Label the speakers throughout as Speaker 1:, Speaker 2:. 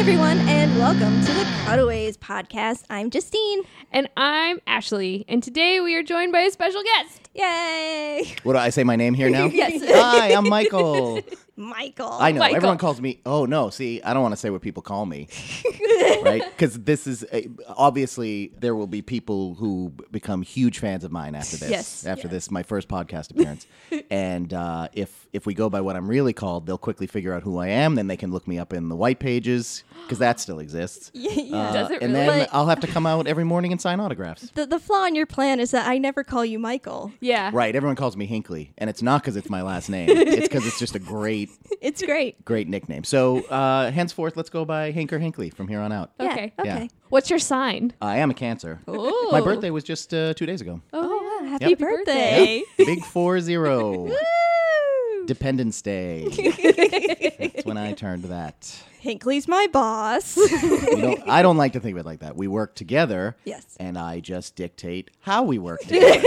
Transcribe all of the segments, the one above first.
Speaker 1: everyone, and welcome to the Cutaways Podcast. I'm Justine.
Speaker 2: And I'm Ashley, and today we are joined by a special guest.
Speaker 1: Yay!
Speaker 3: What do I say my name here now?
Speaker 1: Yes,
Speaker 3: Hi, I'm Michael.
Speaker 1: Michael.
Speaker 3: I know
Speaker 2: Michael.
Speaker 3: everyone calls me. Oh no, see, I don't want to say what people call me, right? Because this is a, obviously there will be people who become huge fans of mine after this.
Speaker 2: Yes.
Speaker 3: after this, my first podcast appearance, and uh, if if we go by what I'm really called, they'll quickly figure out who I am. Then they can look me up in the white pages because that still exists. Uh,
Speaker 1: yeah.
Speaker 2: Does it
Speaker 3: and
Speaker 2: really?
Speaker 3: then
Speaker 1: But-
Speaker 3: I'll have to come out every morning and sign autographs.
Speaker 1: The, the flaw in your plan is that I never call you Michael.
Speaker 2: Yeah.
Speaker 3: Right, everyone calls me Hinkley, and it's not because it's my last name. it's because it's just a great
Speaker 1: It's great.
Speaker 3: Great nickname. So uh, henceforth, let's go by Hank or Hinkley from here on out.
Speaker 1: Yeah,
Speaker 2: Okay.
Speaker 1: okay.
Speaker 2: What's your sign?
Speaker 3: I am a Cancer.
Speaker 2: Oh.
Speaker 3: My birthday was just uh, two days ago.
Speaker 2: Oh, wow.
Speaker 1: Happy birthday.
Speaker 3: Big four zero. Dependence Day. That's when I turned that.
Speaker 1: Hinkley's my boss.
Speaker 3: We don't, I don't like to think of it like that. We work together.
Speaker 1: Yes.
Speaker 3: And I just dictate how we work together.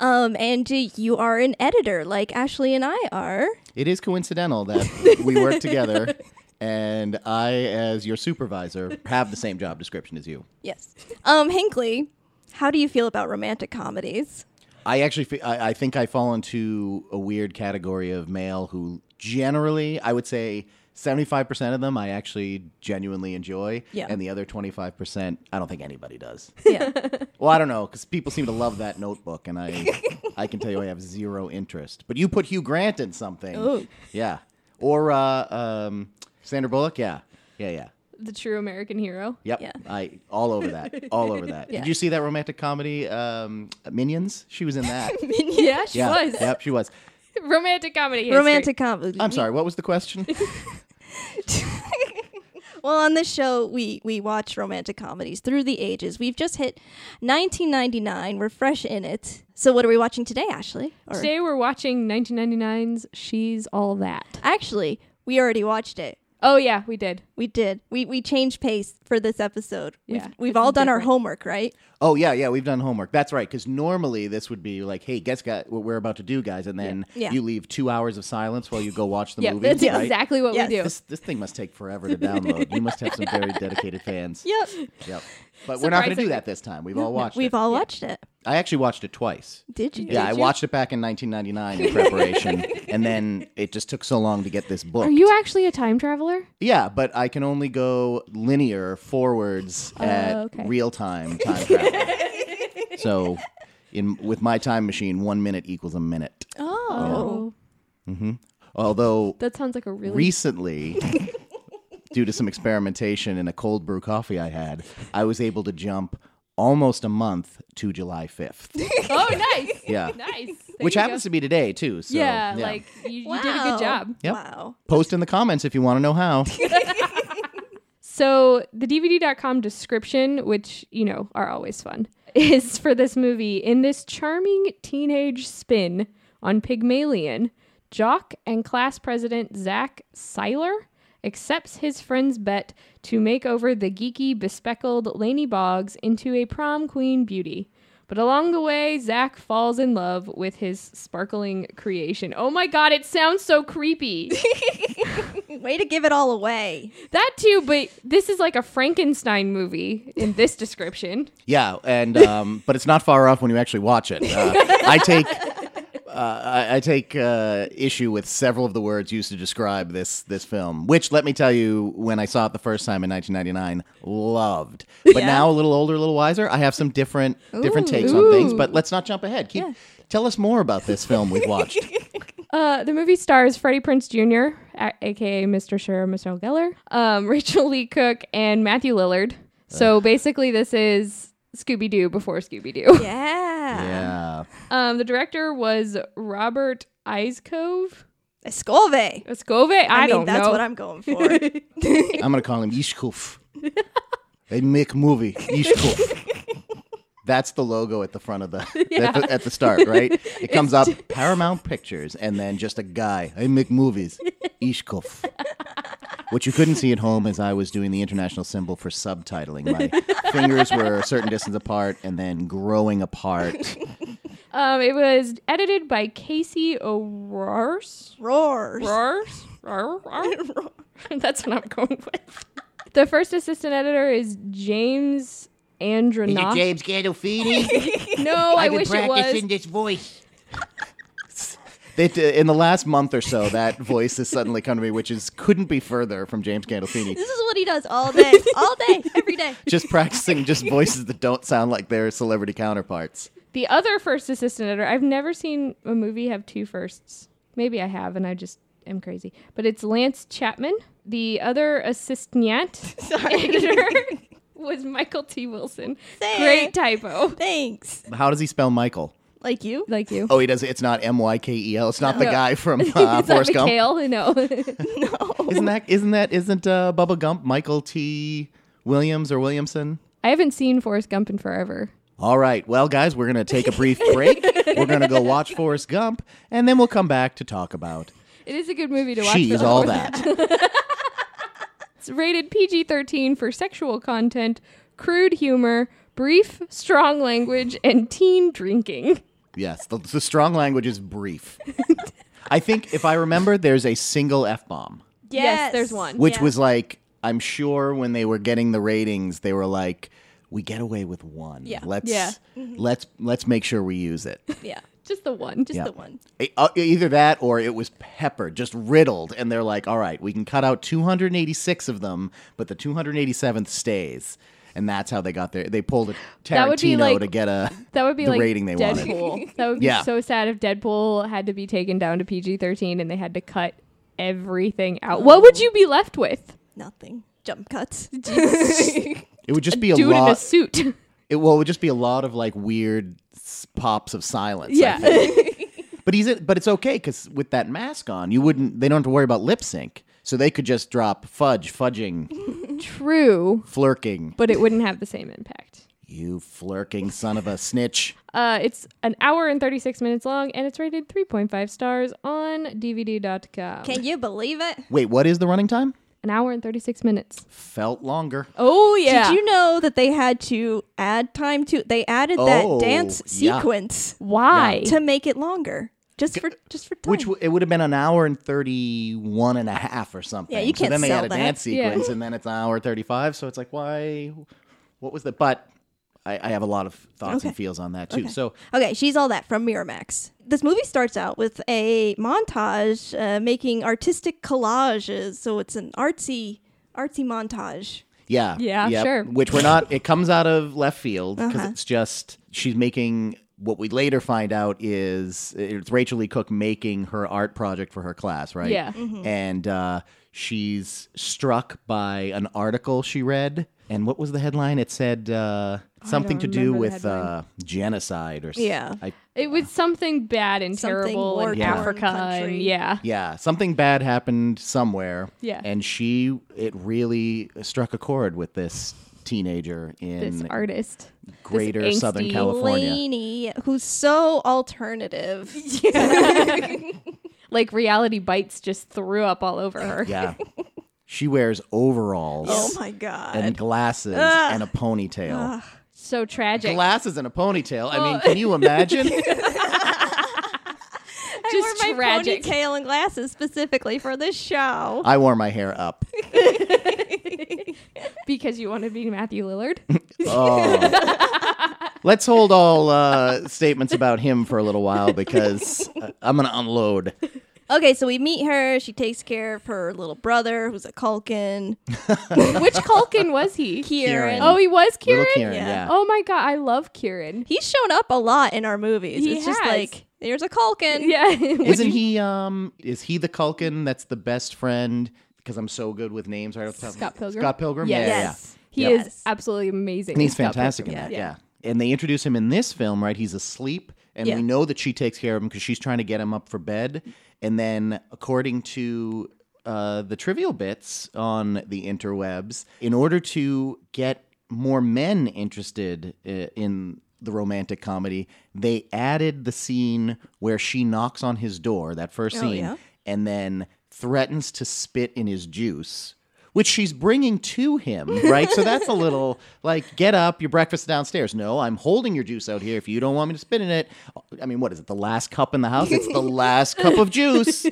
Speaker 1: um, and uh, you are an editor, like Ashley and I are.
Speaker 3: it is coincidental that we work together, and I, as your supervisor, have the same job description as you.
Speaker 1: Yes. Um, Hinkley, how do you feel about romantic comedies?
Speaker 3: I actually, fe- I, I think I fall into a weird category of male who generally, I would say, seventy-five percent of them I actually genuinely enjoy,
Speaker 1: Yeah.
Speaker 3: and the other twenty-five percent, I don't think anybody does.
Speaker 1: Yeah.
Speaker 3: well, I don't know, because people seem to love that notebook, and I, I can tell you, I have zero interest. But you put Hugh Grant in something,
Speaker 1: Ooh.
Speaker 3: yeah, or uh, um, Sandra Bullock, yeah, yeah, yeah.
Speaker 2: The true American hero.
Speaker 3: Yep,
Speaker 1: Yeah.
Speaker 3: I all over that, all over that.
Speaker 1: Yeah.
Speaker 3: Did you see that romantic comedy, um, Minions? She was in that.
Speaker 2: Yeah, she
Speaker 3: yeah,
Speaker 2: was.
Speaker 3: yep, she was.
Speaker 2: Romantic comedy. history.
Speaker 1: romantic comedy.
Speaker 3: I'm sorry, what was the question?
Speaker 1: Well, on this show, we we watch romantic comedies through the ages. We've just hit 1999. We're fresh in it. So, what are we watching today, Ashley? Or
Speaker 2: Today we're watching 1999's She's All That.
Speaker 1: actually, we already watched it.
Speaker 2: Oh, yeah, we did.
Speaker 1: We did. We we changed pace for this episode.
Speaker 2: Yeah,
Speaker 1: We've, we've
Speaker 2: it's
Speaker 1: all done our
Speaker 2: different.
Speaker 1: homework, right?
Speaker 3: oh yeah, yeah, we've done homework. That's right, because normally this would be like, hey, guess gu- what we're about to do, guys, and then
Speaker 1: Yeah. Yeah.
Speaker 3: you leave two hours of silence while you go watch the
Speaker 2: yeah,
Speaker 3: movie.
Speaker 2: that's
Speaker 3: right?
Speaker 2: exactly what
Speaker 1: Yes.
Speaker 2: we do.
Speaker 3: This this thing must take forever to download. You must have some very dedicated fans.
Speaker 1: Yep.
Speaker 3: Yep. But we're not going to
Speaker 2: Surprisingly.
Speaker 3: do that this time. We've all watched
Speaker 1: We've
Speaker 3: it.
Speaker 1: all watched it.
Speaker 3: I actually watched it twice.
Speaker 1: Did you?
Speaker 3: Yeah, I watched it back in 1999 in preparation, and then it just took so long to get this book.
Speaker 2: Are you actually a time traveler?
Speaker 3: Yeah, but I can only go linear forwards at
Speaker 2: Oh, okay.
Speaker 3: real time time travel. so, in with my time machine, one minute equals a minute.
Speaker 1: Oh.
Speaker 3: Although
Speaker 2: That sounds like a really.
Speaker 3: recently, due to some experimentation in a cold brew coffee I had, I was able to jump almost a month to July fifth.
Speaker 2: oh, nice.
Speaker 3: Yeah,
Speaker 2: Nice. There
Speaker 3: which
Speaker 2: you go.
Speaker 3: happens to be today too. So,
Speaker 2: yeah, like you, you did a
Speaker 1: Wow.
Speaker 2: good job.
Speaker 3: Yep.
Speaker 1: Wow.
Speaker 3: post in the comments if you want to know how.
Speaker 2: So the DVD.com description, which, you know, are always fun, is for this movie in this charming teenage spin on Pygmalion, Jock and class president Zach Seiler accepts his friend's bet to make over the geeky, bespeckled Laney Boggs into a prom queen beauty. But along the way, Zach falls in love with his sparkling creation. Oh my god, it sounds so creepy.
Speaker 1: Way to give it all away.
Speaker 2: That too, but this is like a Frankenstein movie in this description.
Speaker 3: Yeah, and um, but it's not far off when you actually watch it. Uh, I take uh, I, I take uh, issue with several of the words used to describe this this film, which let me tell you, when I saw it the first time in 1999, loved. But now a little older, a little wiser, I have some different different takes on things. But let's not jump ahead. Keep tell us more about this film we've watched.
Speaker 2: Uh, the movie stars Freddie Prince Jr., a- aka Mr. Sure, Michelle Geller, um, Rachel Lee Cook, and Matthew Lillard. So basically, this is Scooby Doo before Scooby Doo.
Speaker 1: Yeah.
Speaker 3: yeah,
Speaker 2: Um, the director was Robert Iscove.
Speaker 1: Escove.
Speaker 2: Escove? I,
Speaker 1: I, mean,
Speaker 2: don't
Speaker 1: that's
Speaker 2: know.
Speaker 1: what I'm going for.
Speaker 3: I'm gonna call him Ishkuf. They make movie Ishkuf. That's the logo at the front of the, at the at the start, right? It comes up Paramount Pictures, and then just a guy. I make movies, Ishkuf. What you couldn't see at home is I was doing the international symbol for subtitling. My fingers were a certain distance apart and then growing apart.
Speaker 2: um, it was edited by Casey O'Rourke.
Speaker 1: Roars.
Speaker 2: Roars? Roar? Roar? That's what I'm going with. The first assistant editor is James
Speaker 3: Is
Speaker 2: Andronoff.
Speaker 3: it James Gandolfini?
Speaker 2: no, I
Speaker 3: I've been
Speaker 2: wish it was.
Speaker 3: practicing this voice. They, d- in the last month or so, that voice has suddenly come to me, which is couldn't be further from James Gandolfini.
Speaker 1: This is what he does all day, all day, every day.
Speaker 3: Just practicing just voices that don't sound like their celebrity counterparts.
Speaker 2: The other first assistant editor, I've never seen a movie have two firsts. Maybe I have, and I just am crazy. But it's Lance Chapman. The other assistant editor was Michael T. Wilson.
Speaker 1: Say
Speaker 2: Great
Speaker 1: it.
Speaker 2: typo.
Speaker 1: Thanks.
Speaker 3: How does he spell Michael?
Speaker 1: Like you.
Speaker 2: Like you.
Speaker 3: Oh, he does. It's not M Y K E L. It's not the
Speaker 2: No.
Speaker 3: guy from uh,
Speaker 2: Is that
Speaker 3: Forrest Gump.
Speaker 2: Mikhail? No.
Speaker 3: Isn't that? Isn't that? Isn't uh, Bubba Gump Michael T. Williams or Williamson?
Speaker 2: I haven't seen Forrest Gump in forever.
Speaker 3: All right. Well, guys, we're gonna take a brief break. we're gonna go watch Forrest Gump, and then we'll come back to talk about
Speaker 2: It is a good movie to watch.
Speaker 3: She's
Speaker 2: though.
Speaker 3: All That.
Speaker 2: It's rated PG 13 for sexual content, crude humor, brief, strong language, and teen drinking.
Speaker 3: yes, the, the strong language is brief. I think if I remember, there's a single f bomb,
Speaker 2: there's one.
Speaker 3: which
Speaker 1: Yeah.
Speaker 3: was like I'm sure when they were getting the ratings, they were like, "We get away with one.
Speaker 1: Yeah.
Speaker 3: Let's Mm-hmm.
Speaker 2: Yeah.
Speaker 3: let's let's make sure we use it."
Speaker 1: Yeah.
Speaker 2: Just the one. Just
Speaker 1: Just
Speaker 3: Yeah.
Speaker 1: the one.
Speaker 3: E- uh, either that or it was peppered, just riddled, and they're like, "All right, we can cut out 286 of them, but the 287th stays." And that's how they got there. They pulled a
Speaker 2: That would be
Speaker 3: Tarantino
Speaker 2: like-
Speaker 3: to get a.
Speaker 2: That would be
Speaker 3: the
Speaker 2: like
Speaker 3: rating they wanted.
Speaker 2: Deadpool. That would be
Speaker 3: Yeah.
Speaker 2: so sad if Deadpool had to be taken down to PG thirteen and they had to cut everything out. What would you be left with?
Speaker 1: Nothing. Jump cuts.
Speaker 3: It would just be a
Speaker 2: Dude in a
Speaker 3: lot.
Speaker 2: suit.
Speaker 3: it, well, it would just be a lot of like weird s- pops of silence. I
Speaker 2: yeah.
Speaker 3: think. but he's but it's okay because with that mask on, you wouldn't. They don't have to worry about lip sync, so they could just drop fudge, fudging,
Speaker 2: True.
Speaker 3: flirking.
Speaker 2: But it wouldn't have the same impact.
Speaker 3: You flirking son of a snitch.
Speaker 2: Uh, it's an hour and 36 minutes long, and it's rated 3.5 stars on DVD.com.
Speaker 1: Can you believe it?
Speaker 3: Wait, what is the running time?
Speaker 2: An hour and 36 minutes.
Speaker 3: Felt longer.
Speaker 2: Oh, yeah.
Speaker 1: Did you know that they had to add time to? They added
Speaker 3: Oh,
Speaker 1: that dance
Speaker 3: yeah.
Speaker 1: sequence
Speaker 2: Why?
Speaker 1: to make it longer, just for just for time.
Speaker 3: Which w- it would have been an hour and 31 and a half or something.
Speaker 1: Yeah, you
Speaker 3: so
Speaker 1: can't
Speaker 3: then they
Speaker 1: sell
Speaker 3: had a
Speaker 1: that.
Speaker 3: dance
Speaker 2: Yeah.
Speaker 3: sequence and then it's an hour 35. So it's like, why? What was the. But I, I have a lot of thoughts and
Speaker 1: Okay.
Speaker 3: feels on that too. So
Speaker 1: Okay, she's all that from Miramax. This movie starts out with a montage uh, making artistic collages, so it's an artsy artsy montage.
Speaker 3: yeah.
Speaker 2: Yeah, sure. Uh-huh.
Speaker 3: Which we're not. It comes out of left field because it's just. She's making. What we later find out is it's Rachel Lee Cook making her art project for her class, right?
Speaker 2: Yeah.
Speaker 3: And uh, she's struck by an article she read. And what was the headline? It said uh, something to
Speaker 2: don't remember
Speaker 3: do
Speaker 2: the
Speaker 3: with uh, genocide or s-
Speaker 1: Yeah.
Speaker 3: I,
Speaker 2: It was something bad and
Speaker 1: Something
Speaker 2: terrible in
Speaker 1: war-torn
Speaker 2: Africa. and-
Speaker 1: country.
Speaker 2: yeah.
Speaker 3: yeah, something bad happened somewhere.
Speaker 2: Yeah.
Speaker 3: And she, it really struck a chord with this teenager
Speaker 2: This
Speaker 3: in
Speaker 2: artist.
Speaker 3: greater Southern
Speaker 2: angsty-
Speaker 3: California.
Speaker 1: Laney, who's so alternative.
Speaker 2: Like reality bites just threw up all over her.
Speaker 3: Yeah. she wears overalls
Speaker 1: Oh my god.
Speaker 3: and glasses and a ponytail.
Speaker 2: Ah. So tragic.
Speaker 3: Glasses and a ponytail. I
Speaker 2: Oh.
Speaker 3: mean, can you imagine?
Speaker 2: just
Speaker 1: I wore my
Speaker 2: tragic.
Speaker 1: ponytail and glasses specifically for this show.
Speaker 3: I wore my hair up.
Speaker 2: Because you want to be Matthew Lillard.
Speaker 3: Oh. Let's hold all uh, statements about him for a little while because uh, I'm going to unload.
Speaker 1: Okay, so we meet her. She takes care of her little brother, who's a Culkin.
Speaker 2: Which Culkin was he?
Speaker 1: Kieran.
Speaker 2: Oh, he was Kieran?
Speaker 3: Little Kieran,
Speaker 1: Yeah.
Speaker 3: yeah.
Speaker 2: Oh my god, I love Kieran.
Speaker 1: He's shown up a lot in our movies.
Speaker 2: He
Speaker 1: it's just
Speaker 2: has.
Speaker 1: like there's a Culkin.
Speaker 2: Yeah.
Speaker 3: Isn't he, um, is he the Culkin that's the best friend? Because I'm so good with names right off the top. of-
Speaker 2: Scott Pilgrim?
Speaker 3: Scott Pilgrim? Yeah,
Speaker 2: Yes.
Speaker 3: yeah, yeah.
Speaker 1: Yes.
Speaker 2: He
Speaker 3: Yeah.
Speaker 2: is absolutely amazing.
Speaker 3: And he's
Speaker 2: Scott
Speaker 3: fantastic in
Speaker 2: Pilgrim.
Speaker 3: that, yeah. And they introduce him in this film, right? He's asleep, and
Speaker 1: Yeah.
Speaker 3: we know that she takes care of him because she's trying to get him up for bed. And then, according to uh, the trivial bits on the interwebs, in order to get more men interested uh, in the romantic comedy, they added the scene where she knocks on his door, that first scene,
Speaker 1: yeah.
Speaker 3: Uh-huh. and then threatens to spit in his juice, which she's bringing to him, right? so that's a little like, get up, your breakfast downstairs. No, I'm holding your juice out here. If you don't want me to spit in it, I mean, what is it? The last cup in the house? It's the last cup of juice.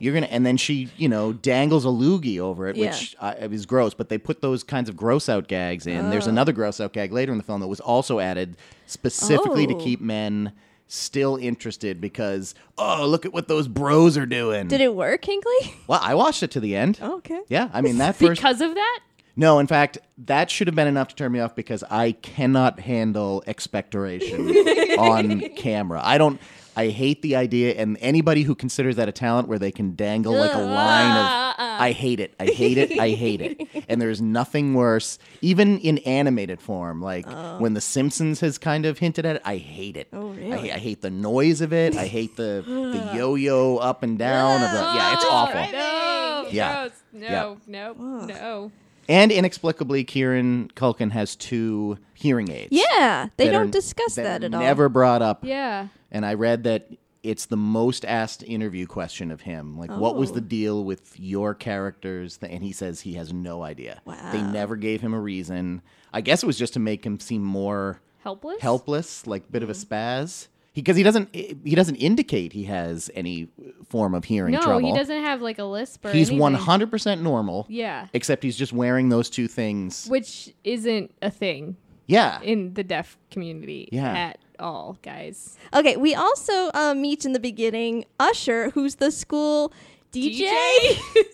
Speaker 3: You're gonna, and then she, you know, dangles a loogie over it, which I, it was gross. But they put those kinds of gross out gags in. There's another gross out gag later in the film that was also added specifically to
Speaker 1: Oh.
Speaker 3: keep men still interested because oh, look at what those bros are doing.
Speaker 1: Did it Oh. work, Hinkley?
Speaker 3: well, I watched it to the end.
Speaker 1: Okay.
Speaker 3: Yeah, I mean that first.
Speaker 2: because of that.
Speaker 3: No, in fact, that should have been enough to turn me off because I cannot handle expectoration on camera. I don't. I hate the idea, and anybody who considers that a talent where they can dangle like a line
Speaker 1: Uh-uh.
Speaker 3: of, I hate it, I hate it, I hate it. And there's nothing worse, even in animated form, like when The Simpsons has kind of hinted at it, I hate it.
Speaker 1: Oh,
Speaker 3: I,
Speaker 1: really?
Speaker 3: ha- I hate the noise of it. I hate the, the yo yo up and down of the, yeah,
Speaker 1: Oh,
Speaker 2: Oh,
Speaker 3: it's awful.
Speaker 2: No,
Speaker 3: Yeah.
Speaker 2: no, no, no, no.
Speaker 3: And inexplicably, Kieran Culkin has two hearing aids.
Speaker 1: Yeah, they
Speaker 3: that
Speaker 1: don't
Speaker 3: are-
Speaker 1: discuss that,
Speaker 3: that
Speaker 1: at
Speaker 3: are
Speaker 1: all.
Speaker 3: Never brought up.
Speaker 2: Yeah.
Speaker 3: And I read that it's the most asked interview question of him. Like, what was
Speaker 1: Oh.
Speaker 3: the deal with your characters? Th- And he says he has no idea. They
Speaker 1: Wow.
Speaker 3: never gave him a reason. I guess it was just to make him seem more
Speaker 2: Helpless.
Speaker 3: helpless, like bit of a
Speaker 1: Mm-hmm.
Speaker 3: spaz. Because he, doesn't, he doesn't indicate he has any form of hearing
Speaker 2: No,
Speaker 3: trouble.
Speaker 2: he doesn't have like a lisp or
Speaker 3: He's
Speaker 2: anything.
Speaker 3: one hundred percent normal.
Speaker 2: Yeah.
Speaker 3: except he's just wearing those two things.
Speaker 2: which isn't a thing
Speaker 3: Yeah,
Speaker 2: in the deaf community
Speaker 3: Yeah.
Speaker 2: at all, guys.
Speaker 1: Okay, we also uh, meet in the beginning Usher, who's the school DJ.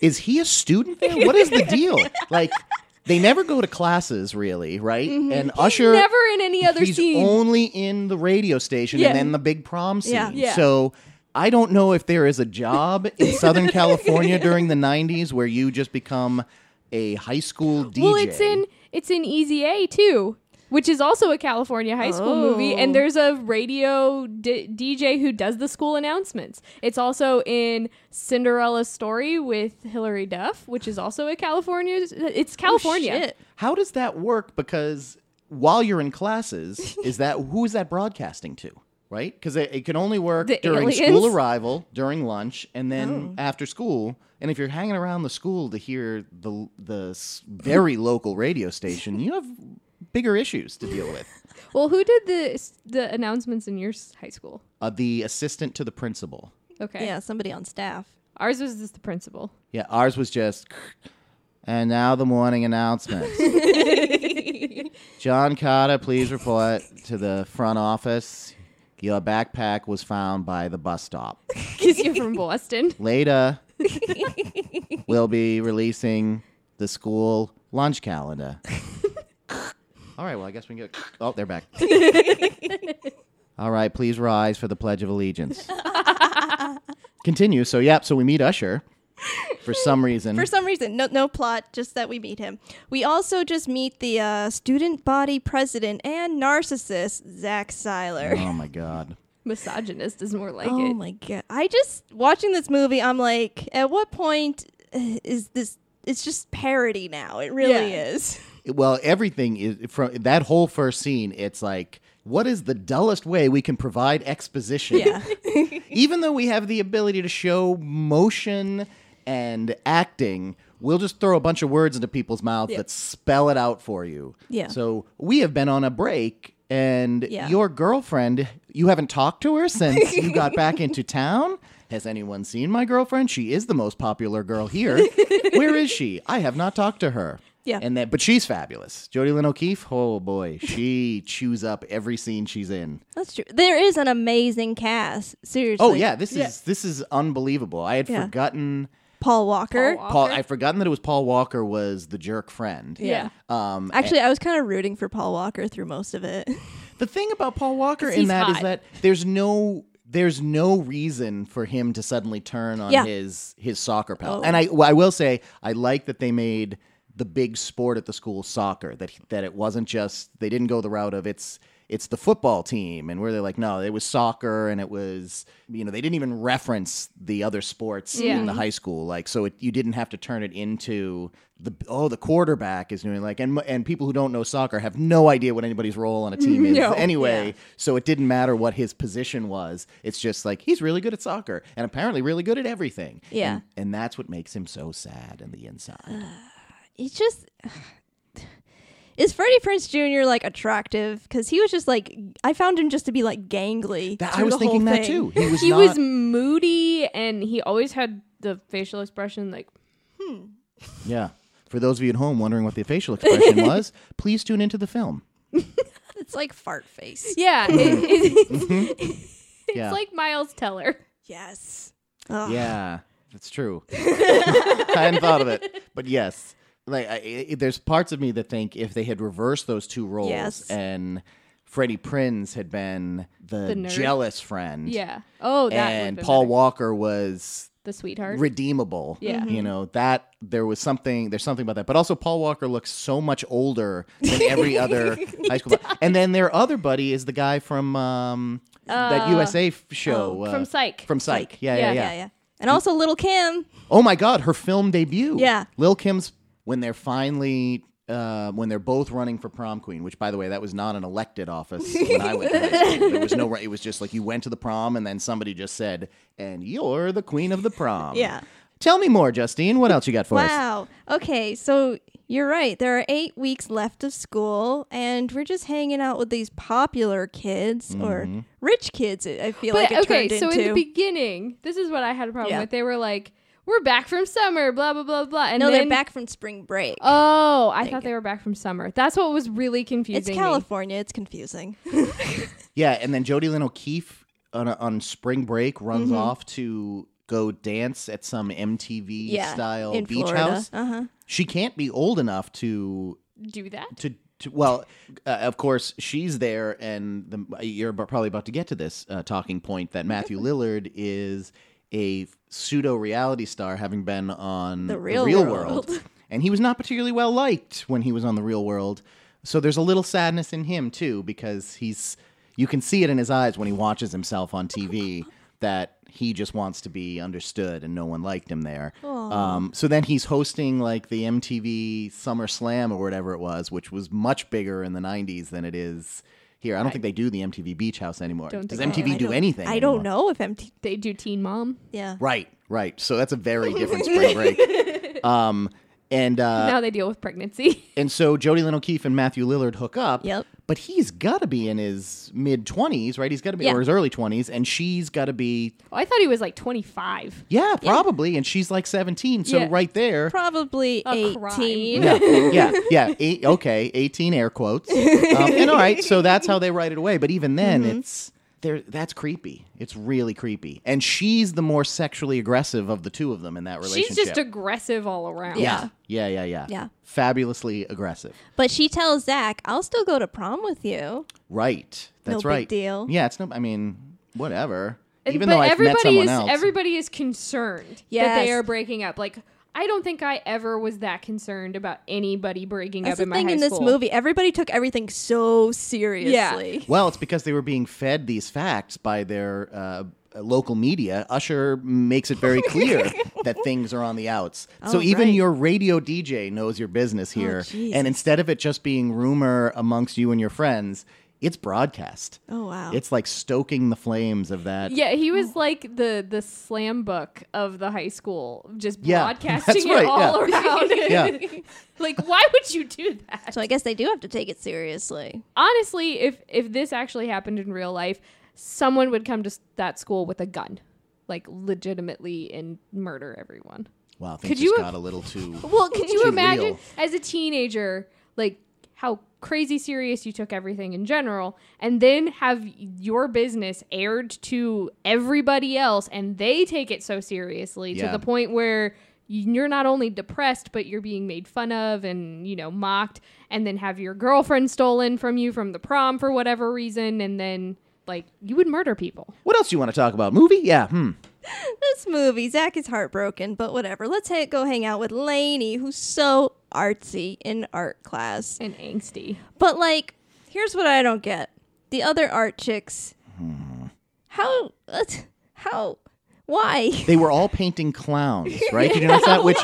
Speaker 3: is he a student there? What is the deal? like they never go to classes really, right? And
Speaker 2: Mm-hmm.
Speaker 3: Usher
Speaker 2: Never in any other
Speaker 3: he's
Speaker 2: scene.
Speaker 3: only in the radio station
Speaker 2: Yeah.
Speaker 3: and then the big prom scene.
Speaker 1: Yeah.
Speaker 2: Yeah.
Speaker 3: So I don't know if there is a job in Southern California during the 90s where you just become a high school DJ.
Speaker 2: Well, it's in it's in Easy A too, which is also a California high school movie, and
Speaker 1: Oh.
Speaker 2: there's a radio d- DJ who does the school announcements. It's also in Cinderella Story with Hilary Duff, which is also a California. It's California.
Speaker 1: Oh, Shit.
Speaker 3: How does that work? Because while you're in classes, is that who is that broadcasting to? Right? Because it, it can only work
Speaker 2: The
Speaker 3: during
Speaker 2: aliens? Oh.
Speaker 3: school arrival, during lunch, and then after school. And if you're hanging around the school to hear the the s- very local radio station, you have bigger issues to deal with.
Speaker 2: Well, who did the the announcements in your s- high school?
Speaker 3: Uh, the assistant to the principal.
Speaker 2: Okay,
Speaker 1: Yeah, somebody on staff.
Speaker 2: ours was just the principal.
Speaker 3: Yeah, ours was just. And now the morning announcement. John Cotta, please report to the front office. Your backpack was found by the bus stop.
Speaker 2: Because you're from Boston.
Speaker 3: Later, we'll be releasing the school lunch calendar. All right, well, I guess we can go. Oh, they're back. All right, please rise for the Pledge of Allegiance. Continue. So, yep, so we meet Usher for some reason.
Speaker 1: For some reason, no, no plot, just that we meet him. We also just meet the uh, student body president and narcissist, Zach Seiler.
Speaker 3: oh, my God.
Speaker 2: Misogynist is more like
Speaker 1: Oh
Speaker 2: it.
Speaker 1: my god! I just watching this movie. I'm like, at what point uh, is this? It's just parody now. It really
Speaker 2: Yeah.
Speaker 1: is.
Speaker 3: well everything is from that whole first scene it's like what is the dullest way we can provide exposition
Speaker 1: Yeah.
Speaker 3: even though we have the ability to show motion and acting we'll just throw a bunch of words into people's mouths that spell it out for you
Speaker 1: Yeah.
Speaker 3: so we have been on a break and
Speaker 1: Yeah.
Speaker 3: your girlfriend you haven't talked to her since you got back into town has anyone seen my girlfriend she is the most popular girl here where is she i have not talked to her
Speaker 1: Yeah.
Speaker 3: and that, but she's fabulous. Jodie Lynn O'Keefe, oh boy, she chews up every scene she's in.
Speaker 1: That's true. There is an amazing cast. Seriously.
Speaker 3: Oh yeah, this is this is unbelievable. I had
Speaker 1: Yeah.
Speaker 3: forgotten
Speaker 1: Paul Walker.
Speaker 2: Paul Walker.
Speaker 3: Paul. I forgotten that it was Paul Walker was the jerk friend.
Speaker 2: Yeah.
Speaker 3: Um,
Speaker 1: Actually, I was kind of rooting for Paul Walker through most of it.
Speaker 3: the thing about Paul Walker
Speaker 2: 'Cause
Speaker 3: in
Speaker 2: he's
Speaker 3: that is
Speaker 2: hot.
Speaker 3: that there's no there's no reason for him to suddenly turn on
Speaker 1: Yeah.
Speaker 3: his his soccer pal.
Speaker 1: Oh.
Speaker 3: And I well, I will say I like that they made the big sport at the school soccer that that it wasn't just they didn't go the route of it's it's the football team and where they're like no it was soccer and it was you know they didn't even reference the other sports
Speaker 2: Yeah. Mm-hmm.
Speaker 3: in the high school like so it, you didn't have to turn it into the oh the quarterback is doing like and and people who don't know soccer have no idea what anybody's role on a team is
Speaker 2: No.
Speaker 3: anyway so it didn't matter what his position was it's just like he's really good at soccer and apparently really good at everything
Speaker 1: Yeah.
Speaker 3: and, and that's what makes him so sad in the inside
Speaker 1: It's just. Is Freddie Prince Jr. like attractive? Because he was just like I found him just to be like gangly.
Speaker 3: that, I
Speaker 1: through the
Speaker 3: was
Speaker 1: whole
Speaker 3: thinking that
Speaker 1: thing.
Speaker 3: too he was
Speaker 2: he
Speaker 3: not
Speaker 2: was moody and he always had the facial expression, like
Speaker 3: Yeah. For those of you at home wondering what the facial expression was, please tune into the film.
Speaker 1: It's like fart face.
Speaker 2: yeah, it- it- it's,
Speaker 3: Yeah.
Speaker 2: like Miles Teller.
Speaker 1: Yes. Ugh.
Speaker 3: yeah, that's true. I hadn't thought of it, but yes, like I, i there's parts of me that think if they had reversed those two roles
Speaker 1: Yes.
Speaker 3: and Freddie Prinz had been the,
Speaker 2: The nerd.
Speaker 3: jealous friend,
Speaker 2: Yeah. Oh, that
Speaker 3: and
Speaker 2: would've been
Speaker 3: Paul
Speaker 2: better.
Speaker 3: Walker was
Speaker 2: the sweetheart.
Speaker 3: redeemable.
Speaker 1: Mm-hmm.
Speaker 2: Yeah.
Speaker 3: You know, that there was something there's something about that. But also Paul Walker looks so much older than every other high school. bu- And then their other buddy is the guy from um that USA f- show
Speaker 2: Uh,
Speaker 3: uh,
Speaker 2: oh, from Psych.
Speaker 3: From Psych.
Speaker 1: Psych.
Speaker 3: Yeah, yeah, yeah,
Speaker 2: Yeah.
Speaker 1: Yeah, yeah. And also Little Kim.
Speaker 3: Oh my god, her film debut.
Speaker 1: Yeah.
Speaker 3: Lil Kim's when they're finally uh, when they're both running for prom queen, which by the way, that was not an elected office when I went to high school. There was no, it was just like you went to the prom and then somebody just said, and you're the queen of the prom.
Speaker 1: Yeah.
Speaker 3: Tell me more, Justine. What else you got for us?
Speaker 1: Wow. Okay, so you're right. There are eight weeks left of school, and we're just hanging out with these popular kids
Speaker 3: Mm-hmm.
Speaker 1: or rich kids. It, I feel
Speaker 2: But
Speaker 1: like it
Speaker 2: okay,
Speaker 1: turned
Speaker 2: so
Speaker 1: into.
Speaker 2: in the beginning, this is what I had a problem
Speaker 1: Yeah.
Speaker 2: with. They were like, "We're back from summer," blah blah blah blah. And
Speaker 1: no, they're
Speaker 2: then,
Speaker 1: back from spring break.
Speaker 2: Oh, I thought they were back from summer. That's what was really
Speaker 1: it's
Speaker 2: confusing. me.
Speaker 1: California. It's confusing.
Speaker 3: Yeah, and then Jodie Lynn O'Keefe on, on spring break runs
Speaker 1: Mm-hmm.
Speaker 3: off to go dance at some MTV
Speaker 1: yeah.
Speaker 3: style
Speaker 1: in
Speaker 3: beach
Speaker 1: Florida.
Speaker 3: house.
Speaker 1: Uh huh.
Speaker 3: She can't be old enough to
Speaker 2: Do that?
Speaker 3: to, to well, uh, of course she's there, and the, you're ab- probably about to get to this uh, talking point that Matthew Lillard is a pseudo reality star, having been on
Speaker 1: The Real
Speaker 3: world.
Speaker 1: World.
Speaker 3: and he was not particularly well liked when he was on the Real World. So there's a little sadness in him too, because he's you can see it in his eyes when he watches himself on TV. That he just wants to be understood, and no one liked him there. Um, so then he's hosting like the MTV Summer Slam or whatever it was, which was much bigger in the '90s than it is here. I don't think they do the MTV Beach House anymore.
Speaker 2: Don't
Speaker 3: Does
Speaker 2: think
Speaker 3: MTV
Speaker 1: Uh, I
Speaker 3: do
Speaker 1: don't-
Speaker 3: anything?
Speaker 1: I don't
Speaker 3: anymore?
Speaker 1: know if MT.
Speaker 2: They do Teen Mom.
Speaker 1: Yeah.
Speaker 3: Right, right. So that's a very different spring break. Um, and uh,
Speaker 2: now they deal with pregnancy.
Speaker 3: And so Jodie Lynn O'Keefe and Matthew Lillard hook up.
Speaker 1: Yep.
Speaker 3: But he's got to be in his mid 20s, right? He's got to be,
Speaker 1: Yeah.
Speaker 3: or his early 20s, and she's got to be,
Speaker 2: oh, I thought he was like 25.
Speaker 3: yeah, probably. And she's like 17. So
Speaker 2: Yeah.
Speaker 3: right there.
Speaker 1: Probably
Speaker 2: A crime.
Speaker 1: 18.
Speaker 3: yeah, yeah, yeah. Eight, okay, 18 air quotes. Um, and all right, so that's how they write it away. But even then, it's. There, that's creepy. It's really creepy, and she's the more sexually aggressive of the two of them in that relationship.
Speaker 2: She's just aggressive all around.
Speaker 3: yeah, yeah, yeah, yeah,
Speaker 1: Yeah.
Speaker 3: fabulously aggressive.
Speaker 1: But she tells Zach, I'll still go to prom with you.
Speaker 3: Right. That's
Speaker 1: big
Speaker 3: right.
Speaker 1: deal.
Speaker 3: Yeah, it's no. I mean, whatever.
Speaker 2: And-
Speaker 3: Even
Speaker 2: but
Speaker 3: though I've
Speaker 2: everybody
Speaker 3: met someone
Speaker 2: is
Speaker 3: else.
Speaker 2: everybody is concerned that
Speaker 1: Yes.
Speaker 2: they are breaking up. Like I don't think I ever was that concerned about anybody breaking
Speaker 1: That's
Speaker 2: up in
Speaker 1: the
Speaker 2: my
Speaker 1: thing
Speaker 2: high
Speaker 1: in this
Speaker 2: school.
Speaker 1: movie. Everybody took everything so seriously.
Speaker 3: well, it's because they were being fed these facts by their uh, local media. Usher makes it very clear that things are on the outs. so
Speaker 1: Oh,
Speaker 3: even
Speaker 1: right.
Speaker 3: your radio DJ knows your business
Speaker 2: Oh,
Speaker 3: here.
Speaker 1: Jesus.
Speaker 3: and instead of it just being rumor amongst you and your friends, it's broadcast.
Speaker 1: Oh, wow.
Speaker 3: It's like stoking the flames of that.
Speaker 2: Yeah, he was like the the slam book of the high school, just
Speaker 3: Yeah, that's
Speaker 2: broadcasting
Speaker 3: right,
Speaker 2: it all around.
Speaker 3: Yeah.
Speaker 2: like, why would you do that?
Speaker 1: So I guess they do have to take it seriously.
Speaker 2: Honestly, if if this actually happened in real life, someone would come to s- that school with a gun, like legitimately, and murder everyone.
Speaker 3: Wow, things
Speaker 2: Could you
Speaker 3: just
Speaker 2: have-
Speaker 3: got a little too.
Speaker 2: Well, could you
Speaker 3: Too
Speaker 2: imagine
Speaker 3: real.
Speaker 2: as a teenager, like how crazy serious you took everything in general, and then have your business aired to everybody else, and they take it so seriously
Speaker 3: Yeah.
Speaker 2: to the point where you're not only depressed but you're being made fun of and you know mocked and then have your girlfriend stolen from you from the prom for whatever reason and then like you would murder people
Speaker 3: What else you want to talk about? Movie? Yeah. Hmm.
Speaker 1: This movie, Zach is heartbroken, but whatever. Let's ha- go hang out with Lainey, who's so artsy in art class.
Speaker 2: and angsty
Speaker 1: But, like, here's what I don't get the other art chicks.
Speaker 3: Hmm.
Speaker 1: How? what- How? Why?
Speaker 3: They were all painting clowns, right? Did you notice that? Which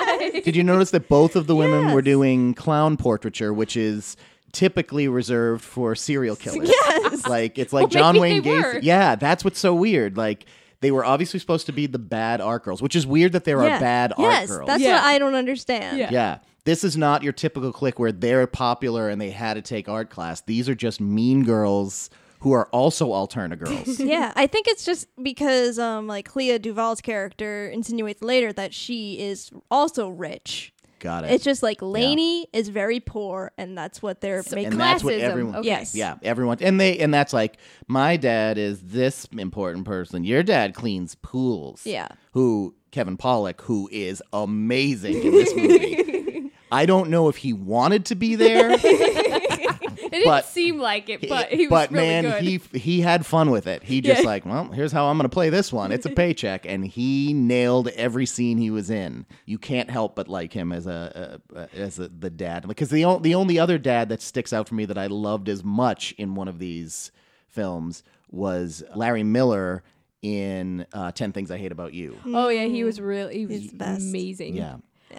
Speaker 3: did you notice that both of the women were
Speaker 1: Yes.
Speaker 3: doing clown portraiture, which is typically reserved for serial killers.
Speaker 1: Yes.
Speaker 3: Like it's like
Speaker 2: Well,
Speaker 3: John
Speaker 2: maybe
Speaker 3: Wayne
Speaker 2: they
Speaker 3: Gacy.
Speaker 2: were.
Speaker 3: Yeah, that's what's so weird. Like they were obviously supposed to be the bad art girls, which is weird that there are bad
Speaker 1: yes,
Speaker 3: art girls.
Speaker 1: that's
Speaker 2: Yeah.
Speaker 1: what I don't understand.
Speaker 2: Yeah.
Speaker 3: yeah. This is not your typical clique where they're popular and they had to take art class. These are just mean girls who are also Alterna girls.
Speaker 1: yeah, I think it's just because um like Clea Duval's character insinuates later that she is also rich.
Speaker 3: Got it.
Speaker 1: It's just like Lainey is very poor and that's what they're making.
Speaker 3: and that's what
Speaker 2: Classism.
Speaker 3: everyone.
Speaker 2: Okay.
Speaker 1: Yes.
Speaker 3: Yeah, everyone, and they, and that's like my dad is this important person. Your dad cleans pools.
Speaker 1: Yeah.
Speaker 3: Who Kevin Pollock, who is amazing in this movie. I don't know if he wanted to be there,
Speaker 2: It didn't
Speaker 3: But-
Speaker 2: seem like it, but he was
Speaker 3: but
Speaker 2: really
Speaker 3: man,
Speaker 2: good.
Speaker 3: he he had fun with it. He just
Speaker 2: Yeah.
Speaker 3: like, well, here's how I'm gonna play this one. It's a paycheck, and he nailed every scene he was in. You can't help but like him as a, a, a as a, the dad because the on, the only other dad that sticks out for me that I loved as much in one of these films was Larry Miller in uh, Ten Things I Hate About You.
Speaker 2: oh yeah, he was really he was
Speaker 1: Mm. the best.
Speaker 2: amazing.
Speaker 3: Yeah.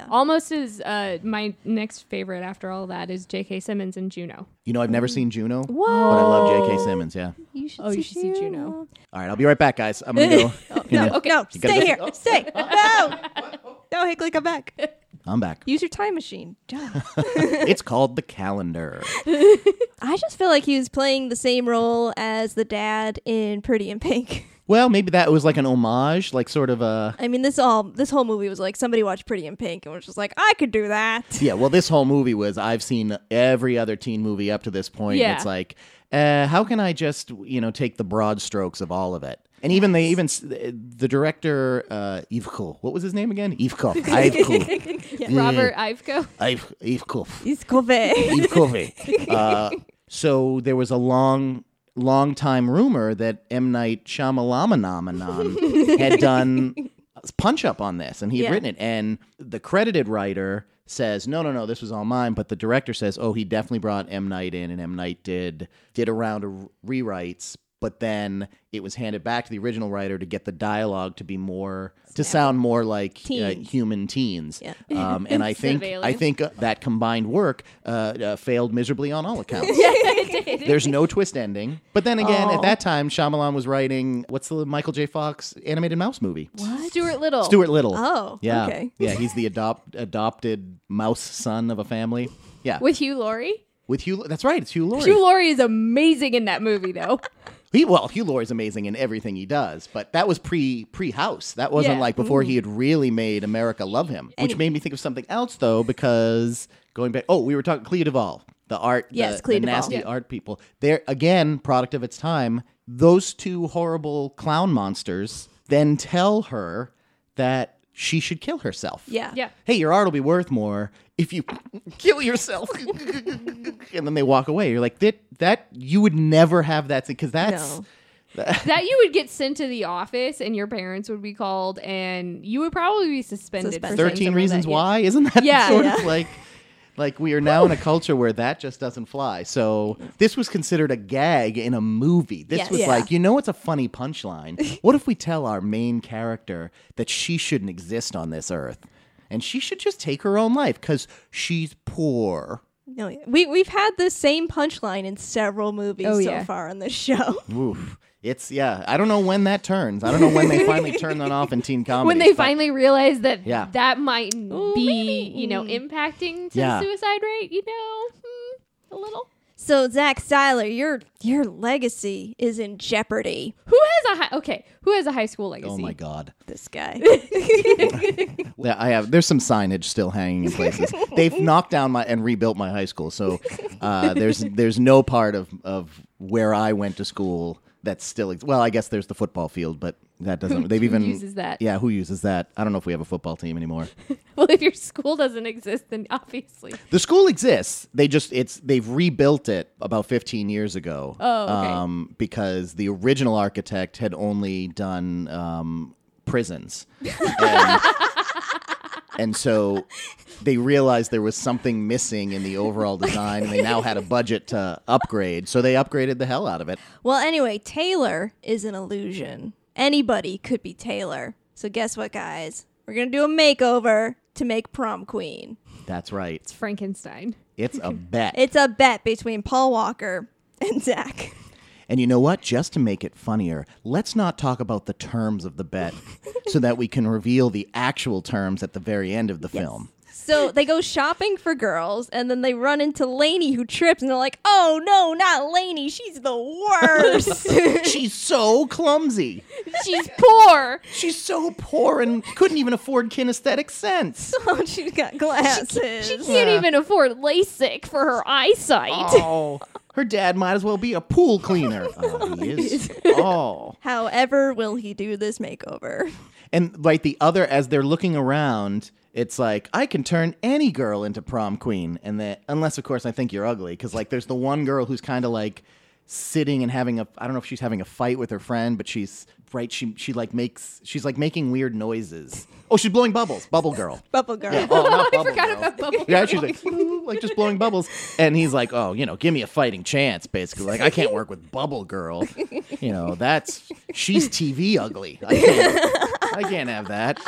Speaker 2: Almost as uh, my next favorite after all that is J.K. Simmons and Juno.
Speaker 3: You know, I've never seen Juno, but I love J.K. Simmons. Yeah.
Speaker 1: You should
Speaker 2: Oh, you should see Juno.
Speaker 3: All right, I'll be right back, guys. I'm gonna go.
Speaker 2: Oh,
Speaker 1: No, okay. no,
Speaker 3: gotta
Speaker 1: stay here. Stay. No. No, Hickley, come back.
Speaker 3: I'm back.
Speaker 1: Use your time machine. Duh.
Speaker 3: It's called the calendar.
Speaker 1: I just feel like he was playing the same role as the dad in Pretty in Pink.
Speaker 3: Well, maybe that was like an homage, like sort of a.
Speaker 1: I mean, this all this whole movie was like somebody watched Pretty in Pink and was just like, I could do that.
Speaker 3: Yeah, well, this whole movie was I've seen every other teen movie up to this point.
Speaker 2: Yeah.
Speaker 3: It's like, uh, how can I just you know take the broad strokes of all of it? And even they even s- the director uh, Ivko, what was his name again? Ivko, Ivko,
Speaker 2: Robert Ivko.
Speaker 3: Iv- Ivko,
Speaker 1: He's Covey.
Speaker 3: Ivkove. Uh, so there was a long, long time rumor that M Night Shyamalan had done punch up on this, and he had
Speaker 1: Yeah.
Speaker 3: written it. And the credited writer says, "No, no, no, this was all mine." But the director says, "Oh, he definitely brought M Night in, and M Night did did a round of rewrites." But then it was handed back to the original writer to get the dialogue to be more to sound more like uh,
Speaker 1: Teens.
Speaker 3: human teens. Um, and I think
Speaker 2: Instead of
Speaker 3: I
Speaker 2: aliens.
Speaker 3: think uh, that combined work uh, uh, failed miserably on all accounts. There's no twist ending. But then again, at that time, Shyamalan was writing what's the Michael J. Fox animated mouse movie?
Speaker 2: Stuart Little.
Speaker 3: Stuart Little.
Speaker 1: Oh,
Speaker 3: yeah,
Speaker 1: okay.
Speaker 3: yeah. He's the adopt adopted mouse son of a family. Yeah, with,
Speaker 2: with Hugh Laurie.
Speaker 3: Hugh. That's right. It's Hugh Laurie.
Speaker 2: Hugh Laurie is amazing in that movie, though.
Speaker 3: He, well, Hugh Laurie's amazing in everything he does, but that was pre pre House. That wasn't
Speaker 2: Yeah.
Speaker 3: like before he had
Speaker 1: Mm-hmm.
Speaker 3: really made America love him, which made me think of something else though, because going back, oh, we were talking Clea Duvall, the art, the-
Speaker 1: Yes,
Speaker 3: the,
Speaker 1: Clea Duvall.
Speaker 3: nasty
Speaker 1: Yeah.
Speaker 3: art people. They're again product of its time. Those two horrible clown monsters then tell her that she should kill herself.
Speaker 1: Yeah.
Speaker 2: Yeah.
Speaker 3: Hey, your art will be worth more if you kill yourself. and then they walk away. You're like that. That you would never have that because that's.
Speaker 1: No.
Speaker 2: that you would get sent to the office and your parents would be called and you would probably be suspended,
Speaker 1: Suspended.
Speaker 2: for saying
Speaker 3: 13
Speaker 2: something
Speaker 3: reasons
Speaker 2: that- yeah.
Speaker 3: why isn't that
Speaker 2: Yeah,
Speaker 3: sort
Speaker 1: yeah.
Speaker 3: of like like we are now in a culture where that just doesn't fly so this was considered a gag in a movie this
Speaker 1: Yes.
Speaker 3: was
Speaker 1: Yeah.
Speaker 3: like you know it's a funny punchline what if we tell our main character that she shouldn't exist on this earth and she should just take her own life because she's poor
Speaker 1: No, we we've had the same punchline in several movies
Speaker 2: Oh,
Speaker 1: so
Speaker 2: yeah.
Speaker 1: far on this show.
Speaker 3: Oof. it's yeah i don't know when that turns i don't know when they finally turn that off in teen comedy
Speaker 2: When they finally realize that
Speaker 3: Yeah.
Speaker 2: that might be,
Speaker 1: maybe. Mm.
Speaker 2: you know, impacting to
Speaker 3: Yeah.
Speaker 2: the suicide rate, you know, hmm, a little.
Speaker 1: So Zach Styler, your your legacy is in jeopardy.
Speaker 2: Who has a high, okay, who has a high school legacy?
Speaker 3: oh my god
Speaker 1: This guy.
Speaker 3: Yeah, I have. There's some signage still hanging in places. They've knocked down my and rebuilt my high school, so uh, there's there's no part of of where I went to school that's still. Ex- well, I guess there's the football field, but that doesn't. they've even
Speaker 2: uses that?
Speaker 3: Yeah, who uses that? I don't know if we have a football team anymore.
Speaker 2: Well, if your school doesn't exist, then obviously.
Speaker 3: the school exists. They just it's they've rebuilt it about 15 years ago.
Speaker 2: Oh, okay.
Speaker 3: um, because the original architect had only done um, prisons. And- and so they realized there was something missing in the overall design and they now had a budget to upgrade so they upgraded the hell out of it
Speaker 1: well, anyway, Taylor is an illusion. Anybody could be Taylor. So guess what, guys? We're gonna do a makeover to make prom queen.
Speaker 3: that's right
Speaker 2: It's Frankenstein.
Speaker 3: it's a bet
Speaker 1: It's a bet between Paul Walker and Zach.
Speaker 3: And you know what? Just to make it funnier, let's not talk about the terms of the bet so that we can reveal the actual terms at the very end of the film.
Speaker 1: So they go shopping for girls, and then they run into Lainey, who trips, and they're like, "Oh no, not Lainey! She's the worst.
Speaker 3: She's so clumsy.
Speaker 2: She's poor.
Speaker 3: She's so poor and couldn't even afford kinesthetic sense.
Speaker 1: oh, she's got glasses."
Speaker 2: She can't even afford LASIK for her eyesight.
Speaker 3: Oh, her dad might as well be a pool cleaner. Oh, he is. Oh.
Speaker 1: However, will he do this makeover?
Speaker 3: And like the other, as they're looking around, it's like I can turn any girl into prom queen, and that unless of course I think you're ugly, because like there's the one girl who's kind of like sitting and having a I don't know if she's having a fight with her friend, but she's right. She she like makes she's like making weird noises. Oh, she's blowing bubbles. Bubble girl.
Speaker 1: Bubble girl.
Speaker 3: Yeah, oh, not bubble
Speaker 2: forgot
Speaker 3: girl.
Speaker 2: about bubble
Speaker 3: Yeah, she's like, "Ooh," like just blowing bubbles, and he's like, "Oh, you know, give me a fighting chance." Basically, like I can't work with Bubble Girl. You know, that's she's TV ugly. I can't, I can't have that.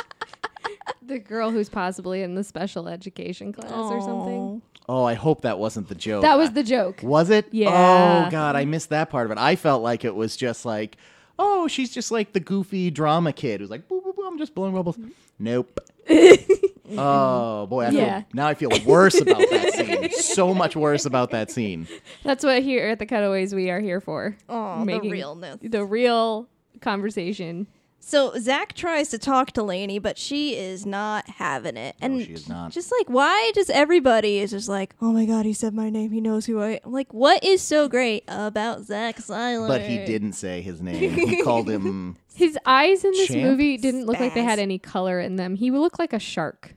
Speaker 2: The girl who's possibly in the special education class or something.
Speaker 3: Oh, I hope that wasn't the joke.
Speaker 2: That was the joke.
Speaker 3: Was it?
Speaker 2: Yeah.
Speaker 3: Oh God, I missed that part of it. I felt like it was just like, oh, she's just like the goofy drama kid who's like, boo, boo, boo, I'm just blowing bubbles. Nope. oh boy, I
Speaker 2: Yeah.
Speaker 3: feel, now I feel worse about that scene. So much worse about that scene.
Speaker 2: That's what here at the Cutaways we are here for.
Speaker 1: Oh, the
Speaker 2: Making
Speaker 1: realness.
Speaker 2: The real conversation.
Speaker 1: So Zach tries to talk to Lainey, but she is not having it. And
Speaker 3: she is not.
Speaker 1: Just like, why does everybody is just like, oh my god, he said my name, he knows who I am. Like, what is so great about Zach Siler?
Speaker 3: But he didn't say his name. He called him.
Speaker 2: His eyes in this
Speaker 3: Champ?
Speaker 2: movie didn't look like they had
Speaker 1: Spaz.
Speaker 2: any color in them. He looked like a shark.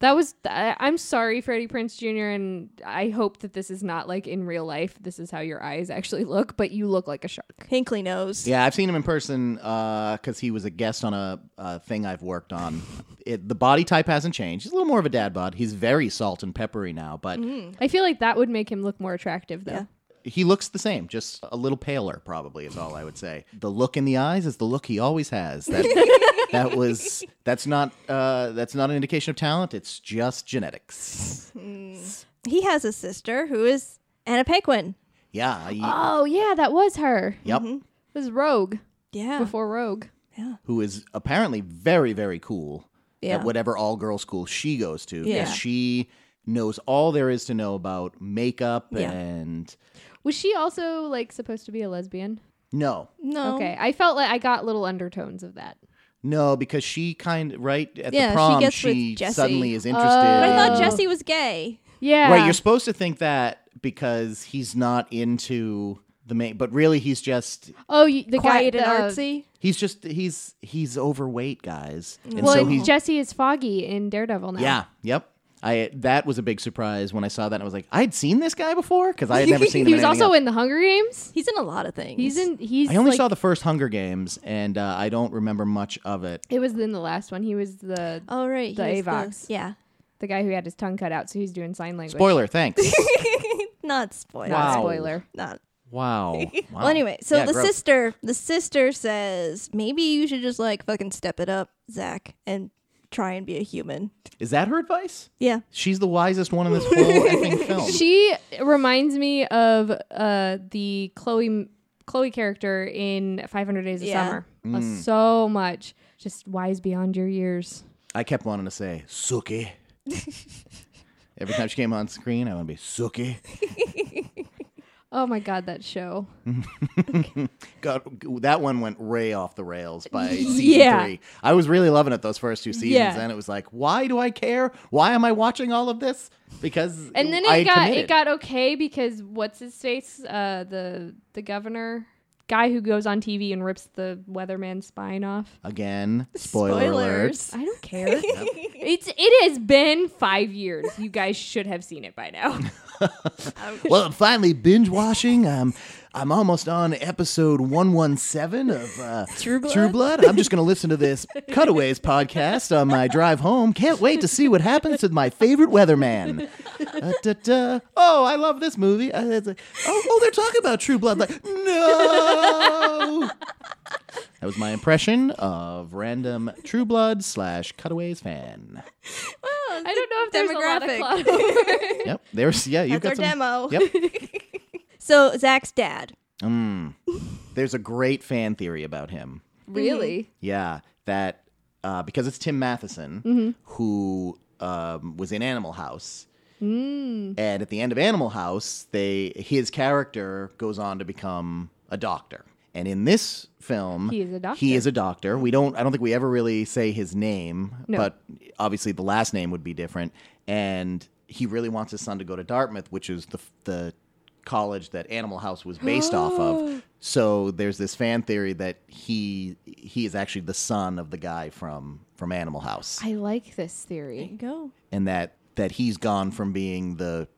Speaker 2: that was. I, I'm sorry, Freddie Prince Jr. And I hope that this is not like in real life. This is how your eyes actually look, but you look like a shark.
Speaker 1: Hinkley knows.
Speaker 3: Yeah, I've seen him in person because he was a guest on a, a thing I've worked on. It, the body type hasn't changed. He's a little more of a dad bod. He's very salt and peppery now, but
Speaker 1: Mm-hmm.
Speaker 2: I feel like that would make him look more attractive, though.
Speaker 3: he looks the same, just a little paler, probably is all I would say. The look in the eyes is the look he always has. That that was that's not uh, that's not an indication of talent. It's just genetics.
Speaker 1: He has a sister who is Anna Paquin.
Speaker 3: Yeah. I-
Speaker 2: Oh yeah, that was her.
Speaker 3: Yep.
Speaker 2: It was Rogue
Speaker 1: Yeah.
Speaker 2: before Rogue.
Speaker 3: Who is apparently very very cool
Speaker 1: Yeah.
Speaker 3: at whatever all girl school she goes to. 'cause
Speaker 1: Yeah.
Speaker 3: She knows all there is to know about makeup
Speaker 1: Yeah.
Speaker 3: and
Speaker 2: Was she also like supposed to be a lesbian?
Speaker 3: no.
Speaker 1: No.
Speaker 2: Okay, I felt like I got little undertones of that.
Speaker 3: No, because she kind right at
Speaker 1: Yeah,
Speaker 3: the
Speaker 1: she
Speaker 3: prom
Speaker 1: gets with
Speaker 3: she
Speaker 1: Jesse.
Speaker 3: suddenly is interested.
Speaker 1: But I
Speaker 2: Oh.
Speaker 1: thought Jesse was gay.
Speaker 2: Yeah,
Speaker 3: Right, you're supposed to think that because he's not into the main, but really he's just
Speaker 2: oh you, the
Speaker 1: Quiet
Speaker 2: guy,
Speaker 1: and
Speaker 2: the-
Speaker 1: artsy.
Speaker 3: he's just he's he's overweight, guys, and
Speaker 2: Well,
Speaker 3: so
Speaker 2: and
Speaker 3: he's
Speaker 2: Jesse is Foggy in Daredevil now.
Speaker 3: yeah, yep. I that was a big surprise when I saw that. I was like, I had seen this guy before because I had never seen him.
Speaker 2: he
Speaker 3: in
Speaker 2: was
Speaker 3: anything
Speaker 2: also
Speaker 3: else.
Speaker 2: in the Hunger Games.
Speaker 1: He's in a lot of things.
Speaker 2: He's in. He's.
Speaker 3: I only
Speaker 2: like-
Speaker 3: saw the first Hunger Games, and uh, I don't remember much of it.
Speaker 2: It was in the last one. He was the
Speaker 1: Oh right, he
Speaker 2: The
Speaker 1: was
Speaker 2: Avox.
Speaker 1: yeah.
Speaker 2: the guy who had his tongue cut out, so he's doing sign language.
Speaker 3: Spoiler, thanks.
Speaker 1: Not spoiled.
Speaker 2: Not
Speaker 3: Wow.
Speaker 2: spoiler.
Speaker 1: Not
Speaker 3: wow.
Speaker 1: Well, anyway, so
Speaker 3: Yeah,
Speaker 1: the
Speaker 3: gross.
Speaker 1: sister, the sister says, maybe you should just like fucking step it up, Zach, and try and be a human.
Speaker 3: is that her advice?
Speaker 1: Yeah,
Speaker 3: She's the wisest one in this whole I think, film.
Speaker 2: She reminds me of uh, the Chloe Chloe character in Five Hundred Days of
Speaker 1: Yeah.
Speaker 2: Summer.
Speaker 3: Mm.
Speaker 2: Uh, So much, just wise beyond your years.
Speaker 3: I kept wanting to say Suki. Every time she came on screen, I want to be Suki.
Speaker 2: Oh my god, that show.
Speaker 3: God, that one went way off the rails by season
Speaker 2: Yeah.
Speaker 3: three. I was really loving it those first two seasons,
Speaker 2: Yeah.
Speaker 3: and it was like, why do I care? Why am I watching all of this? Because
Speaker 2: And then it
Speaker 3: I
Speaker 2: got
Speaker 3: committed.
Speaker 2: it got okay because what's his face, uh, the the governor guy who goes on TV and rips the weatherman's spine off.
Speaker 3: again. Spoiler alert.
Speaker 2: I don't care. It's it has been five years. You guys should have seen it by now.
Speaker 3: Well, I'm finally binge watching. I'm I'm almost on episode 117 of uh, True
Speaker 1: Blood?
Speaker 3: True Blood. I'm just going to listen to this Cutaways podcast on my drive home. Can't wait to see what happens to my favorite weatherman. Uh, da, da. Oh, I love this movie. Uh, it's like, oh, oh, they're talking about True Blood. Like, no. That was my impression of random True Blood slash Cutaways fan.
Speaker 2: I don't know if there's a lot of
Speaker 1: Demographic.
Speaker 2: clout.
Speaker 3: Yep, there's yeah. You've
Speaker 1: That's
Speaker 3: got
Speaker 1: our demo.
Speaker 3: some, Yep,
Speaker 1: so Zach's dad.
Speaker 3: there's a great fan theory about him.
Speaker 2: really? Mm-hmm.
Speaker 3: Yeah, that uh, because it's Tim Matheson who uh, um, was in Animal House.
Speaker 2: Mm.
Speaker 3: And at the end of Animal House, they his character goes on to become a doctor. And in this film,
Speaker 2: He is a doctor.
Speaker 3: He is a doctor. We don't. I don't think we ever really say his name,
Speaker 2: No.
Speaker 3: but obviously the last name would be different. And he really wants his son to go to Dartmouth, which is the the college that Animal House was based off of. So there's this fan theory that he he is actually the son of the guy from from Animal House
Speaker 2: I like this
Speaker 1: There you
Speaker 2: theory.
Speaker 1: go.
Speaker 3: and that that he's gone from being the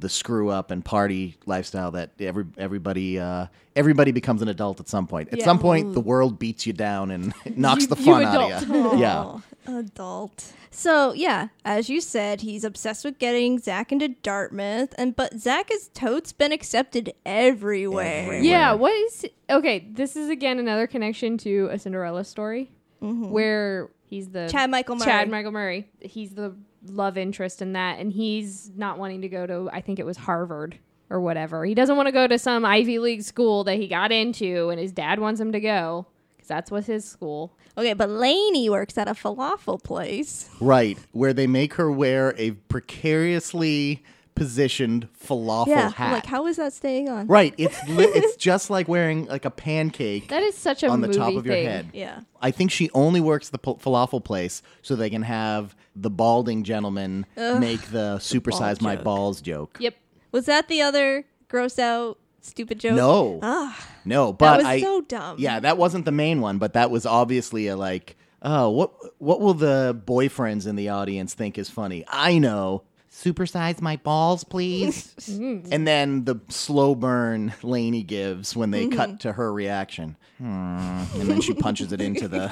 Speaker 3: the screw up and party lifestyle that every everybody uh, everybody becomes an adult at some point. At
Speaker 1: Yeah.
Speaker 3: some point, the world beats you down and knocks
Speaker 2: Mm. You-
Speaker 3: the
Speaker 2: you
Speaker 3: fun out of
Speaker 2: adult.
Speaker 3: you. Yeah,
Speaker 1: Aw, Adult. So yeah, as you said, he's obsessed with getting Zach into Dartmouth, and but Zach has totes been accepted everywhere.
Speaker 3: Everywhere.
Speaker 2: Yeah,
Speaker 3: Where-
Speaker 2: what is okay? This is again another connection to a Cinderella story where he's the
Speaker 1: Mm-hmm. Chad Michael Murray.
Speaker 2: Chad Michael Murray. He's the love interest in that, and he's not wanting to go to I think it was Harvard or whatever. He doesn't want to go to some Ivy League school that he got into, and his dad wants him to go because that's was his school.
Speaker 1: Okay, but Lainey works at a falafel place.
Speaker 3: right. Where they make her wear a precariously positioned falafel hat.
Speaker 1: like how is that staying on?
Speaker 3: right. It's li- it's just like wearing like a pancake
Speaker 2: That is such a
Speaker 3: on the
Speaker 2: movie
Speaker 3: top of your
Speaker 2: thing.
Speaker 3: head.
Speaker 1: Yeah.
Speaker 3: I think she only works the pal- falafel place so they can have the balding gentleman make the supersize my
Speaker 1: joke.
Speaker 3: balls joke.
Speaker 2: Yep.
Speaker 1: Was that the other gross out stupid joke?
Speaker 3: No,
Speaker 1: Ah,
Speaker 3: no,
Speaker 1: that
Speaker 3: but
Speaker 1: was
Speaker 3: I
Speaker 1: so dumb.
Speaker 3: yeah, that wasn't the main one, but that was obviously a like, oh, what what will the boyfriends in the audience think is funny? I know. Supersize my balls, please. and then the slow burn Lainey gives when they
Speaker 1: Mm-hmm.
Speaker 3: cut to her reaction. Hmm. And then she punches it into the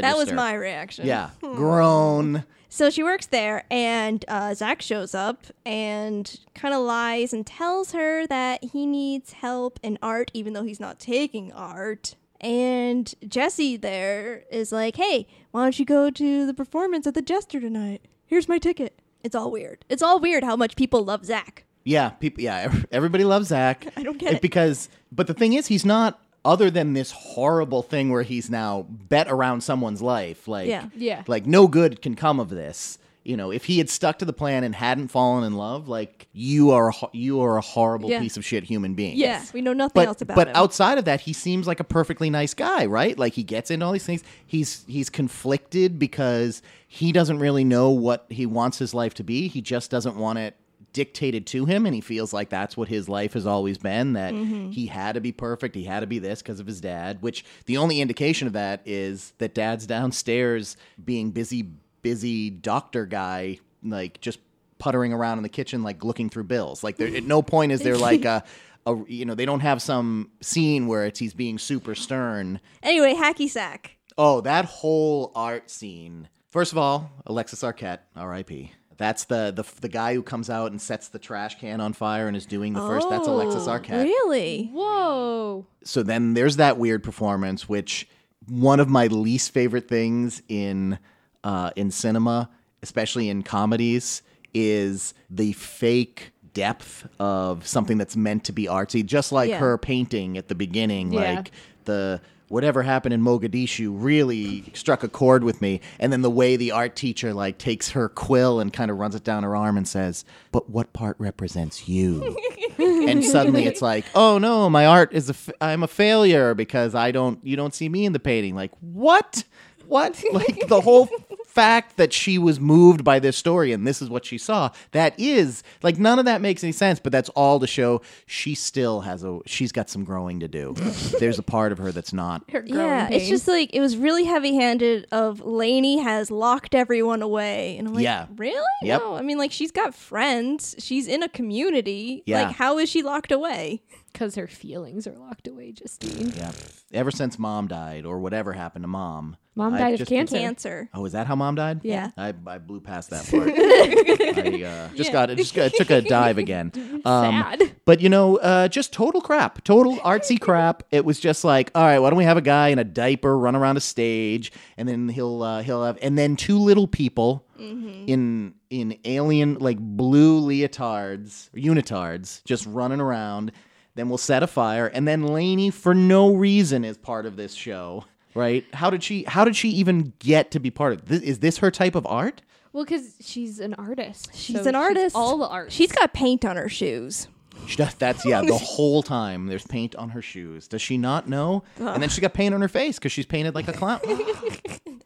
Speaker 1: That was my reaction.
Speaker 3: Yeah. Groan.
Speaker 1: So she works there, and uh, Zach shows up and kind of lies and tells her that he needs help in art, even though he's not taking art. And Jesse there is like, hey, why don't you go to the performance at the Jester tonight? Here's my ticket. It's all weird. It's all weird how much people love Zach.
Speaker 3: Yeah, people. Yeah, ev- everybody loves Zach.
Speaker 1: I don't get it.
Speaker 3: because. But the thing is, he's not. Other than this horrible thing where he's now bet around someone's life, like
Speaker 1: Yeah.
Speaker 2: Yeah.
Speaker 3: like no good can come of this. You know, if he had stuck to the plan and hadn't fallen in love, like you are a, ho- you are a horrible
Speaker 1: Yeah.
Speaker 3: piece of shit human being.
Speaker 1: Yeah, we know nothing
Speaker 3: But,
Speaker 1: else about
Speaker 3: but
Speaker 1: him.
Speaker 3: outside of that, he seems like a perfectly nice guy, right? Like he gets into all these things. He's he's conflicted because he doesn't really know what he wants his life to be. He just doesn't want it dictated to him, and he feels like that's what his life has always been. That
Speaker 1: Mm-hmm.
Speaker 3: he had to be perfect. He had to be this because of his dad. Which the only indication of that is that dad's downstairs being busy, busy doctor guy, like just puttering around in the kitchen, like looking through bills. Like there, at no point is there like a a, you know they don't have some scene where it's he's being super stern.
Speaker 1: Anyway, hacky sack.
Speaker 3: Oh, that whole art scene. First of all, Alexis Arquette, R.I.P. That's the, the the guy who comes out and sets the trash can on fire and is doing the first. That's Alexis
Speaker 1: Oh,
Speaker 3: Arquette.
Speaker 1: Really?
Speaker 2: Whoa.
Speaker 3: So then there's that weird performance, which one of my least favorite things in uh, in cinema, especially in comedies, is the fake depth of something that's meant to be artsy. Just like
Speaker 1: Yeah.
Speaker 3: her painting at the beginning,
Speaker 2: Yeah.
Speaker 3: like the whatever happened in Mogadishu really struck a chord with me. And then the way the art teacher like takes her quill and kind of runs it down her arm and says, "But what part represents you?" and suddenly it's like, "Oh no, my art is a f- I'm a failure because I don't you don't see me in the painting." Like, "What? What?" Like the whole fact that she was moved by this story and this is what she saw. That is like none of that makes any sense, but that's all to show she still has a she's got some growing to do. There's a part of her that's not
Speaker 1: Yeah, it's just like it was really heavy-handed. Of Lainey has locked everyone away, and I'm like,
Speaker 3: Yeah.
Speaker 1: really?
Speaker 3: Yep.
Speaker 1: No, I mean like she's got friends. She's in a community.
Speaker 3: Yeah.
Speaker 1: Like how is she locked away?
Speaker 2: because her feelings are locked away, Justine.
Speaker 3: Yeah. Ever since mom died or whatever happened to mom.
Speaker 2: Mom
Speaker 3: I've
Speaker 2: died of
Speaker 3: just been-
Speaker 2: cancer.
Speaker 1: Cancer.
Speaker 3: Oh, is that how mom died?
Speaker 1: Yeah.
Speaker 3: I, I blew past that part. I uh, just got just got, took a dive again. Um,
Speaker 2: Sad.
Speaker 3: But you know, uh, just total crap, total artsy crap. It was just like, all right, why don't we have a guy in a diaper run around a stage, and then he'll uh, he'll have, and then two little people in in alien like blue leotards, unitards, just running around. Then we'll set a fire, and then Lainey, for no reason, is part of this show. Right? How did she? How did she even get to be part of? This, is this her type of art?
Speaker 2: Well, because she's an artist.
Speaker 1: She's
Speaker 2: so
Speaker 1: an artist.
Speaker 2: all the art.
Speaker 1: She's got paint on her shoes.
Speaker 3: She- that- That's yeah. The whole time there's paint on her shoes. Does she not know? And then she got paint on her face because she's painted like a clown.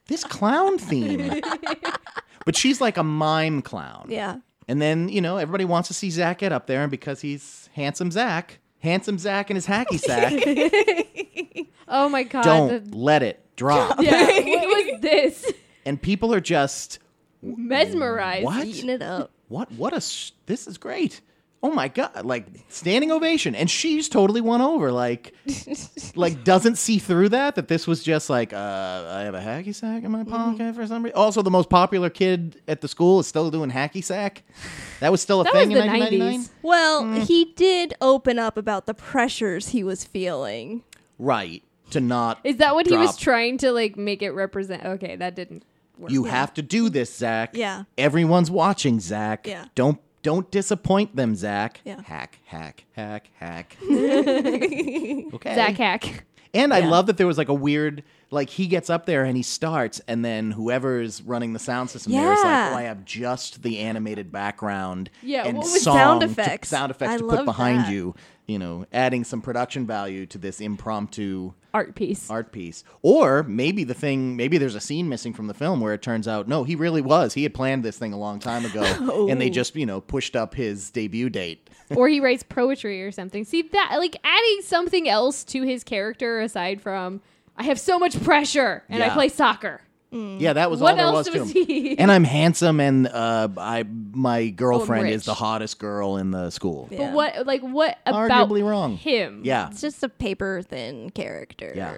Speaker 3: this clown theme. But she's like a mime clown.
Speaker 1: Yeah.
Speaker 3: And then you know everybody wants to see Zach get up there, and because he's handsome Zach, handsome Zach and his hacky sack,
Speaker 2: oh my god.
Speaker 3: don't
Speaker 2: the-
Speaker 3: let it drop.
Speaker 2: yeah, what was this?
Speaker 3: And people are just
Speaker 2: Mesmerized.
Speaker 3: what?
Speaker 1: Eating it up.
Speaker 3: what what a s- this is great oh my god like standing ovation and she's totally won over like like doesn't see through that that this was just like uh i have a hacky sack in my
Speaker 2: Mm-hmm.
Speaker 3: pocket for some reason also the most popular kid at the school is still doing hacky sack that was still a
Speaker 2: That was
Speaker 3: thing
Speaker 2: the
Speaker 3: in 1999
Speaker 2: nineties.
Speaker 1: Well,
Speaker 3: Mm.
Speaker 1: he did open up about the pressures he was feeling.
Speaker 3: right to not
Speaker 2: Is that what he was
Speaker 3: Drop.
Speaker 2: trying to like make it represent? Okay, that didn't work.
Speaker 3: you have to do this zach
Speaker 1: Yeah.
Speaker 3: everyone's watching zach
Speaker 1: Yeah.
Speaker 3: don't don't disappoint them zach
Speaker 1: Yeah.
Speaker 3: hack hack hack hack okay
Speaker 2: Zach hack.
Speaker 3: And I
Speaker 1: Yeah.
Speaker 3: love that there was like a weird like he gets up there and he starts and then whoever's running the sound system there is like,
Speaker 1: Yeah.
Speaker 3: oh, I have just the animated background
Speaker 2: Yeah,
Speaker 3: and
Speaker 2: what was-
Speaker 1: Sound
Speaker 3: song to-
Speaker 1: effects.
Speaker 3: sound effects
Speaker 1: I
Speaker 3: to
Speaker 1: love
Speaker 3: put behind
Speaker 1: that.
Speaker 3: you, you know, adding some production value to this impromptu
Speaker 2: Art piece.
Speaker 3: art piece. Or maybe the thing maybe there's a scene missing from the film where it turns out no, he really was. He had planned this thing a long time ago and
Speaker 1: Oh.
Speaker 3: they just, you know, pushed up his debut date.
Speaker 2: or he writes poetry or something. See that like adding something else to his character aside from I have so much pressure and I
Speaker 3: Yeah.
Speaker 2: play soccer.
Speaker 3: Yeah, that was
Speaker 2: What
Speaker 3: all there
Speaker 2: else
Speaker 3: was to
Speaker 2: was
Speaker 3: him.
Speaker 2: he?
Speaker 3: And I'm handsome, and uh, I my girlfriend
Speaker 2: rich.
Speaker 3: is the hottest girl in the school.
Speaker 1: Yeah.
Speaker 2: But what like what about
Speaker 3: Arguably wrong.
Speaker 2: him?
Speaker 3: Yeah,
Speaker 1: It's just a paper thin character.
Speaker 3: Yeah.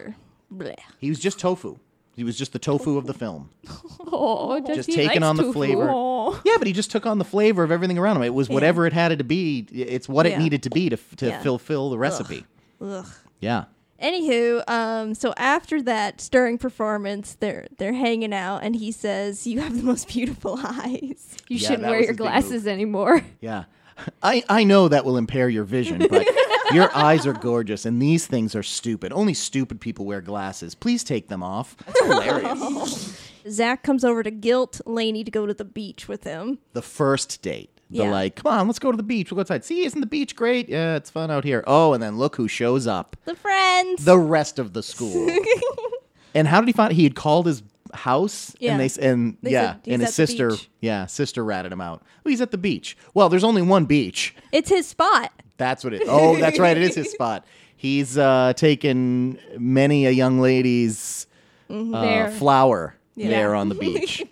Speaker 1: Blech.
Speaker 3: he was just tofu. He was just the tofu of the film.
Speaker 2: Oh, does
Speaker 3: Just
Speaker 2: he
Speaker 3: taking
Speaker 2: likes
Speaker 3: on the
Speaker 2: tofu?
Speaker 3: flavor.
Speaker 2: Aw.
Speaker 3: Yeah, but he just took on the flavor of everything around him. It was whatever it had to be. It's what it
Speaker 1: Yeah.
Speaker 3: needed to be to, f- to
Speaker 1: Yeah.
Speaker 3: fulfill the recipe.
Speaker 1: Ugh.
Speaker 3: Yeah.
Speaker 1: Anywho, um, so after that stirring performance, they're they're hanging out, and he says, "You have the most beautiful eyes."
Speaker 2: You
Speaker 3: Yeah,
Speaker 2: shouldn't
Speaker 3: that
Speaker 2: wear
Speaker 3: was
Speaker 2: your
Speaker 3: his big move.
Speaker 2: glasses anymore.
Speaker 3: Yeah. I, I know that will impair your vision, but your eyes are gorgeous and these things are stupid. Only stupid people wear glasses. Please take them off. That's hilarious.
Speaker 1: Zach comes over to guilt Laney to go to the beach with him.
Speaker 3: the first date. The
Speaker 1: Yeah.
Speaker 3: like, come on, let's go to the beach. We'll go outside. See, isn't the beach great? Yeah, it's fun out here. Oh, and then look who shows up.
Speaker 1: The friends.
Speaker 3: The rest of the school. and how did he find he had called his house
Speaker 1: Yeah.
Speaker 3: and they s- and
Speaker 1: They
Speaker 3: yeah,
Speaker 1: said he's
Speaker 3: and
Speaker 1: at
Speaker 3: his
Speaker 1: the
Speaker 3: sister
Speaker 1: beach.
Speaker 3: yeah, sister ratted him out. Oh, he's at the beach. Well, there's only one beach.
Speaker 1: it's his spot.
Speaker 3: That's what it Oh, that's right. It is his spot. He's uh taken many a young lady's uh,
Speaker 1: Mm-hmm.
Speaker 2: There.
Speaker 3: flower there on the beach.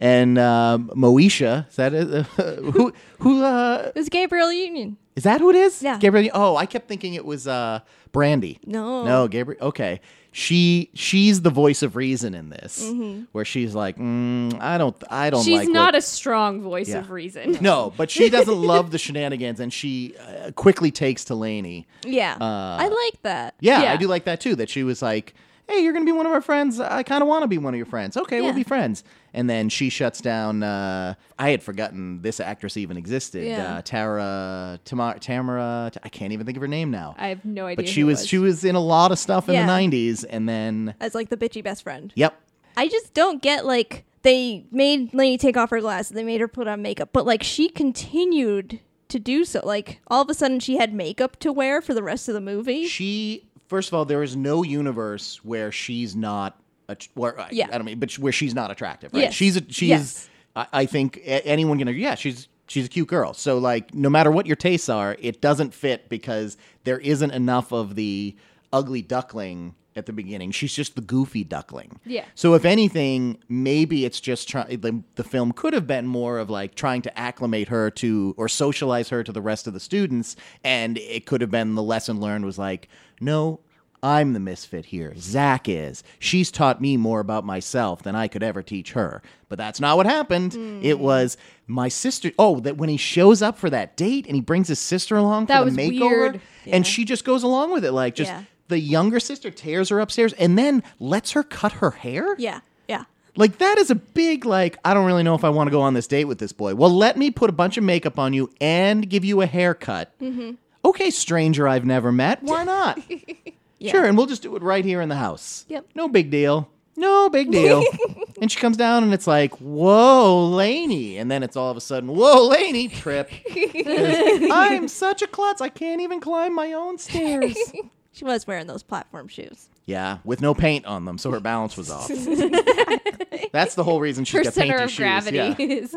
Speaker 3: and um, Moesha, is that it? who who uh
Speaker 1: It was Gabriel Union.
Speaker 3: is that who it is?
Speaker 1: Yeah.
Speaker 3: Gabriel. Oh, I kept thinking it was uh Brandy.
Speaker 1: No.
Speaker 3: No, Gabriel. Okay. She she's the voice of reason in this,
Speaker 1: Mm-hmm.
Speaker 3: where she's like, mm, I don't, I don't.
Speaker 2: She's
Speaker 3: like
Speaker 2: not
Speaker 3: what-
Speaker 2: a strong voice
Speaker 3: Yeah.
Speaker 2: of reason.
Speaker 3: No, but she doesn't love the shenanigans, and she uh, quickly takes to Laney.
Speaker 1: Yeah, I like that.
Speaker 3: Uh, Yeah,
Speaker 2: Yeah.
Speaker 3: I do like that too. That she was like, "Hey, you're gonna be one of our friends. I kind of want to be one of your friends. Okay, we'll
Speaker 1: Yeah.
Speaker 3: be friends." And then she shuts down. Uh, I had forgotten this actress even existed.
Speaker 1: Yeah.
Speaker 3: Uh, Tara, Tamara, Tamara. I can't even think of her name now.
Speaker 2: I have no idea.
Speaker 3: but she
Speaker 2: who it
Speaker 3: was, she was in a lot of stuff in
Speaker 1: Yeah.
Speaker 3: the '90s, and then
Speaker 1: As like the bitchy best friend.
Speaker 3: yep,
Speaker 1: I just don't get like they made Lainey take off her glasses, they made her put on makeup, but like she continued to do so. Like all of a sudden she had makeup to wear for the rest of the movie.
Speaker 3: she. First of all, there is no universe where she's not. Att- where, I-
Speaker 1: Yeah.
Speaker 3: I don't mean, but where she's not attractive. Right?
Speaker 1: Yes.
Speaker 3: She's a, she's.
Speaker 1: Yes.
Speaker 3: I, I think a- anyone can agree. Yeah, she's she's a cute girl. So like, no matter what your tastes are, it doesn't fit because there isn't enough of the ugly duckling at the beginning. She's just the goofy duckling.
Speaker 2: Yeah.
Speaker 3: So if anything, maybe it's just trying. The, the film could have been more of like trying to acclimate her to or socialize her to the rest of the students, and it could have been the lesson learned was like, no. I'm the misfit here. Zach is. She's taught me more about myself than I could ever teach her. But that's not what happened. It
Speaker 2: Hmm.
Speaker 3: was my sister. Oh, that when he shows up for that date and he brings his sister along
Speaker 2: That
Speaker 3: for
Speaker 2: was
Speaker 3: the makeover,
Speaker 2: weird.
Speaker 3: and she just goes along with it. Like just
Speaker 1: Yeah.
Speaker 3: the younger sister tears her upstairs and then lets her cut her hair.
Speaker 1: yeah. Yeah.
Speaker 3: Like that is a big like I don't really know if I want to go on this date with this boy. Well, let me put a bunch of makeup on you and give you a haircut.
Speaker 2: Mm-hmm.
Speaker 3: Okay, stranger I've never met. Why not? Sure, and we'll just do it right here in the house.
Speaker 1: Yep.
Speaker 3: No big deal. No big deal. and she comes down and it's like, whoa, Laney. And then it's all of a sudden, whoa, Laney, trip. 'Cause I'm such a klutz. I can't even climb my own stairs.
Speaker 1: She was wearing those platform shoes.
Speaker 3: yeah, with no paint on them, so her balance was off. That's the whole reason she's
Speaker 2: Her
Speaker 3: got
Speaker 2: center
Speaker 3: painty
Speaker 2: of
Speaker 3: shoes.
Speaker 2: gravity
Speaker 3: Yeah.
Speaker 2: is,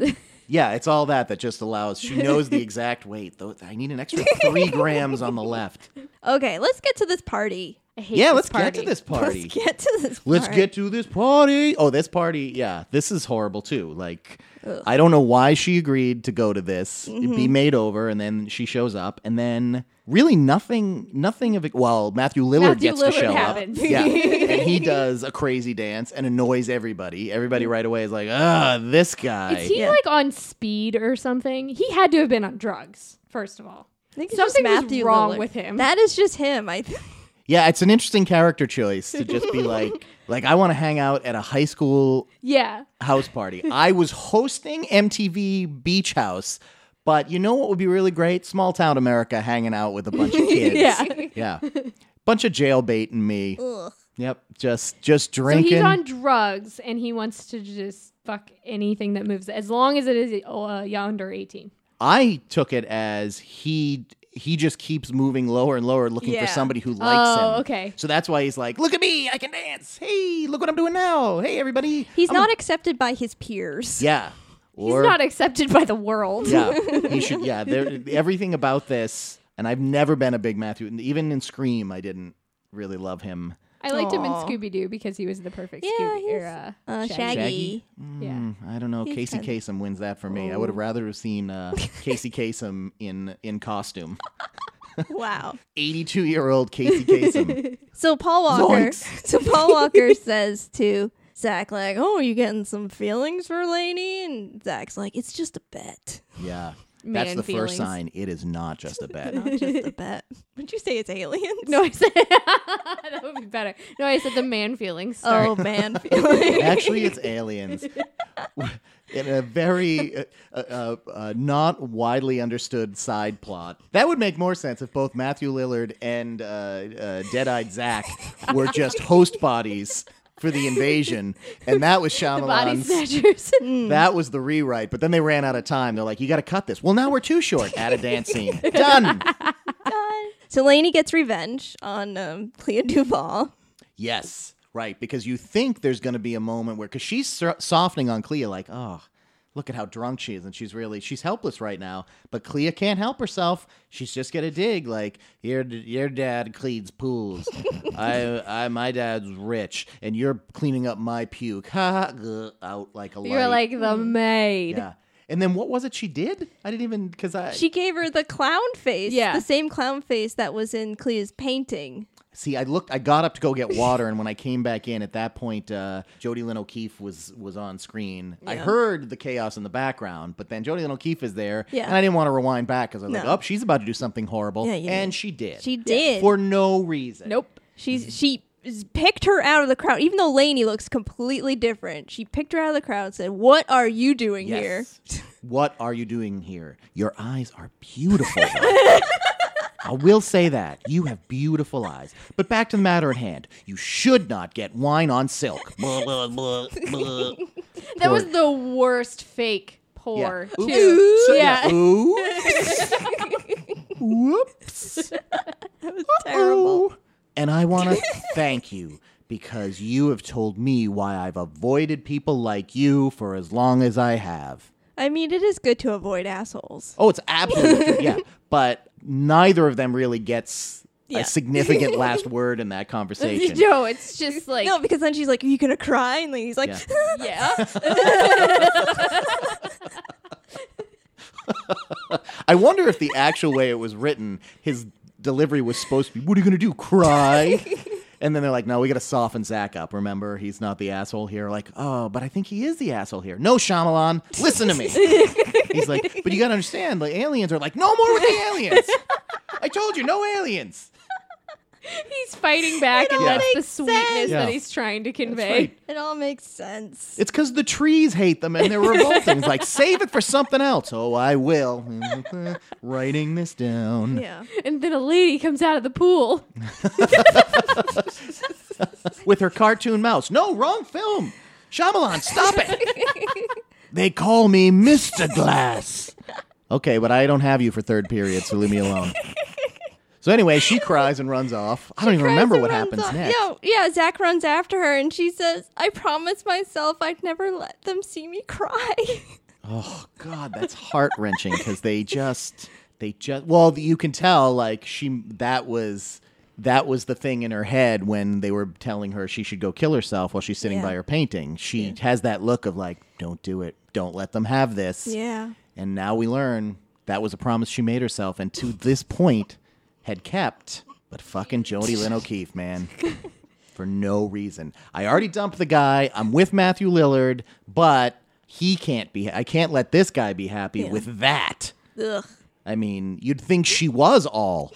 Speaker 2: is
Speaker 3: Yeah, it's all that that just allows. She knows the exact weight. Though I need an extra three grams on the left.
Speaker 1: Okay, let's get to this party.
Speaker 2: I hate
Speaker 3: Yeah,
Speaker 2: this
Speaker 3: let's get
Speaker 2: party.
Speaker 3: to this party.
Speaker 1: Let's get to this.
Speaker 3: Let's
Speaker 1: part.
Speaker 3: get to this party. Oh, this party. Yeah, this is horrible too. Like, I don't know why she agreed to go to this,
Speaker 2: Mm-hmm.
Speaker 3: be made over, and then she shows up, and then really nothing, nothing of it. Well, Matthew Lillard
Speaker 2: Matthew
Speaker 3: gets
Speaker 2: Lillard
Speaker 3: to show
Speaker 2: happens.
Speaker 3: up. Yeah, and he does a crazy dance and annoys everybody.
Speaker 2: Mm.
Speaker 3: Everybody right away is like, ah, this guy.
Speaker 2: Is he
Speaker 1: Yeah.
Speaker 2: like on speed or something? He had to have been on drugs, first of all.
Speaker 1: I think it's
Speaker 2: Something
Speaker 1: just
Speaker 2: was
Speaker 1: Matthew
Speaker 2: wrong
Speaker 1: Lillard.
Speaker 2: with him.
Speaker 1: That is just him. I think.
Speaker 3: yeah, it's an interesting character choice to just be like, like I want to hang out at a high school
Speaker 2: Yeah.
Speaker 3: house party. I was hosting MTV Beach House, but you know what would be really great? Small town America hanging out with a bunch of kids.
Speaker 2: Yeah.
Speaker 3: Yeah. Bunch of jailbait and me.
Speaker 1: Ugh.
Speaker 3: Yep. Just just
Speaker 2: so
Speaker 3: drinking.
Speaker 2: he's on drugs and he wants to just fuck anything that moves as long as it is uh, yonder 18.
Speaker 3: I took it as he he just keeps moving lower and lower looking
Speaker 1: Yeah.
Speaker 3: for somebody who likes
Speaker 2: Oh,
Speaker 3: him.
Speaker 2: okay.
Speaker 3: So that's why he's like, "Look at me, I can dance. Hey, look what I'm doing now. Hey everybody."
Speaker 1: He's
Speaker 3: I'm a-"
Speaker 1: not accepted by his peers.
Speaker 3: Yeah. Or-
Speaker 2: He's not accepted by the world.
Speaker 3: Yeah, he should. Yeah, there, everything about this, and I've never been a big Matthew. and Even in Scream, I didn't really love him.
Speaker 2: I liked him in
Speaker 1: Aw.
Speaker 2: Scooby Doo because he was the perfect
Speaker 1: Yeah,
Speaker 2: Scooby
Speaker 1: he's,
Speaker 2: or, uh,
Speaker 1: uh,
Speaker 2: Shaggy.
Speaker 1: Shaggy.
Speaker 3: Shaggy.
Speaker 2: Yeah.
Speaker 3: Mm, I don't know. Casey
Speaker 1: kinda-
Speaker 3: Kasem wins that for me. I would have rather have seen uh, Casey Kasem in in costume.
Speaker 1: Wow.
Speaker 3: Eighty two year old Casey Kasem.
Speaker 1: So Paul Walker.
Speaker 3: Zoinks.
Speaker 1: So Paul Walker says to Zach, like, "Oh, you getting some feelings for Lainey?" And Zach's like, "It's just a bet.
Speaker 3: Yeah, that's
Speaker 2: Man
Speaker 3: the
Speaker 2: feelings.
Speaker 3: first sign. It is not just a bet.
Speaker 1: Not just a bet." Would you say it's aliens?
Speaker 2: No, I said that would be better. No, I said the man feelings. Sorry.
Speaker 1: Oh man, feelings.
Speaker 3: Actually, it's aliens. In a very uh, uh, uh, not widely understood side plot, that would make more sense if both Matthew Lillard and uh, uh, Dead-eyed Zach were just host bodies for the invasion, and that was
Speaker 2: Body
Speaker 3: Shyamalan's.
Speaker 2: snatchers.
Speaker 3: That was the rewrite, but then they ran out of time. They're like, "You got to cut this." Well, now we're too short. Add a dance scene. Done.
Speaker 1: so Lainey gets revenge on um, Clea Duval.
Speaker 3: Yes, right. Because you think there's going to be a moment where, because she's so- softening on Clea, like, oh, look at how drunk she is, and she's really she's helpless right now. But Clea can't help herself. She's just gonna dig like your your dad cleans pools. I I my dad's rich, and you're cleaning up my puke. Ha ha. Gah, out like a
Speaker 2: You're like
Speaker 3: light.
Speaker 2: the
Speaker 1: mm.
Speaker 2: maid.
Speaker 3: yeah. And then what was it she did? I didn't even because I
Speaker 1: She gave her the clown face.
Speaker 2: Yeah.
Speaker 1: the same clown face that was in Clea's painting.
Speaker 3: See, I looked. I got up to go get water, and when I came back in, at that point, uh, Jodie Lynn O'Keefe was was on screen. I heard the chaos in the background, but then Jodie Lynn O'Keefe is there,
Speaker 1: Yeah.
Speaker 3: and I didn't want to rewind back because I was
Speaker 1: No.
Speaker 3: like, "Oh, she's about to do something horrible,"
Speaker 1: Yeah, yeah,
Speaker 3: and she did.
Speaker 1: She did.
Speaker 3: for no reason.
Speaker 2: Nope.
Speaker 1: She's she s- picked her out of the crowd, even though Lainey looks completely different. She picked her out of the crowd and said, "What are you doing here?"
Speaker 3: Yes. what are you doing here? Your eyes are beautiful. though. I will say that. You have beautiful eyes. But back to the matter at hand. You should not get wine on silk. Blah, blah, blah, blah.
Speaker 2: That
Speaker 3: Poor-
Speaker 2: was the worst fake pour.
Speaker 3: Oops.
Speaker 2: Too.
Speaker 3: So,
Speaker 2: yeah.
Speaker 3: Oops. Whoops.
Speaker 1: That was terrible.
Speaker 3: Oh. And I want to thank you because you have told me why I've avoided people like you for as long as I have.
Speaker 1: I mean, it is good to avoid assholes.
Speaker 3: Oh, it's absolutely yeah. But neither of them really gets
Speaker 1: Yeah.
Speaker 3: a significant last word in that conversation.
Speaker 2: No, it's just like
Speaker 1: no, because then she's like, "Are you gonna cry?" And Lainey's like,
Speaker 3: Yeah.
Speaker 2: yeah.
Speaker 3: I wonder if the actual way it was written, his delivery was supposed to be, "What are you gonna do? Cry?" and then they're like, "No, we gotta soften Zach up. Remember, he's not the asshole here." Like, "Oh, but I think he is the asshole here." No, Shyamalan, listen to me. he's like, "But you gotta understand, the aliens are like, no more with the aliens. I told you, no aliens."
Speaker 2: He's fighting back, and
Speaker 1: all
Speaker 2: that's the
Speaker 1: makes
Speaker 2: sweetness
Speaker 1: sense.
Speaker 2: that
Speaker 3: Yeah.
Speaker 2: he's trying to convey.
Speaker 3: right.
Speaker 1: "It all makes sense."
Speaker 3: It's because the trees hate them and they're revolting. It's like, save it for something else. Oh, I will. Writing this down.
Speaker 1: yeah.
Speaker 2: And then a lady comes out of the pool.
Speaker 3: with her cartoon mouse. No, wrong film. Shyamalan, stop it. they call me Mr. Glass. Okay, but I don't have you for third period, so leave me alone. So anyway, she cries and runs off. I don't even remember
Speaker 1: Preston
Speaker 3: what
Speaker 1: runs
Speaker 3: happens
Speaker 1: off-
Speaker 3: next.
Speaker 1: No, yeah, Zach runs after her and she says, I promised myself I'd never let them see me cry.
Speaker 3: Oh God, that's heart wrenching because they just they just well you can tell like she that was that was the thing in her head when they were telling her she should go kill herself while she's sitting
Speaker 1: Yeah.
Speaker 3: by her painting. She has that look of like, don't do it, don't let them have this.
Speaker 1: yeah.
Speaker 3: And now we learn that was a promise she made herself, and to this point had kept. But fucking Jody Lynn O'Keefe, man. For no reason. I already dumped the guy. I'm with Matthew Lillard, but he can't be. I can't let this guy be happy
Speaker 1: Yeah.
Speaker 3: with that.
Speaker 1: Ugh.
Speaker 3: I mean, you'd think she was all.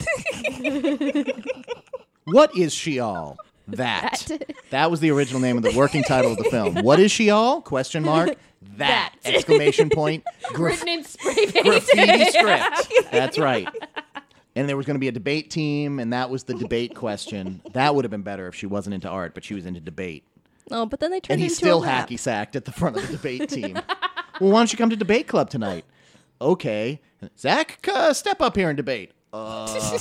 Speaker 3: what is she all? That. That was the original name of the working title of the film. What is she all? Question mark. That. Exclamation point. Graf-
Speaker 2: Written in spray paint.
Speaker 3: graffiti script. That's right. And there was going to be a debate team, and that was the debate question. That would have been better if she wasn't into art, but she was into debate.
Speaker 1: Oh, but then they turned
Speaker 3: And
Speaker 1: it
Speaker 3: he's
Speaker 1: into
Speaker 3: still
Speaker 1: a lab.
Speaker 3: hacky sacked at the front of the debate team. well, why don't you come to debate club tonight? Okay, Zach, uh, step up here and debate. Uh,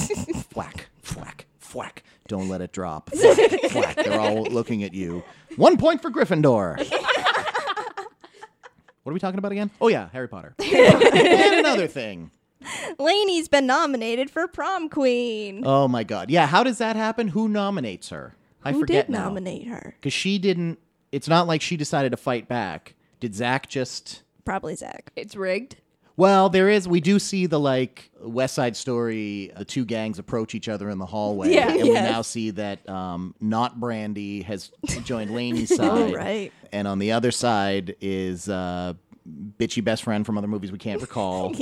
Speaker 3: whack, whack, whack. Don't let it drop. Whack, whack. They're all looking at you. One point for Gryffindor. what are we talking about again? Oh yeah, Harry Potter. and another thing.
Speaker 1: Lainey's been nominated for prom queen.
Speaker 3: Oh my god. Yeah, how does that happen? Who nominates her? I
Speaker 1: Who
Speaker 3: forget
Speaker 1: did nominate her?
Speaker 3: Because she didn't it's not like she decided to fight back. Did Zach just
Speaker 1: Probably Zach.
Speaker 2: It's rigged.
Speaker 3: Well, there is we do see the like West Side story, the two gangs approach each other in the hallway.
Speaker 2: Yeah.
Speaker 3: and we
Speaker 1: Yes.
Speaker 3: now see that um not Brandy has joined Laney's side.
Speaker 1: Oh, right.
Speaker 3: And on the other side is uh bitchy best friend from other movies we can't recall.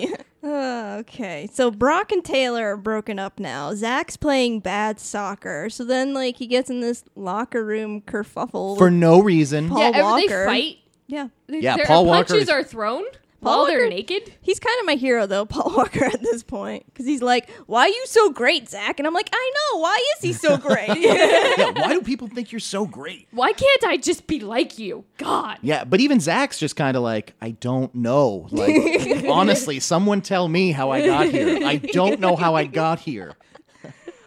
Speaker 1: Uh, okay, so Brock and Taylor are broken up now. Zach's playing bad soccer, so then like he gets in this locker room kerfuffle.
Speaker 3: For no reason.
Speaker 1: Paul
Speaker 2: yeah, ever
Speaker 1: Walker.
Speaker 2: they fight.
Speaker 1: yeah,
Speaker 2: They-
Speaker 3: Yeah,
Speaker 2: their
Speaker 3: Paul Walker
Speaker 2: punches
Speaker 3: is-
Speaker 2: are thrown
Speaker 1: Paul
Speaker 2: while they're
Speaker 1: Walker-
Speaker 2: naked.
Speaker 1: he's kind of my hero though, Paul Walker at this point, because he's like, "Why you so great, Zach?" And I'm like, "I know. Why is he so great?"
Speaker 3: yeah, why do people think you're so great?
Speaker 2: Why can't I just be like you? God.
Speaker 3: Yeah, but even Zach's just kind of like, I don't know. Like, honestly, someone tell me how I got here. I don't know how I got here.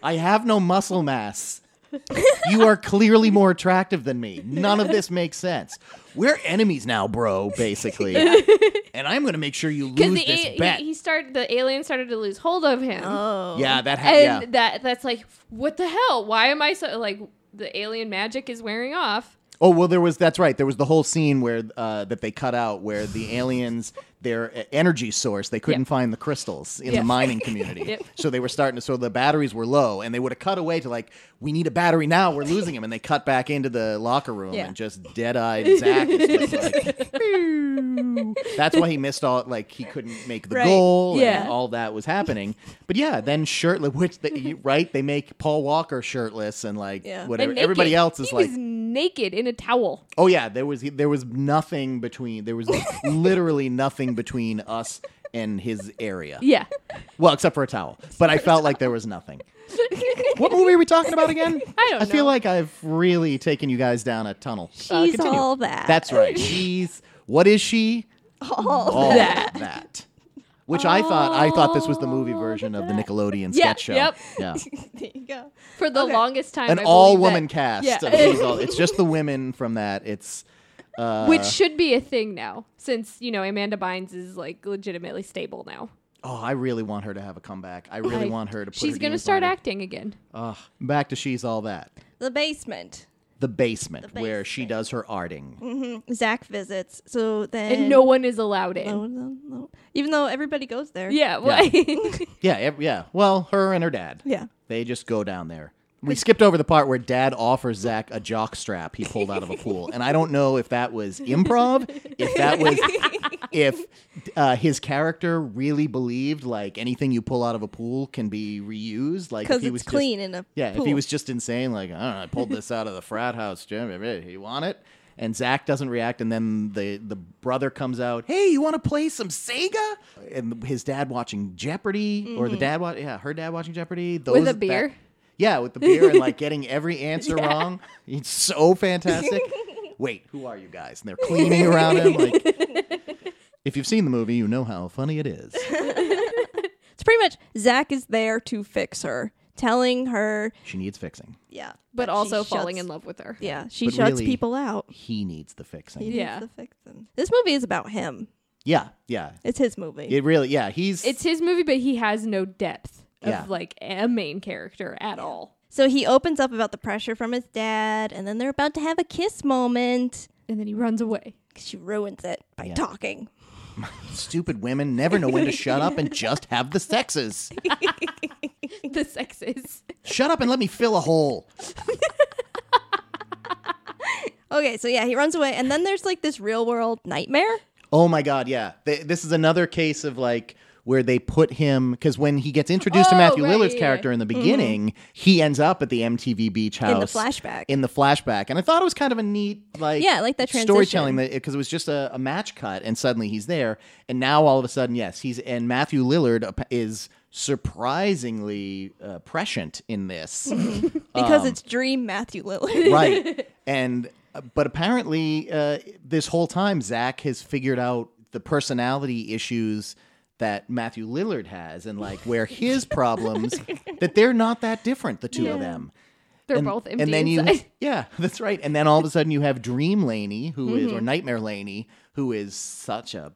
Speaker 3: I have no muscle mass. You are clearly more attractive than me. None of this makes sense. We're enemies now, bro, basically. And I'm going to make sure you
Speaker 2: Because
Speaker 3: lose
Speaker 2: the
Speaker 3: this
Speaker 2: a-
Speaker 3: bet.
Speaker 2: he, he started the alien started to lose hold of him.
Speaker 1: oh,
Speaker 3: yeah, that ha-
Speaker 2: and
Speaker 3: yeah.
Speaker 2: that that's like what the hell why am i so like the alien magic is wearing off
Speaker 3: Oh well, there was that's right. There was the whole scene where uh, that they cut out where the aliens their uh, energy source they couldn't
Speaker 2: Yep.
Speaker 3: find the crystals in
Speaker 2: Yeah.
Speaker 3: the mining community,
Speaker 2: Yep.
Speaker 3: so they were starting to so the batteries were low, and they would have cut away to like we need a battery now we're losing them, and they cut back into the locker room
Speaker 1: Yeah.
Speaker 3: and just dead eyed Zach. Is just like, "Boo." that's why he missed all like he couldn't make the
Speaker 1: Right.
Speaker 3: goal.
Speaker 1: Yeah.
Speaker 3: and all that was happening, but yeah, then shirtless, which the, right they make Paul Walker shirtless and like
Speaker 1: Yeah. And
Speaker 3: whatever.
Speaker 2: And
Speaker 3: Everybody
Speaker 2: naked.
Speaker 3: else is
Speaker 2: He
Speaker 3: like
Speaker 2: was naked in a towel
Speaker 3: Oh yeah, there was there was nothing between there was literally nothing between us and his area.
Speaker 2: yeah
Speaker 3: Well, except for a towel. But I felt like there was nothing. What movie are we talking about again?
Speaker 2: I don't
Speaker 3: I feel
Speaker 2: know.
Speaker 3: like I've really taken you guys down a tunnel. Uh,
Speaker 1: she's
Speaker 3: continue.
Speaker 1: all that.
Speaker 3: That's right. She's what is she?
Speaker 1: all,
Speaker 3: All
Speaker 1: that.
Speaker 3: that. Which I thought I thought this was the movie version of the Nickelodeon
Speaker 2: Oh, Yeah,
Speaker 3: sketch show.
Speaker 2: yep.
Speaker 3: Yeah.
Speaker 1: there you go.
Speaker 2: for the longest time
Speaker 3: An
Speaker 2: I believed
Speaker 3: all woman
Speaker 2: that-
Speaker 3: cast.
Speaker 2: Yeah.
Speaker 3: Of these all, it's just the women from that. It's uh,
Speaker 2: which should be a thing now since you know amanda bynes is like legitimately stable now
Speaker 3: Oh, I really want her to have a comeback. I really
Speaker 2: I-
Speaker 3: want her to. Put
Speaker 2: she's
Speaker 3: her
Speaker 2: gonna
Speaker 3: knees
Speaker 2: start
Speaker 3: on her.
Speaker 2: acting again
Speaker 3: Ugh. back to she's all that.
Speaker 1: The basement.
Speaker 3: The basement,
Speaker 1: The
Speaker 3: where she does her arting.
Speaker 1: Zach visits, so then
Speaker 2: and no one is allowed in
Speaker 1: No, no, no. Even though everybody goes there.
Speaker 2: yeah well,
Speaker 3: Yeah, ev- yeah. Well, her and her dad.
Speaker 1: Yeah.
Speaker 3: They just go down there. We skipped over the part where dad offers Zach a jock strap he pulled out of a pool. And I don't know if that was improv, if that was if uh, his character really believed like anything you pull out of a pool can be reused. Like if
Speaker 1: Because
Speaker 3: he
Speaker 1: it's
Speaker 3: was just-
Speaker 1: clean in a
Speaker 3: Yeah, if he
Speaker 1: pool.
Speaker 3: was just insane, like, I don't know, I pulled this out of the frat house, Jim. You want it? And Zach doesn't react, and then the, the brother comes out, hey, you want to play some Sega? And his dad watching Jeopardy, or the dad, wa- yeah, her dad watching Jeopardy. Those,
Speaker 2: a
Speaker 3: that-
Speaker 2: beer?
Speaker 3: Yeah, with the beer and like getting every answer wrong. It's so fantastic. Wait, who are you guys? And they're cleaning around him. Like, if you've seen the movie, you know how funny it is.
Speaker 1: It's pretty much Zach is there to fix her, telling her,
Speaker 3: She needs fixing.
Speaker 1: yeah,
Speaker 2: but
Speaker 1: she
Speaker 2: also
Speaker 1: shuts-
Speaker 2: falling in love with her.
Speaker 1: Yeah, she
Speaker 3: But
Speaker 1: shuts
Speaker 3: really-
Speaker 1: people out.
Speaker 3: He needs the fixing.
Speaker 1: He
Speaker 2: Yeah.
Speaker 1: needs to fix them. This movie is about him.
Speaker 3: yeah, yeah.
Speaker 1: It's his movie.
Speaker 3: It really, yeah. He's
Speaker 2: It's his movie, but he has no depth of
Speaker 3: Yeah.
Speaker 2: like a main character at all.
Speaker 1: so he opens up about the pressure from his dad, and then they're about to have a kiss moment.
Speaker 2: And then he runs away.
Speaker 1: 'cause She ruins it by
Speaker 3: Yeah.
Speaker 1: talking.
Speaker 3: stupid women never know when to shut up and just have the sexes.
Speaker 2: the sexes.
Speaker 3: Shut up and let me fill a hole.
Speaker 1: Okay, so yeah, he runs away, and then there's like this real world nightmare.
Speaker 3: Oh my God, yeah. They, this is another case of like where they put him because when he gets introduced to
Speaker 2: Oh,
Speaker 3: Matthew
Speaker 2: right,
Speaker 3: Lillard's
Speaker 2: yeah,
Speaker 3: character in the beginning, he ends up at the MTV Beach House
Speaker 1: flashback.
Speaker 3: In the flashback, and I thought it was kind of a neat like
Speaker 1: Yeah, I like that
Speaker 3: storytelling
Speaker 1: transition.
Speaker 3: because it was just a, a match cut, and suddenly he's there, and now all of a sudden, yes, he's and Matthew Lillard ap- is surprisingly uh, prescient in this.
Speaker 1: Because it's Dream Matthew Lillard.
Speaker 3: right and uh, but apparently uh, this whole time zach has figured out the personality issues that matthew lillard has and like where his problems that they're not that different the two of them
Speaker 2: They're
Speaker 3: and,
Speaker 2: both empty.
Speaker 3: and then
Speaker 2: inside.
Speaker 3: you yeah that's right and then all of a sudden you have dream laney who is or
Speaker 2: Mm-hmm.
Speaker 3: nightmare laney who is such a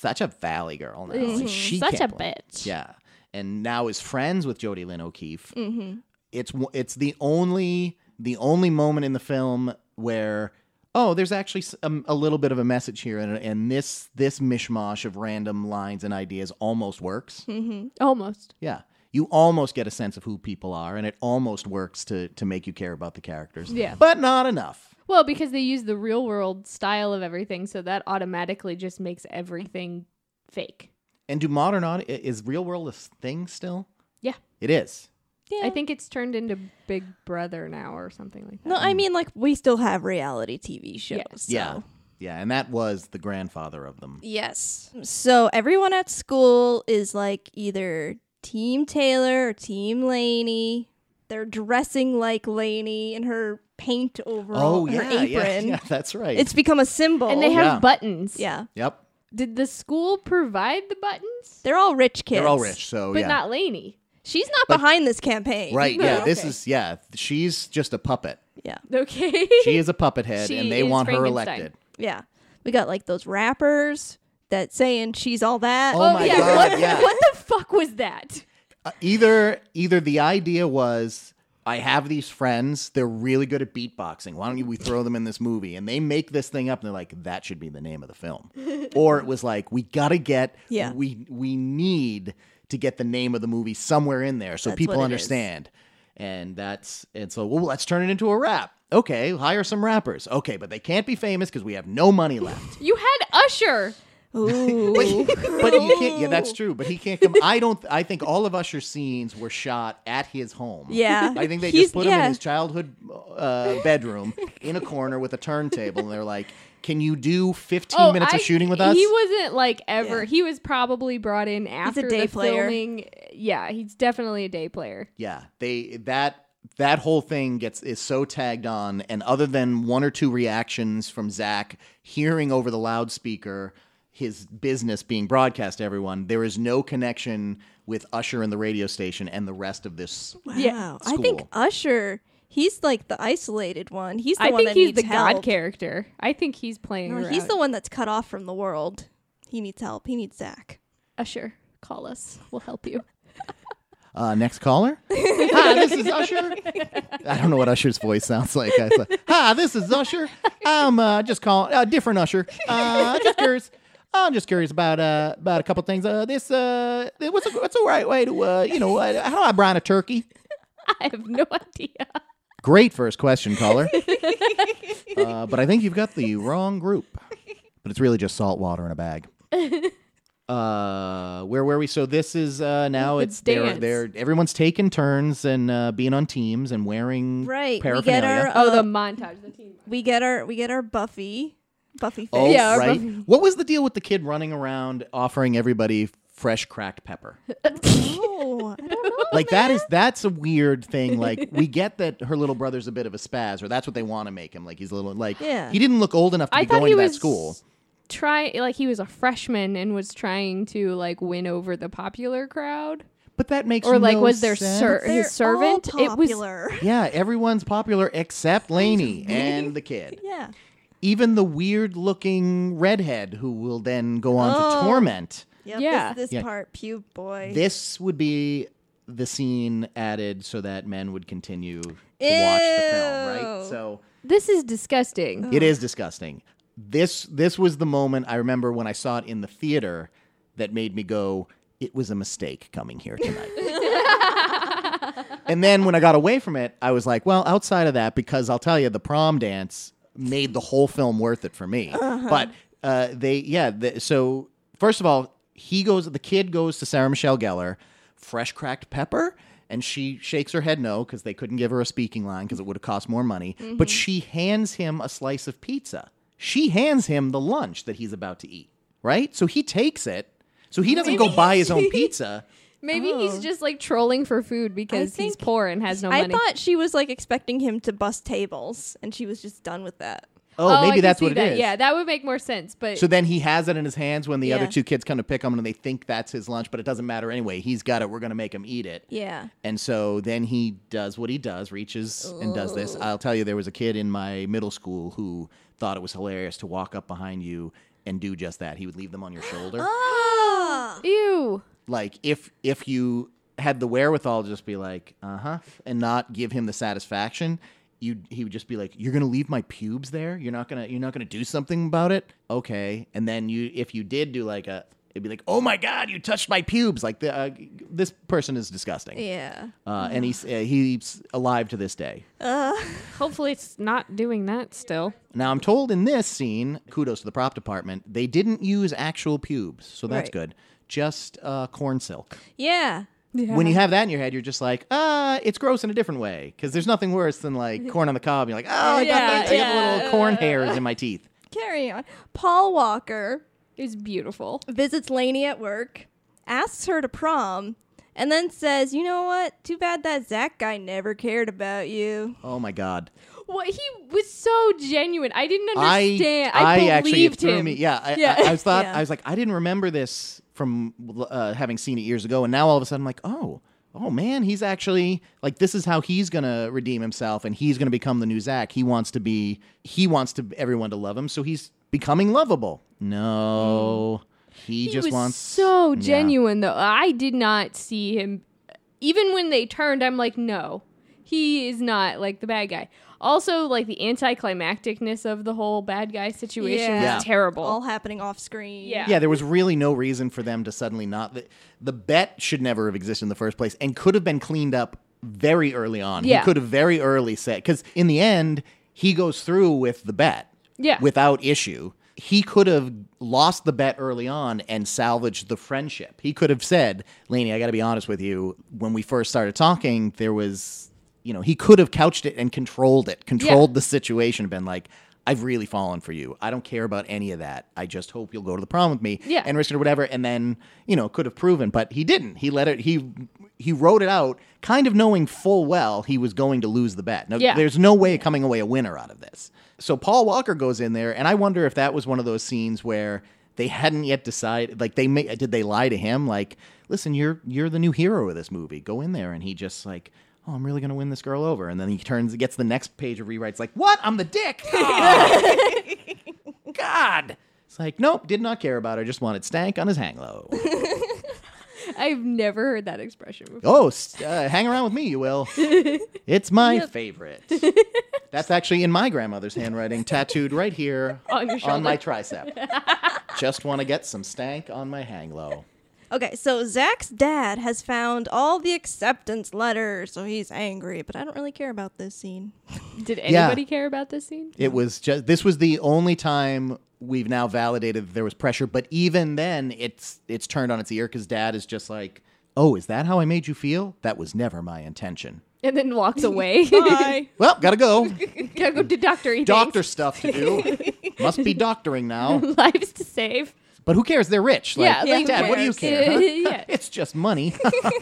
Speaker 3: such a valley girl now Like, she
Speaker 2: Mm-hmm. Such
Speaker 3: can't
Speaker 2: a
Speaker 3: believe-
Speaker 2: bitch.
Speaker 3: yeah and now is friends with jodie lynn o'keefe mm-hmm. it's w- it's the only the only moment in the film where oh there's actually s- a, a little bit of a message here and, and this this mishmash of random lines and ideas almost works
Speaker 2: Almost.
Speaker 3: yeah. You almost get a sense of who people are, and it almost works to to make you care about the characters.
Speaker 2: Yeah.
Speaker 3: But not enough.
Speaker 2: Well, because they use the real world style of everything, so that automatically just makes everything fake.
Speaker 3: And do modern audi- i- is real world a s- thing still?
Speaker 2: Yeah.
Speaker 3: It is.
Speaker 1: Yeah.
Speaker 2: I think it's turned into Big Brother now or something like that.
Speaker 1: No, I mean like we still have reality TV shows.
Speaker 3: Yeah.
Speaker 1: so-
Speaker 3: Yeah, and that was the grandfather of them.
Speaker 1: Yes. So everyone at school is like either Team Taylor or Team Laney. They're dressing like Laney in her paint overall,
Speaker 3: oh yeah,
Speaker 1: her
Speaker 3: yeah,
Speaker 1: apron.
Speaker 3: yeah, that's right.
Speaker 1: It's become a symbol.
Speaker 2: And they have
Speaker 3: Yeah.
Speaker 2: buttons.
Speaker 1: yeah.
Speaker 3: yep.
Speaker 2: Did the school provide the buttons?
Speaker 1: They're all rich kids.
Speaker 3: They're all rich, so
Speaker 2: But
Speaker 3: Oh, yeah.
Speaker 2: not Lainey.
Speaker 1: She's not behind this campaign.
Speaker 3: right, yeah.
Speaker 2: No,
Speaker 3: This
Speaker 2: okay.
Speaker 3: is yeah, she's just a puppet.
Speaker 1: Yeah.
Speaker 2: Okay.
Speaker 3: She is a puppet head
Speaker 2: She
Speaker 3: and they
Speaker 2: is
Speaker 3: want her
Speaker 2: Frankenstein.
Speaker 3: elected.
Speaker 1: Yeah. We got like those rappers that saying she's all that.
Speaker 3: Oh my
Speaker 2: yeah.
Speaker 3: God,
Speaker 2: what,
Speaker 3: yeah.
Speaker 2: what the fuck was that?
Speaker 3: Uh, either either the idea was I have these friends, they're really good at beatboxing. Why don't you we throw them in this movie? And they make this thing up and they're like, that should be the name of the film. or it was like, we gotta get
Speaker 1: Yeah.
Speaker 3: we we need to get the name of the movie somewhere in there so
Speaker 1: That's
Speaker 3: people
Speaker 1: what it
Speaker 3: understand. And that's and so well, let's turn it into a rap. Okay, hire some rappers. Okay, but they can't be famous because we have no money left.
Speaker 2: You had Usher.
Speaker 1: Ooh.
Speaker 3: but you can't. Yeah, that's true. But he can't come. I don't. I think all of Usher's scenes were shot at his home.
Speaker 1: yeah.
Speaker 3: I think they
Speaker 1: He's-
Speaker 3: just put him in
Speaker 1: yeah.
Speaker 3: his childhood uh, bedroom in a corner with a turntable, and they're like, "Can you do 15 minutes
Speaker 2: Oh, I-
Speaker 3: of shooting with us?"
Speaker 2: He wasn't like ever.
Speaker 1: Yeah.
Speaker 2: He was probably brought in after
Speaker 1: day
Speaker 2: the
Speaker 1: player.
Speaker 2: filming. Yeah, he's definitely a day player.
Speaker 3: yeah, they that that whole thing gets is so tagged on, and other than one or two reactions from Zach hearing over the loudspeaker his business being broadcast to everyone, there is no connection with Usher and the radio station and the rest of this.
Speaker 1: Wow. I think
Speaker 3: School.
Speaker 1: Usher, he's like the isolated one. He's the
Speaker 2: I
Speaker 1: one
Speaker 2: think
Speaker 1: that
Speaker 2: he's
Speaker 1: needs
Speaker 2: the
Speaker 1: help.
Speaker 2: god character. I think he's playing.
Speaker 1: No, he's the one that's cut off from the world. He needs help. He needs Zach.
Speaker 2: Usher. Call us. We'll help you.
Speaker 3: Uh, next caller. Hi, this is Usher. I don't know what Usher's voice sounds like. I thought, Hi, this is Usher. I'm uh, just calling uh, different Usher. Uh, just curious. I'm just curious about uh, about a couple things. Uh, this uh, what's a, what's the right way to uh, you know uh, how do I brine a turkey?
Speaker 2: I have no idea.
Speaker 3: Great first question, caller. Uh, but I think you've got the wrong group. But it's really just salt water in a bag. Uh, where were we? So this is uh, now it's,
Speaker 2: It's
Speaker 3: they're,
Speaker 2: dance.
Speaker 3: they're everyone's taking turns and uh, being on teams and wearing
Speaker 1: Right. We get
Speaker 3: paraphernalia.
Speaker 1: our uh,
Speaker 2: Oh, the montage. The team.
Speaker 1: we get our we get our Buffy Buffy face.
Speaker 3: oh
Speaker 2: yeah, our
Speaker 3: right.
Speaker 2: buff-
Speaker 3: What was the deal with the kid running around offering everybody fresh cracked pepper?
Speaker 1: Oh, I don't know.
Speaker 3: like that is that's a weird thing. Like we get that her little brother's a bit of a spaz, or that's what they want to make him. Like he's a little like
Speaker 1: Yeah.
Speaker 3: he didn't look old enough to
Speaker 2: I
Speaker 3: be
Speaker 2: thought
Speaker 3: going
Speaker 2: he
Speaker 3: to that
Speaker 2: was
Speaker 3: school.
Speaker 2: try like he was a freshman and was trying to like win over the popular crowd
Speaker 3: But that makes
Speaker 2: or like
Speaker 3: no
Speaker 2: was there
Speaker 3: sense.
Speaker 2: ser-
Speaker 1: They're
Speaker 2: his servant
Speaker 1: all
Speaker 2: it was
Speaker 1: popular.
Speaker 3: Yeah, everyone's popular except Lainey and the kid.
Speaker 1: yeah.
Speaker 3: Even the weird looking redhead who will then go on
Speaker 1: Oh.
Speaker 3: to torment.
Speaker 1: Yep,
Speaker 2: Yeah.
Speaker 1: This, this
Speaker 3: Yeah.
Speaker 1: part, pube boy.
Speaker 3: This would be the scene added so that men would continue to watch the film, right?
Speaker 1: Ew.
Speaker 3: So
Speaker 2: this is
Speaker 1: Oh.
Speaker 2: disgusting
Speaker 3: It is disgusting. This this was the moment I remember when I saw it in the theater that made me go, it was a mistake coming here tonight. and then when I got away from it, I was like, well, outside of that, because I'll tell you, the prom dance made the whole film worth it for me.
Speaker 2: Uh-huh.
Speaker 3: But uh, they, yeah, the, so first of all, he goes, the kid goes to Sarah Michelle Gellar, fresh cracked pepper, and she shakes her head no because they couldn't give her a speaking line because it would have cost more money.
Speaker 2: Mm-hmm.
Speaker 3: But she hands him a slice of pizza. She hands him the lunch that he's about to eat, right? So he takes it. So he doesn't go buy his own pizza.
Speaker 2: maybe he's just like trolling for food because
Speaker 1: Oh.
Speaker 2: he's
Speaker 1: think-
Speaker 2: poor and has no
Speaker 1: I
Speaker 2: money
Speaker 1: thought she was like expecting him to bust tables, and she was just done with that.
Speaker 3: Oh,
Speaker 2: I
Speaker 3: maybe
Speaker 2: can
Speaker 3: that's
Speaker 2: see
Speaker 3: what
Speaker 2: that.
Speaker 3: it is.
Speaker 2: yeah that would make more sense but
Speaker 3: So then he has it in his hands when the other
Speaker 1: Yeah.
Speaker 3: two kids come to pick him and they think that's his lunch, but it doesn't matter anyway. He's got it. We're going to make him eat it.
Speaker 1: Yeah.
Speaker 3: And so then he does what he does, reaches and does this. I'll tell you, there was a kid in my middle school who thought it was hilarious to walk up behind you and do just that. He would leave them on your
Speaker 1: Oh,
Speaker 3: shoulder.
Speaker 1: Ah.
Speaker 2: ew
Speaker 3: like if if you had the wherewithal to just be like, uh huh, and not give him the satisfaction, you he would just be like, you're gonna leave my pubes there. You're not gonna you're not gonna do something about it. Okay, and then you if you did do like a. It'd be like, oh my God, you touched my pubes! Like the, uh, this person is disgusting,
Speaker 1: Yeah.
Speaker 3: uh, and he's uh, he's alive to this day.
Speaker 2: hopefully it's not doing that still
Speaker 3: Now I'm told in this scene, kudos to the prop department, they didn't use actual pubes, so that's
Speaker 1: Right.
Speaker 3: good. Just uh, corn silk.
Speaker 1: Yeah.
Speaker 3: When
Speaker 2: Uh-huh.
Speaker 3: you have that in your head, you're just like, ah, it's gross in a different way because there's nothing worse than like corn on the cob. You're like, oh, I got,
Speaker 2: Yeah,
Speaker 3: that- I got
Speaker 2: yeah. uh,
Speaker 3: the little corn hairs in my teeth.
Speaker 1: Carry on. Paul Walker
Speaker 2: it's beautiful
Speaker 1: visits Lainey at work, asks her to prom, and then says, "You know what? Too bad that Zach guy never cared about you."
Speaker 3: Oh my god!
Speaker 2: what he was so genuine i didn't
Speaker 3: I
Speaker 2: understand i,
Speaker 3: I
Speaker 2: believed
Speaker 3: actually it threw
Speaker 2: him
Speaker 3: me. Yeah, I,
Speaker 2: Yeah.
Speaker 3: I, I was thought
Speaker 1: Yeah.
Speaker 3: I was like, I didn't remember this from uh, having seen it years ago, and now all of a sudden, I'm like, oh. Oh man, he's actually like this is how he's gonna redeem himself, and he's gonna become the new Zach. He wants to be, he wants to everyone to love him, so he's becoming lovable. No, he,
Speaker 2: Mm. he
Speaker 3: just
Speaker 2: was
Speaker 3: wants
Speaker 2: so
Speaker 3: Yeah.
Speaker 2: genuine though i did not see him even when they turned i'm like no he is not like the bad guy also like the anticlimacticness of the whole bad guy situation
Speaker 1: Yeah. Yeah.
Speaker 2: was terrible
Speaker 1: All happening off screen.
Speaker 2: Yeah.
Speaker 3: Yeah, there was really no reason for them to suddenly not. The, the bet should never have existed in the first place and could have been cleaned up very early on.
Speaker 2: Yeah.
Speaker 3: He could have very early said, because in the end, he goes through with the bet
Speaker 2: Yeah.
Speaker 3: without issue. He could have lost the bet early on and salvaged the friendship. He could have said, Laney, I got to be honest with you. When we first started talking, there was, you know, he could have couched it and controlled it, controlled the situation, and been like, I've really fallen for you. I don't care about any of that. I just hope you'll go to the prom with me
Speaker 2: Yeah.
Speaker 3: and risk it or whatever. And then, you know, could have proven, but he didn't. He let it, he, he wrote it out kind of knowing full well he was going to lose the bet. Now,
Speaker 2: Yeah.
Speaker 3: there's there's no way coming away a winner out of this. So Paul Walker goes in there, and I wonder if that was one of those scenes where they hadn't yet decided. Like they may, did they lie to him? Like, listen, you're you're the new hero of this movie. Go in there, and he just like. Oh, I'm really gonna win this girl over, and then he turns, gets the next page of rewrites. Like, what? I'm the dick. Ah. God. It's like, nope, did not care about her. Just wanted stank on his hang low.
Speaker 2: i've never heard that expression before
Speaker 3: Oh, s- uh, hang around with me, you will. It's my favorite. That's actually in my grandmother's handwriting, tattooed right here
Speaker 2: On your
Speaker 3: my tricep. Just want to get some stank on my hang low.
Speaker 1: Okay, so Zach's dad has found all the acceptance letters, so he's angry, but I don't really care about this scene.
Speaker 2: did
Speaker 3: Yeah.
Speaker 2: anybody care about this scene
Speaker 3: It was just this was the only time we've now validated that there was pressure, but even then, it's it's turned on its ear because Dad is just like, "Oh, is that how I made you feel? That was never my intention."
Speaker 2: and then walks away
Speaker 1: Bye.
Speaker 3: Well, gotta go.
Speaker 2: gotta go to doctor He thinks.
Speaker 3: Doctor stuff to do. Must be doctoring now.
Speaker 2: lives to save
Speaker 3: But who cares? They're rich. Like,
Speaker 2: yeah, like, who
Speaker 3: Dad, what do you
Speaker 2: cares?
Speaker 3: care? huh?
Speaker 2: Yeah.
Speaker 3: It's just money.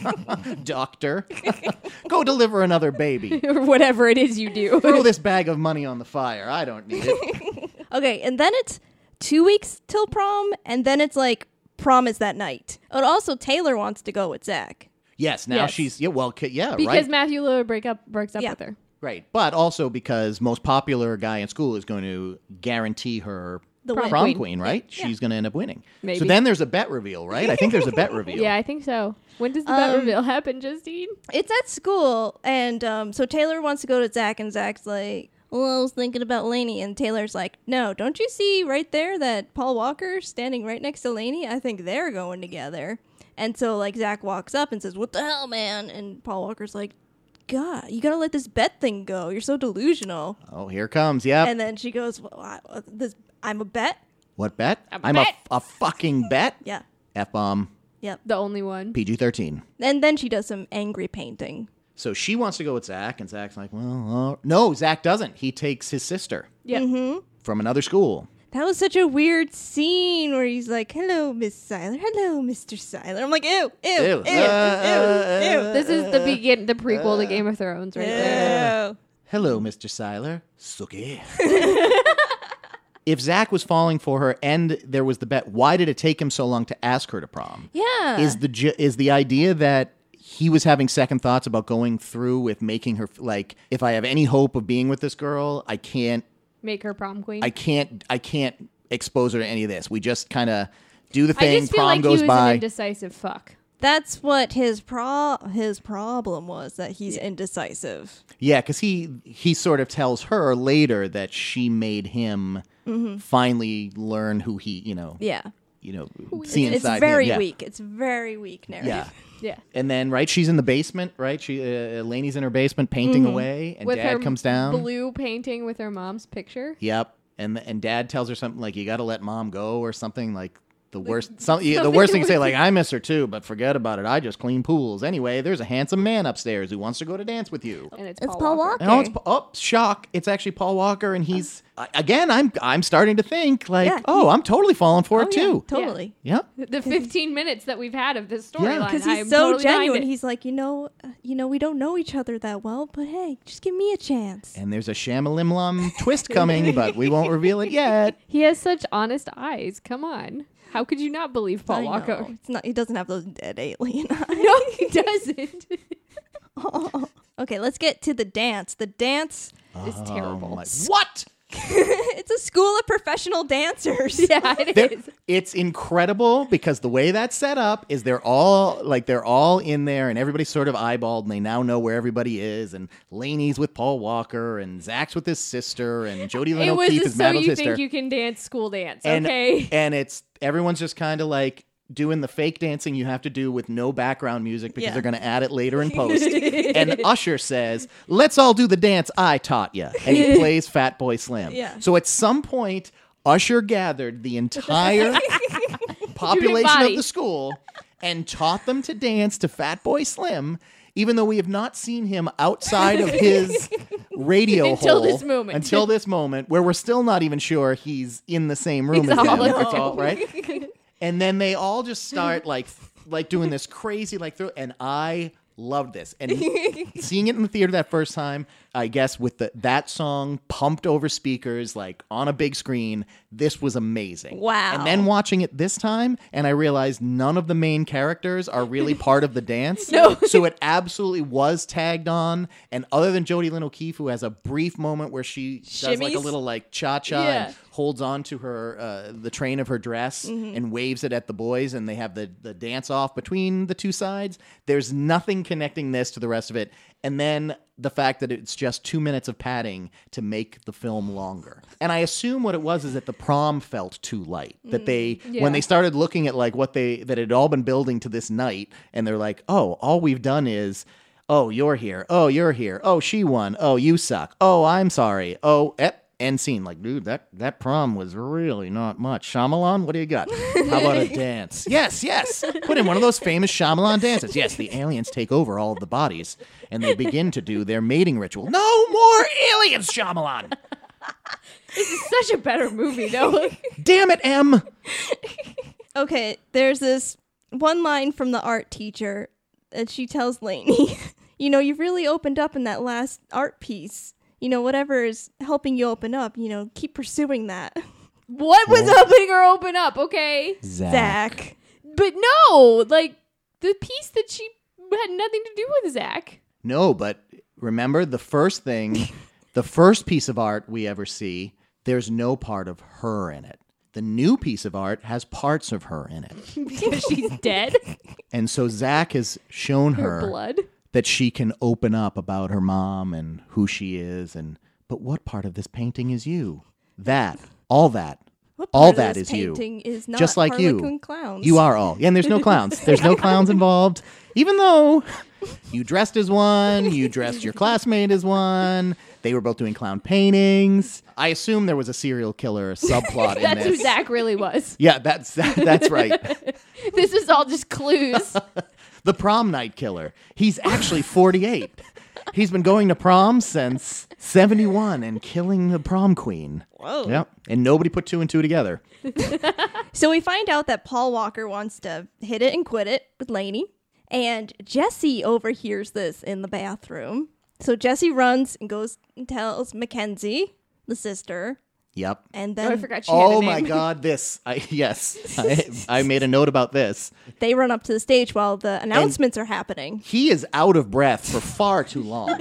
Speaker 3: Doctor, go deliver another baby.
Speaker 2: or whatever it is you do.
Speaker 3: Throw this bag of money on the fire. I don't need it.
Speaker 1: Okay, and then it's two weeks till prom, and then it's like prom is that night. And also, Taylor wants to go with Zach.
Speaker 3: Yes, now
Speaker 2: Yes.
Speaker 3: she's yeah, well, ki- yeah,
Speaker 2: because
Speaker 3: right.
Speaker 2: Matthew Lillard break up breaks up
Speaker 1: Yeah.
Speaker 2: with her.
Speaker 3: right. But also because most popular guy in school is going to guarantee her
Speaker 1: The
Speaker 3: prom,
Speaker 1: win.
Speaker 2: Queen.
Speaker 3: queen, right? She's going to end up winning. So
Speaker 2: Maybe.
Speaker 3: then there's a bet reveal, right? I think there's a bet reveal.
Speaker 2: Yeah, I think so. When does the
Speaker 1: Um,
Speaker 2: bet reveal happen, Justine?
Speaker 1: It's at school, and um, so Taylor wants to go to Zach, and Zach's like, well, I was thinking about Lainey, and Taylor's like, no, don't you see right there that Paul Walker standing right next to Lainey? I think they're going together. And so, like, Zach walks up and says, what the hell, man? And Paul Walker's like, God, you gotta let this bet thing go. You're so delusional.
Speaker 3: Oh, here comes. Yep.
Speaker 1: And then she goes, well, I, this, I'm a bet?
Speaker 3: what bet?
Speaker 2: A
Speaker 3: I'm
Speaker 2: bet.
Speaker 3: A, a fucking bet.
Speaker 1: Yeah.
Speaker 3: F bomb.
Speaker 1: Yep.
Speaker 2: The only one.
Speaker 3: PG thirteen.
Speaker 1: And then she does some angry painting.
Speaker 3: So she wants to go with Zach, and Zach's like, well, uh, no, Zach doesn't. He takes his sister
Speaker 2: Yeah.
Speaker 1: Mm-hmm.
Speaker 3: from another school.
Speaker 1: That was such a weird scene where he's like, "Hello, Miss Seiler. Hello, Mister Seiler." I'm like, "Ew, ew, ew, ew, ew,
Speaker 3: Uh,
Speaker 1: ew."
Speaker 2: This is the begin the prequel to Game of Thrones right there.
Speaker 3: uh,
Speaker 1: ew.
Speaker 3: Hello, Mr. Seiler. Suki. if Zach was falling for her and there was the bet, why did it take him so long to ask her to prom?
Speaker 1: Yeah.
Speaker 3: Is the ju- is the idea that he was having second thoughts about going through with making her f- like if I have any hope of being with this girl, I can't
Speaker 2: Make her prom queen.
Speaker 3: I can't I can't expose her to any of this. We just kind of do the
Speaker 2: I
Speaker 3: thing,
Speaker 2: just feel
Speaker 3: prom
Speaker 2: like he
Speaker 3: goes
Speaker 2: was an
Speaker 3: by.
Speaker 2: indecisive fuck.
Speaker 1: That's what his pro his problem was that he's indecisive.
Speaker 3: Yeah, because he he sort of tells her later that she made him finally learn who he you know
Speaker 1: Yeah.
Speaker 3: you know see
Speaker 1: it's
Speaker 3: inside.
Speaker 1: very
Speaker 3: him. Yeah.
Speaker 1: weak. It's very weak narrative.
Speaker 3: Yeah.
Speaker 2: Yeah.
Speaker 3: And then, right, she's in the basement, right? She, uh, Laney's in her basement painting away, and
Speaker 2: With her
Speaker 3: Dad comes down.
Speaker 2: Blue painting with her mom's picture.
Speaker 3: Yep, and and Dad tells her something like, "You got to let Mom go," or something like the worst. Some, yeah, the worst thing to say, like, "I miss her too," but forget about it. I just clean pools anyway. There's a handsome man upstairs who wants to go to dance with you.
Speaker 2: And it's,
Speaker 1: It's
Speaker 2: Paul,
Speaker 1: Paul
Speaker 2: Walker.
Speaker 1: Walker.
Speaker 3: No, it's Pa- oh shock! It's actually Paul Walker, and he's Uh, I- again. I'm I'm starting to think like,
Speaker 1: Yeah,
Speaker 3: oh, I'm totally falling for
Speaker 1: Oh,
Speaker 3: it
Speaker 1: yeah,
Speaker 3: too.
Speaker 1: totally.
Speaker 3: Yeah,
Speaker 2: The 15 minutes that we've had of this
Speaker 3: Yeah.
Speaker 2: storyline.
Speaker 1: Because
Speaker 2: I am
Speaker 1: he's so
Speaker 2: totally behind
Speaker 1: genuine.
Speaker 2: it.
Speaker 1: He's like, you know, uh, you know, we don't know each other that well, but hey, just give me a chance.
Speaker 3: and there's a shamalimlam twist coming, but we won't reveal it yet.
Speaker 2: He has such honest eyes. Come on. How could you not believe
Speaker 1: I
Speaker 2: Paul
Speaker 1: know.
Speaker 2: Walker?
Speaker 1: It's not. He doesn't have those dead alien eyes.
Speaker 2: No, he doesn't.
Speaker 1: Okay, let's get to the dance. The dance.
Speaker 2: it's
Speaker 3: I'm
Speaker 2: terrible.
Speaker 3: like, what?
Speaker 1: It's a school of professional dancers.
Speaker 2: yeah, it is.
Speaker 3: They're- it's incredible because the way that's set up is they're all like they're all in there and everybody's sort of eyeballed and they now know where everybody is and Laney's with Paul Walker and Zach's with his sister and Jodie Lynn
Speaker 2: It was
Speaker 3: O'Keefe
Speaker 2: a
Speaker 3: is
Speaker 2: so
Speaker 3: Madeline's
Speaker 2: you
Speaker 3: sister.
Speaker 2: think you can dance school dance,
Speaker 3: and
Speaker 2: okay?
Speaker 3: and it's everyone's just kind of like doing the fake dancing you have to do with no background music because
Speaker 1: Yeah.
Speaker 3: they're going to add it later in post. and Usher says, "Let's all do the dance I taught you," and he plays Fat Boy Slim.
Speaker 1: Yeah.
Speaker 3: So at some point, Usher gathered the entire population
Speaker 2: body.
Speaker 3: of the school and taught them to dance to Fat Boy Slim. Even though we have not seen him outside of his radio
Speaker 2: Until
Speaker 3: hole
Speaker 2: this moment.
Speaker 3: until this moment, where we're still not even sure he's in the same room
Speaker 2: He's
Speaker 3: as
Speaker 2: a
Speaker 3: them.
Speaker 2: hologram.
Speaker 3: It's all- right? and then they all just start like like doing this crazy like through and I loved this. And seeing it in the theater that first time, I guess with the that song pumped over speakers like on a big screen, this was amazing.
Speaker 1: Wow.
Speaker 3: And then watching it this time and I realized none of the main characters are really part of the dance.
Speaker 2: No.
Speaker 3: So it absolutely was tagged on and other than Jodie Lynn O'Keefe who has a brief moment where she does like a
Speaker 2: Shimmies?
Speaker 3: little like cha-cha
Speaker 2: Yeah.
Speaker 3: and holds on to her uh, the train of her dress and waves it at the boys and they have the, the dance off between the two sides there's nothing connecting this to the rest of it and then the fact that it's just two minutes of padding to make the film longer and i assume what it was is that the prom felt too light that they
Speaker 2: yeah.
Speaker 3: when they started looking at like what they that had all been building to this night and they're like oh all we've done is Oh, you're here. Oh, you're here. Oh, she won. Oh, you suck. Oh, I'm sorry. Oh, ep. End scene. Like, dude, that, that prom was really not much. Shyamalan, what do you got? How about a dance? Yes, yes. Put in one of those famous Shyamalan dances. Yes, the aliens take over all of the bodies and they begin to do their mating ritual. No more aliens, Shyamalan.
Speaker 2: Such a better movie, though.
Speaker 3: Damn it, M.
Speaker 1: okay, there's this one line from the art teacher that she tells Lainey, you know, you've really opened up in that last art piece. You know, whatever is helping you open up, you know, keep pursuing that.
Speaker 2: What was opening her open up? Okay.
Speaker 1: Zach.
Speaker 2: But no, like the piece that she had nothing to do with Zach.
Speaker 3: No, but remember the first thing, the first piece of art we ever see, there's no part of her in it. The new piece of art has parts of her in it.
Speaker 2: Because she's dead.
Speaker 3: And so Zach has shown her,
Speaker 2: Her blood.
Speaker 3: that she can open up about her mom and who she is and but what part of this painting is you? That, all that.
Speaker 1: What part
Speaker 3: all
Speaker 1: of
Speaker 3: that
Speaker 1: this
Speaker 3: is you.
Speaker 1: painting Is not
Speaker 3: Just like you.
Speaker 1: Harlequin Clowns.
Speaker 3: You are all. Yeah, and there's no clowns. There's no clowns involved. Even though you dressed as one, you dressed your classmate as one. They were both doing clown paintings. I assume there was a serial killer subplot in
Speaker 2: That's who
Speaker 3: this.
Speaker 2: Zach really was.
Speaker 3: Yeah, that's that's right.
Speaker 2: This is all just clues. Oh,
Speaker 3: The prom night killer. He's actually 48. He's been going to prom since 71 and killing the prom queen.
Speaker 1: Whoa.
Speaker 3: Yep. And nobody put two and two together.
Speaker 1: So we find out that Paul Walker wants to hit it and quit it with Lainey. And Jesse overhears this in the bathroom. So Jesse runs and goes and tells Mackenzie, the sister,
Speaker 3: Yep.
Speaker 1: and
Speaker 2: Oh, I
Speaker 1: then
Speaker 2: forgot she had a
Speaker 3: Oh my
Speaker 2: name.
Speaker 3: god, this. I yes. I, I made a note about this.
Speaker 1: they run up to the stage while the announcements are happening.
Speaker 3: he is out of breath for far too long.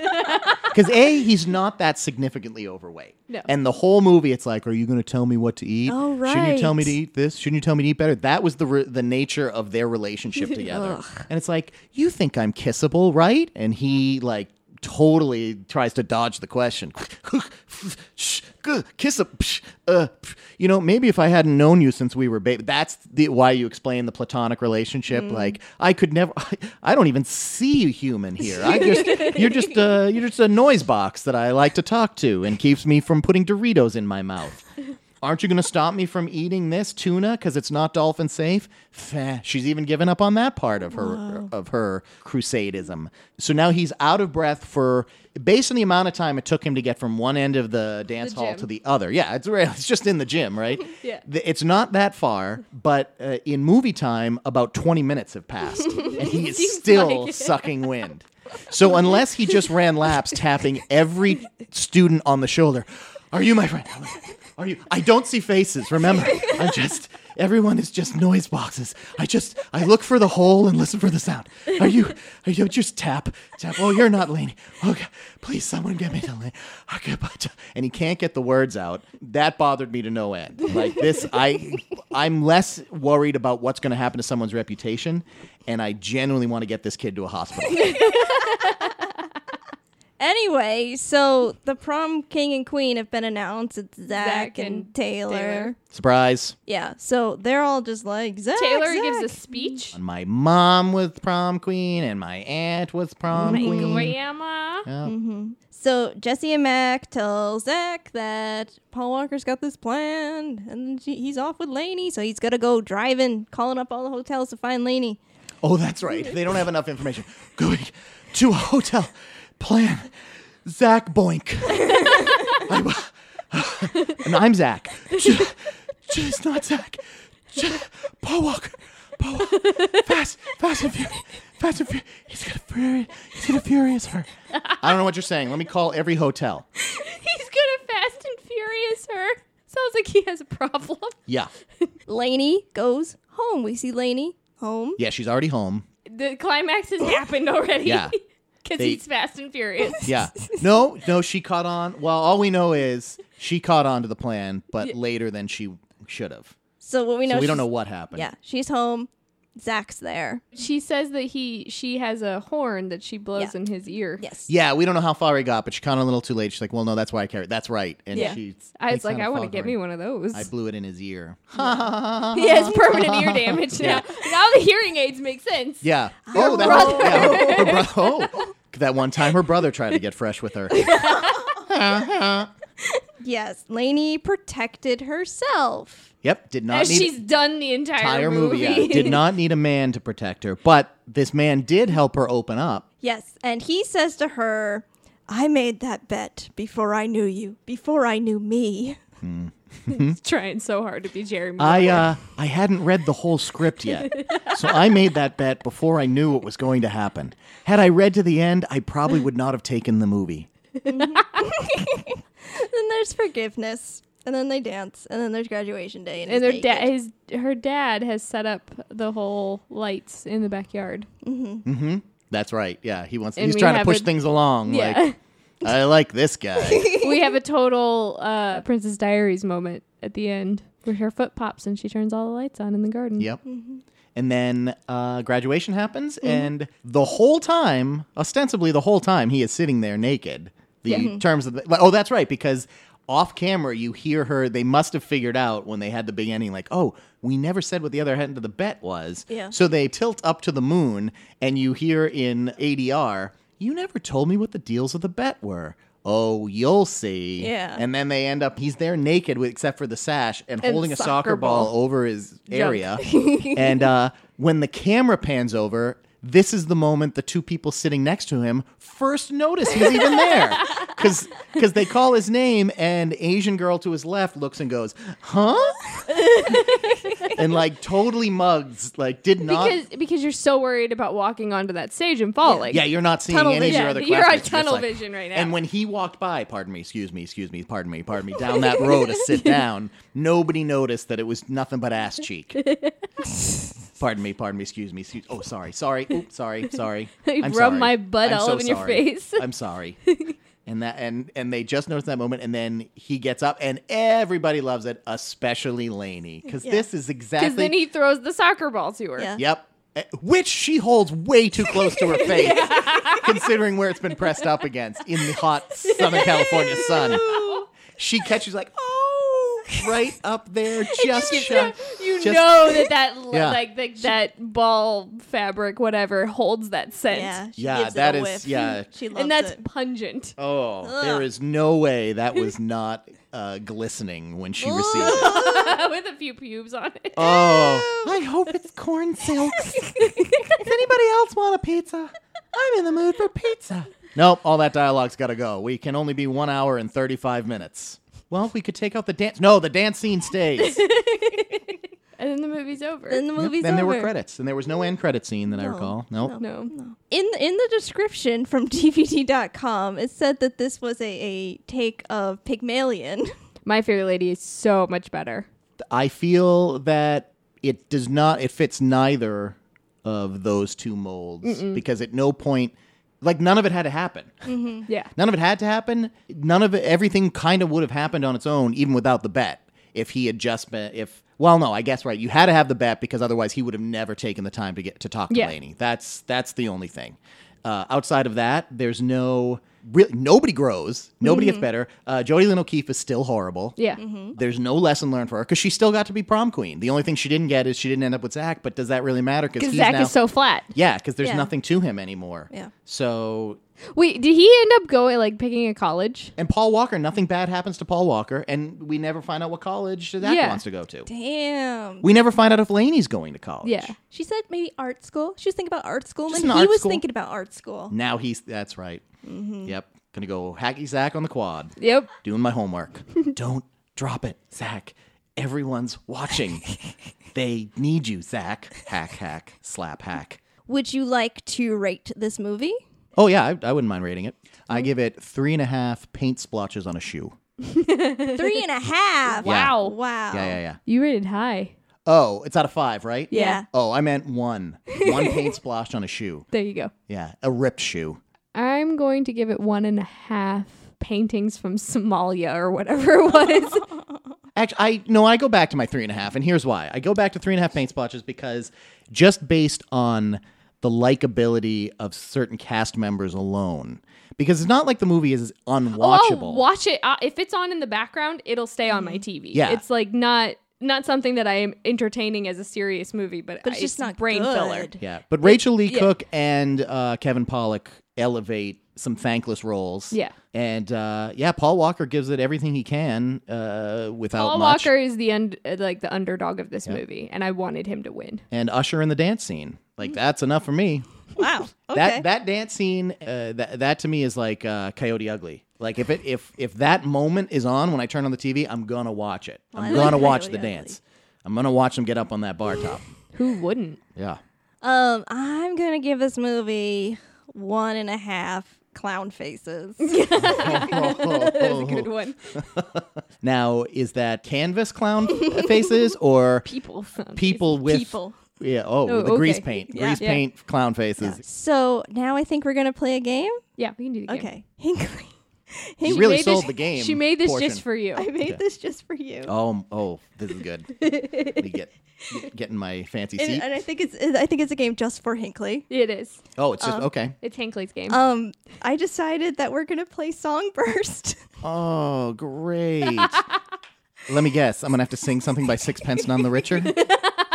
Speaker 3: Because A, he's not that significantly overweight.
Speaker 2: No.
Speaker 3: And the whole movie, it's like, are you going to tell me what to eat?
Speaker 1: Oh,
Speaker 3: Shouldn't you tell me to
Speaker 1: right.
Speaker 3: eat this? Shouldn't you tell me to eat better? That was the, re- the nature of their relationship together. and it's like, you think I'm kissable, right? And he, like, totally tries to dodge the question. Shh, g- Kiss a, psh, uh, psh. you know, maybe if I hadn't known you since we were baby, that's the why you explain the platonic relationship. Like I could never, I, I don't even see you human here. I just, you're just, uh, you're just a noise box that I like to talk to and keeps me from putting Doritos in my mouth. Aren't you going to stop me from eating this tuna because it's not dolphin safe? Feh. She's even given up on that part of her of her crusadism. So now he's out of breath for based on the amount of time it took him to get from one end of the dance hall
Speaker 2: gym.
Speaker 3: to the other. Yeah, it's real. It's just in the gym, right?
Speaker 2: Yeah.
Speaker 3: Th- It's not that far, but uh, in movie time, about twenty minutes have passed, and he is still sucking wind. So unless he just ran laps, tapping every student on the shoulder, are you my friend? Are you? I don't see faces. Remember, I'm just. Everyone is just noise boxes. I just. I look for the hole and listen for the sound. Are you? Are you just tap tap? Oh, you're not Laney. Okay, please, someone get me to Laney. Okay, but and he can't get the words out. That bothered me to no end. Like this, I. I'm less worried about what's going to happen to someone's reputation, and I genuinely want to get this kid to a hospital.
Speaker 1: Anyway, so the prom king and queen have been announced. It's Zach,
Speaker 2: Zach
Speaker 1: and,
Speaker 2: and
Speaker 1: Taylor.
Speaker 2: Taylor.
Speaker 3: Surprise.
Speaker 1: Yeah, so they're all just like Zach.
Speaker 2: Taylor
Speaker 1: Zach.
Speaker 2: gives a speech.
Speaker 3: And my mom was prom queen, and my aunt was prom
Speaker 2: My
Speaker 3: queen.
Speaker 2: grandma.
Speaker 3: Yeah.
Speaker 1: So Jesse and Mac tell Zach that Paul Walker's got this plan, and she, he's off with Laney, so he's gotta go driving, calling up all the hotels to find Laney.
Speaker 3: Oh, that's right. They don't have enough information. Going to a hotel. Plan. Zach Boink. I- and I'm Zach. J- Just not Zach. J- Paul Walker. Paul Walker. Fast, fast and furious. Fast and furious. He's gonna furious. He's gonna furious her. I don't know what you're saying. Let me call every hotel.
Speaker 2: He's gonna fast and furious her. Sounds like he has a problem.
Speaker 3: Yeah.
Speaker 1: Laney goes home. We see Laney home.
Speaker 3: Yeah, she's already home.
Speaker 2: The climax has happened already.
Speaker 3: Yeah.
Speaker 2: Because
Speaker 3: They-
Speaker 2: he's fast and furious.
Speaker 3: Yeah. No, no, she caught on. Well, all we know is she caught on to the plan, but later than she should have.
Speaker 1: So what we know,
Speaker 3: So we don't
Speaker 1: she's-
Speaker 3: know what happened.
Speaker 1: Yeah, she's home. Zach's there.
Speaker 2: She says that he she has a horn that she blows
Speaker 1: Yeah.
Speaker 2: in his ear.
Speaker 1: Yes.
Speaker 3: Yeah, we don't know how far he got, but she caught on a little too late. She's like, "Well, no, that's why I carried. That's right." And
Speaker 2: Yeah.
Speaker 3: she,
Speaker 2: I was
Speaker 3: they
Speaker 2: like,
Speaker 3: kinda
Speaker 2: I want to
Speaker 3: foghorn.
Speaker 2: get me one of those.
Speaker 3: I blew it in his ear.
Speaker 2: He has permanent ear damage now.
Speaker 3: Yeah.
Speaker 2: Now the hearing aids make sense.
Speaker 3: Yeah. Oh, that
Speaker 2: brother.
Speaker 3: yeah, her bro- oh, that one time her brother tried to get fresh with her.
Speaker 1: Yes, Laney protected herself.
Speaker 3: Yep, did not
Speaker 2: As
Speaker 3: need
Speaker 2: she's done the entire,
Speaker 3: entire movie. yeah. Did not need a man to protect her, but this man did help her open up.
Speaker 1: Yes, and he says to her, "I made that bet before I knew you, before I knew me."
Speaker 2: He's trying so hard to be Jeremy.
Speaker 3: I uh, I hadn't read the whole script yet, so I made that bet before I knew what was going to happen. Had I read to the end, I probably would not have taken the movie.
Speaker 1: then there's forgiveness, and then they dance, and then there's graduation day, and,
Speaker 2: and
Speaker 1: he's
Speaker 2: their dad,
Speaker 1: naked.
Speaker 2: his her dad has set up the whole lights in the backyard.
Speaker 3: That's right. Yeah, he wants.
Speaker 2: And
Speaker 3: he's
Speaker 2: we
Speaker 3: trying to
Speaker 2: have
Speaker 3: push
Speaker 2: a-
Speaker 3: things along.
Speaker 2: Yeah.
Speaker 3: Like I like this guy.
Speaker 2: we have a total uh, Princess Diaries moment at the end where her foot pops and she turns all the lights on in the garden.
Speaker 3: yep. And then uh, graduation happens, and the whole time, ostensibly the whole time, he is sitting there naked. The terms of the, oh, that's right, because off camera you hear her. They must have figured out when they had the big ending, like, oh, we never said what the other end of the bet was.
Speaker 1: Yeah.
Speaker 3: So they tilt up to the moon, and you hear in ADR, you never told me what the deals of the bet were. Oh, you'll see.
Speaker 1: Yeah.
Speaker 3: And then they end up, he's there naked with, except for the sash and, holding a soccer
Speaker 2: soccer ball.
Speaker 3: ball over his area. and uh, when the camera pans over, this is the moment the two people sitting next to him first notice he's even there. Because they call his name, and Asian girl to his left looks and goes, huh? and like totally mugs, like did not.
Speaker 2: Because because you're so worried about walking onto that stage and falling.
Speaker 3: yeah, you're not seeing
Speaker 1: Tunnel
Speaker 3: any of
Speaker 1: vision.
Speaker 3: your other
Speaker 2: You're on
Speaker 3: classmates. You're just
Speaker 2: tunnel
Speaker 3: like-
Speaker 2: vision right now.
Speaker 3: And when he walked by, pardon me, excuse me, excuse me, pardon me, pardon me, down that row to sit down, nobody noticed that it was nothing but ass cheek. pardon me, pardon me, excuse me, excuse Oh, sorry, sorry, oops, sorry, sorry.
Speaker 2: You
Speaker 3: I'm
Speaker 2: rub
Speaker 3: sorry.
Speaker 2: my butt
Speaker 3: I'm
Speaker 2: all
Speaker 3: so
Speaker 2: up in your
Speaker 3: sorry.
Speaker 2: face.
Speaker 3: I'm sorry. And that and and they just noticed that moment, and then he gets up, and everybody loves it, especially Lainey, because
Speaker 1: Yeah.
Speaker 3: this is exactly
Speaker 2: Because then he throws the soccer ball to her.
Speaker 1: Yeah.
Speaker 3: Yep. Eh, Which she holds way too close to her face, considering where it's been pressed up against in the hot Southern California sun. She catches like, oh, right up there, just shy.
Speaker 2: You
Speaker 3: Just-
Speaker 2: know that that l-
Speaker 3: Yeah.
Speaker 2: like the, that ball fabric whatever holds that scent,
Speaker 1: Yeah, she
Speaker 3: Yeah,
Speaker 1: gives it
Speaker 3: that
Speaker 1: a
Speaker 3: is-
Speaker 1: whiff.
Speaker 3: yeah.
Speaker 1: she loves
Speaker 2: and that's
Speaker 1: it.
Speaker 2: pungent.
Speaker 3: Oh, there is no way that was not uh, glistening when she received it.
Speaker 2: with a few pubes on it.
Speaker 3: Oh, I hope it's corn silks. Does anybody else want a pizza? I'm in the mood for pizza. Nope, all that dialogue's got to go. We can only be one hour and 35 minutes. Well, we could take out the dance. No, the dance scene stays.
Speaker 2: And then the movie's over.
Speaker 1: Then the movie's
Speaker 3: then there
Speaker 1: over.
Speaker 3: were credits, and there was no end credit scene that I
Speaker 1: No,
Speaker 3: recall. Nope.
Speaker 2: no.
Speaker 1: in in the description from DVD.com, it said that this was a, a take of Pygmalion.
Speaker 2: My Fair Lady is so much better.
Speaker 3: I feel that it does not. It fits neither of those two molds because at no point, like none of it had to happen.
Speaker 1: Mm.
Speaker 2: Yeah.
Speaker 3: None of it had to happen. None of it, everything kind of would have happened on its own, even without the bet. If he had just been, if well, no, I guess right. You had to have the bet because otherwise he would have never taken the time to get to talk to
Speaker 2: Yeah.
Speaker 3: Laney. That's that's the only thing. Uh, outside of that, there's no really nobody grows. Nobody gets better. Uh, Jodie Lynn O'Keefe is still horrible.
Speaker 2: Mm-hmm.
Speaker 3: Mm-hmm.
Speaker 2: Yeah.
Speaker 1: Mm-hmm.
Speaker 3: There's no lesson learned for her because she still got to be prom queen. The only thing she didn't get is she didn't end up with Zach. But does that really matter?
Speaker 2: Because
Speaker 3: he's
Speaker 2: Zach
Speaker 3: now,
Speaker 2: is so flat.
Speaker 3: yeah. Because there's
Speaker 1: Yeah.
Speaker 3: nothing to him anymore.
Speaker 1: Yeah.
Speaker 3: So
Speaker 2: Wait, did he end up going like picking a college?
Speaker 3: And Paul Walker, nothing bad happens to Paul Walker, and we never find out what college Zach
Speaker 2: Yeah.
Speaker 3: wants to go to.
Speaker 1: Damn.
Speaker 3: We never find out if Laney's going to college.
Speaker 2: Yeah.
Speaker 1: She said maybe art school. She was thinking about art school,
Speaker 3: Just
Speaker 1: and
Speaker 3: an
Speaker 1: he
Speaker 3: art
Speaker 1: was
Speaker 3: school.
Speaker 1: thinking about art school.
Speaker 3: Now he's that's right.
Speaker 2: Mm-hmm.
Speaker 3: Yep. Gonna go hacky Zach on the quad.
Speaker 2: Yep.
Speaker 3: Doing my homework. Don't drop it, Zach. Everyone's watching. they need you, Zach. Hack hack. Slap hack.
Speaker 1: Would you like to rate this movie?
Speaker 3: Oh yeah, I, I wouldn't mind rating it. I
Speaker 2: Mm-hmm.
Speaker 3: give it three and a half paint splotches on a shoe.
Speaker 1: Three and a half.
Speaker 2: Wow.
Speaker 1: Wow.
Speaker 3: Yeah, yeah, yeah.
Speaker 2: You rated high.
Speaker 3: Oh, it's out of five, right?
Speaker 1: Yeah.
Speaker 3: Oh, I meant one. One paint splotch on a shoe.
Speaker 2: There you go.
Speaker 3: Yeah, a ripped shoe.
Speaker 2: I'm going to give it one and a half paintings from Somalia or whatever it was.
Speaker 3: Actually, I no, I go back to my three and a half, and here's why. I go back to three and a half paint splotches because just based on the likability of certain cast members alone, because it's not like the movie is
Speaker 2: I'll
Speaker 3: unwatchable.
Speaker 2: watch it. Uh, if it's on in the background, it'll stay on
Speaker 1: Mm-hmm.
Speaker 2: my TV.
Speaker 3: Yeah.
Speaker 2: It's like not not something that I am entertaining as a serious movie, but,
Speaker 1: But it's just not
Speaker 2: brain
Speaker 1: good.
Speaker 2: filler.
Speaker 3: yeah, but Rachel Lee
Speaker 2: yeah.
Speaker 3: Cook and uh, Kevin Pollock elevate some thankless roles.
Speaker 2: Yeah.
Speaker 3: and uh, yeah, Paul Walker gives it everything he can uh, without
Speaker 2: Paul
Speaker 3: much.
Speaker 2: Walker is the un- uh, like the underdog of this movie, and I wanted him to win. Mm.
Speaker 3: and Usher in the dance scene, like that's enough for me.
Speaker 1: Wow. Okay.
Speaker 3: That that dance scene, uh, that that to me is like uh, Coyote Ugly. Like if it if if that moment is on when I turn on the TV, I'm gonna watch it.
Speaker 1: Well, I
Speaker 3: I'm
Speaker 1: like
Speaker 3: gonna watch
Speaker 1: Coyote
Speaker 3: the
Speaker 1: Ugly.
Speaker 3: dance. I'm gonna watch them get up on that bar top.
Speaker 2: Who wouldn't?
Speaker 3: Yeah.
Speaker 1: um, I'm gonna give this movie one and a half clown faces.
Speaker 2: That's a good one.
Speaker 3: Now is that canvas clown faces or
Speaker 2: People.
Speaker 3: people with
Speaker 1: People.
Speaker 3: yeah oh,
Speaker 2: Oh,
Speaker 3: the grease
Speaker 2: okay.
Speaker 3: paint
Speaker 1: Yeah.
Speaker 3: grease
Speaker 2: Yeah.
Speaker 3: paint clown faces.
Speaker 1: So now I think we're gonna play a game.
Speaker 2: Yeah, we can do the game.
Speaker 1: Okay, Hinkley.
Speaker 3: You
Speaker 2: She
Speaker 3: really
Speaker 2: made
Speaker 3: sold
Speaker 2: this-
Speaker 3: the game.
Speaker 2: She made this
Speaker 3: portion.
Speaker 2: just for you.
Speaker 1: I made this just for you.
Speaker 3: Oh, oh, this is good. Let me get get in my fancy
Speaker 1: And,
Speaker 3: seat.
Speaker 1: and I think it's I think it's a game just for Hinkley.
Speaker 2: It is.
Speaker 3: Oh, it's just okay.
Speaker 2: It's Hankley's game.
Speaker 3: Uh,
Speaker 1: Um, I decided that we're gonna play Songburst.
Speaker 3: Oh, great. Let me guess. I'm gonna have to sing something by Sixpence None the Richer.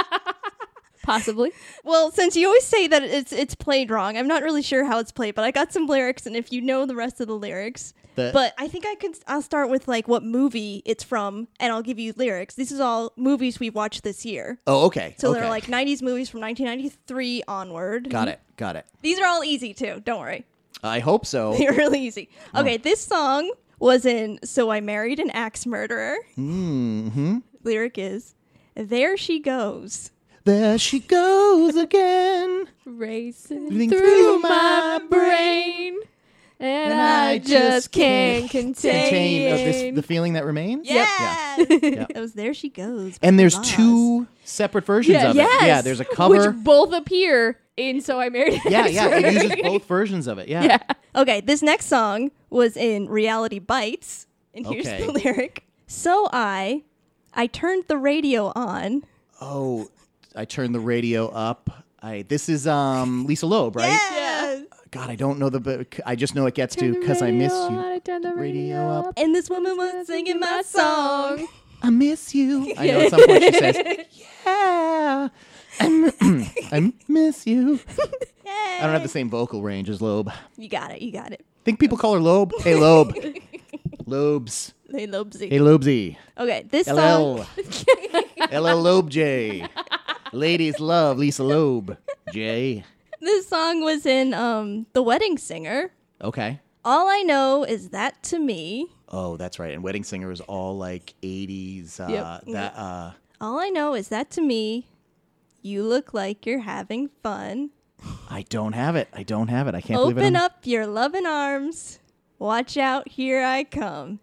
Speaker 2: Possibly.
Speaker 1: well, since you always say that it's it's played wrong, I'm not really sure how it's played, but I got some lyrics, and if you know the rest of the lyrics,
Speaker 3: The-
Speaker 1: but I think I can I'll start with like what movie it's from, and I'll give you lyrics. This is all movies we've watched this year.
Speaker 3: Oh, okay.
Speaker 1: So
Speaker 3: okay.
Speaker 1: they're like 90s movies from 1993 onward.
Speaker 2: mm-hmm.
Speaker 3: got it, got it.
Speaker 1: These are all easy too. Don't worry.
Speaker 3: I hope so.
Speaker 1: They're really easy. Okay, this song was in So I Married an Axe Murderer.
Speaker 3: Mm-hmm.
Speaker 1: Lyric is There She Goes.
Speaker 3: There she goes again.
Speaker 2: Racing
Speaker 3: Think
Speaker 2: through
Speaker 3: through
Speaker 2: my
Speaker 3: my
Speaker 2: brain. And, I just can't contain
Speaker 3: Contain of this, the feeling that remains. Yeah.
Speaker 1: Yes!
Speaker 3: Yeah.
Speaker 1: It was There She Goes. by
Speaker 3: And there's
Speaker 1: Nas.
Speaker 3: two separate versions
Speaker 2: Yeah,
Speaker 3: of
Speaker 2: yes.
Speaker 3: it. Yeah, there's a cover.
Speaker 2: Which both appear in So I Married an
Speaker 3: yeah, yeah. It
Speaker 2: Axe
Speaker 3: uses
Speaker 2: Murderer.
Speaker 3: both versions of it. Yeah.
Speaker 2: Yeah.
Speaker 1: Okay, this next song was in Reality Bites. And here's
Speaker 3: Okay.
Speaker 1: the lyric So I, I turned the radio on.
Speaker 3: Oh, I turned the radio up. I this is um Lisa Loeb, right?
Speaker 1: Yes!
Speaker 3: God, I don't know the book. I just know it gets
Speaker 2: Turn
Speaker 3: to
Speaker 2: the
Speaker 3: because I miss
Speaker 2: radio
Speaker 3: you.
Speaker 2: on, turn the
Speaker 3: Radio
Speaker 2: radio
Speaker 3: up.
Speaker 2: up.
Speaker 1: And this woman was singing my song.
Speaker 3: I miss you. I know at some point she says, "Yeah, I m- I miss you."
Speaker 1: Yay!
Speaker 3: I don't have the same vocal range as Loeb.
Speaker 1: You got it. You got it.
Speaker 3: Think people call her Loeb? Hey Loeb, Loebs.
Speaker 1: They love Z.
Speaker 3: Hey Loebsy.
Speaker 1: Okay, this song.
Speaker 3: LL. LL Loeb J. Ladies love Lisa Loeb J.
Speaker 1: This song was in um The Wedding Singer.
Speaker 3: Okay.
Speaker 1: All I know is that to me.
Speaker 3: Oh, that's right. And Wedding Singer is all like 80s. Uh,
Speaker 2: Yep.
Speaker 3: That uh,
Speaker 1: All I know is that to me. You look like you're having fun.
Speaker 3: I don't have it. I don't have it. I can't believe
Speaker 1: Open
Speaker 3: it.
Speaker 1: up your loving arms. Watch out, here I come.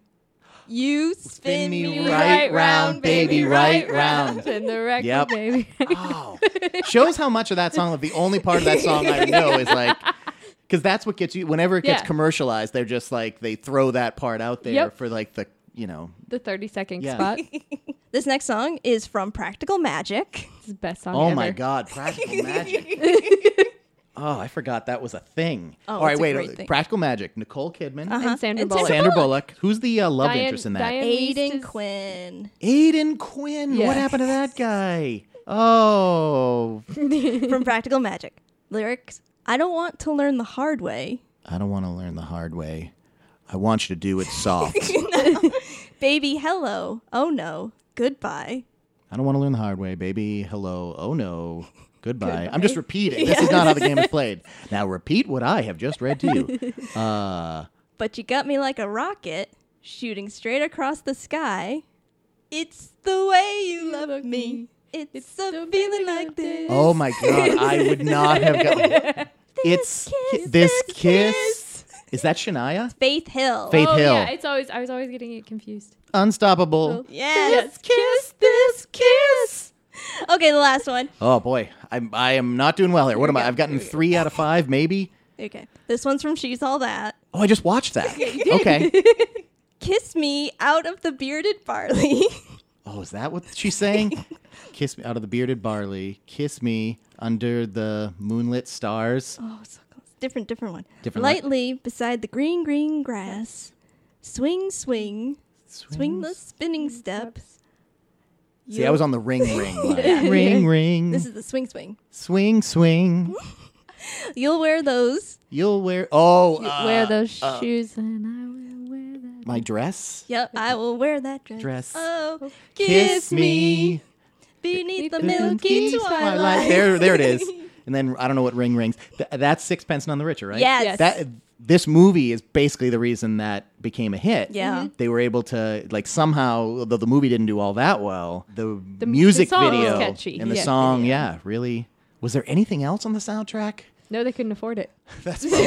Speaker 1: You spin, me, right.
Speaker 3: right round, baby, right round.
Speaker 2: In the record,
Speaker 3: Yep. Uh-huh.
Speaker 2: baby.
Speaker 3: Wow. Shows how much of that song, like the only part of that song I know is like, because that's what gets you, whenever it gets
Speaker 2: Yeah.
Speaker 3: commercialized, they're just like, they throw that part out there
Speaker 2: Yep.
Speaker 3: for like the, you know,
Speaker 2: the 30 second
Speaker 3: Yeah.
Speaker 2: spot.
Speaker 1: This next song is from Practical Magic.
Speaker 2: It's the best song
Speaker 3: oh
Speaker 2: ever.
Speaker 3: my God, Practical Magic. Oh, I forgot that was a thing.
Speaker 1: Oh,
Speaker 3: All right,
Speaker 1: it's a
Speaker 3: wait.
Speaker 1: great thing.
Speaker 3: Practical Magic. Nicole Kidman.
Speaker 1: Uh-huh.
Speaker 2: And Sandra
Speaker 1: And
Speaker 2: Bullock.
Speaker 3: Sandra Bullock. Who's the uh, love
Speaker 2: Diane-
Speaker 3: interest in that?
Speaker 2: Diane Least
Speaker 1: Aiden
Speaker 2: is-
Speaker 1: Quinn
Speaker 3: Aiden Quinn.
Speaker 2: Yeah.
Speaker 3: What happened to that guy? Oh,
Speaker 1: from Practical Magic. Lyrics I don't want to learn the hard way.
Speaker 3: I don't want to learn the hard way. I want you to do it soft.
Speaker 1: Baby, hello. Oh no. Goodbye.
Speaker 3: I don't want to learn the hard way, baby. Hello. Oh no. Goodbye. I'm just repeating. This is not how the game is played. Now repeat what I have just read to you. Uh,
Speaker 1: But you got me like a rocket shooting straight across the sky. It's the way you love me. It's, a feeling like this.
Speaker 3: oh my god, I would not have gone. It's
Speaker 1: kiss,
Speaker 3: this
Speaker 1: this
Speaker 3: kiss. Is that Shania?
Speaker 1: Faith Hill.
Speaker 3: Faith
Speaker 2: Oh
Speaker 3: Hill.
Speaker 2: yeah, it's always I was always getting it confused.
Speaker 3: Unstoppable.
Speaker 1: Yes.
Speaker 3: kiss, this kiss.
Speaker 1: Okay, the last one.
Speaker 3: Oh boy, I'm I am not doing well here. What am I? I've gotten three out of five, maybe.
Speaker 1: Okay. This one's from She's All That.
Speaker 3: Oh, I just watched that. Okay.
Speaker 1: Kiss me out of the bearded barley.
Speaker 3: Oh, is that what she's saying? Kiss me out of the bearded barley. Kiss me under the moonlit stars.
Speaker 1: oh, so close. Different, different one.
Speaker 3: Different one.
Speaker 1: Lightly beside the green, green grass. Swing, swing. Swing the spinning steps.
Speaker 3: See, I was on the ring, ring, line. ring, ring.
Speaker 1: This is the swing, swing.
Speaker 3: swing, swing.
Speaker 1: You'll wear those.
Speaker 3: You'll wear. Oh, uh,
Speaker 2: wear those shoes and I will wear that.
Speaker 3: my dress.
Speaker 1: Yep, I will wear that dress.
Speaker 3: Dress.
Speaker 1: Oh, kiss,
Speaker 3: Kiss
Speaker 1: me
Speaker 3: me
Speaker 1: beneath the
Speaker 2: Beneath
Speaker 1: milky
Speaker 3: Kiss my
Speaker 1: twilight.
Speaker 3: light. There, there it is. and then I don't know what ring rings. Th- that's Sixpence None the Richer, right?
Speaker 1: Yes.
Speaker 2: Yes.
Speaker 3: That this movie is basically the reason that became a hit.
Speaker 1: Yeah. Mhm.
Speaker 3: They were able to like somehow, though the movie didn't do all that well, the,
Speaker 2: the
Speaker 3: music
Speaker 2: song was
Speaker 3: video
Speaker 2: catchy.
Speaker 3: and the
Speaker 2: Yeah.
Speaker 3: song, yeah, really. Was there anything else on the soundtrack?
Speaker 2: No, they couldn't afford it.
Speaker 3: That's probably-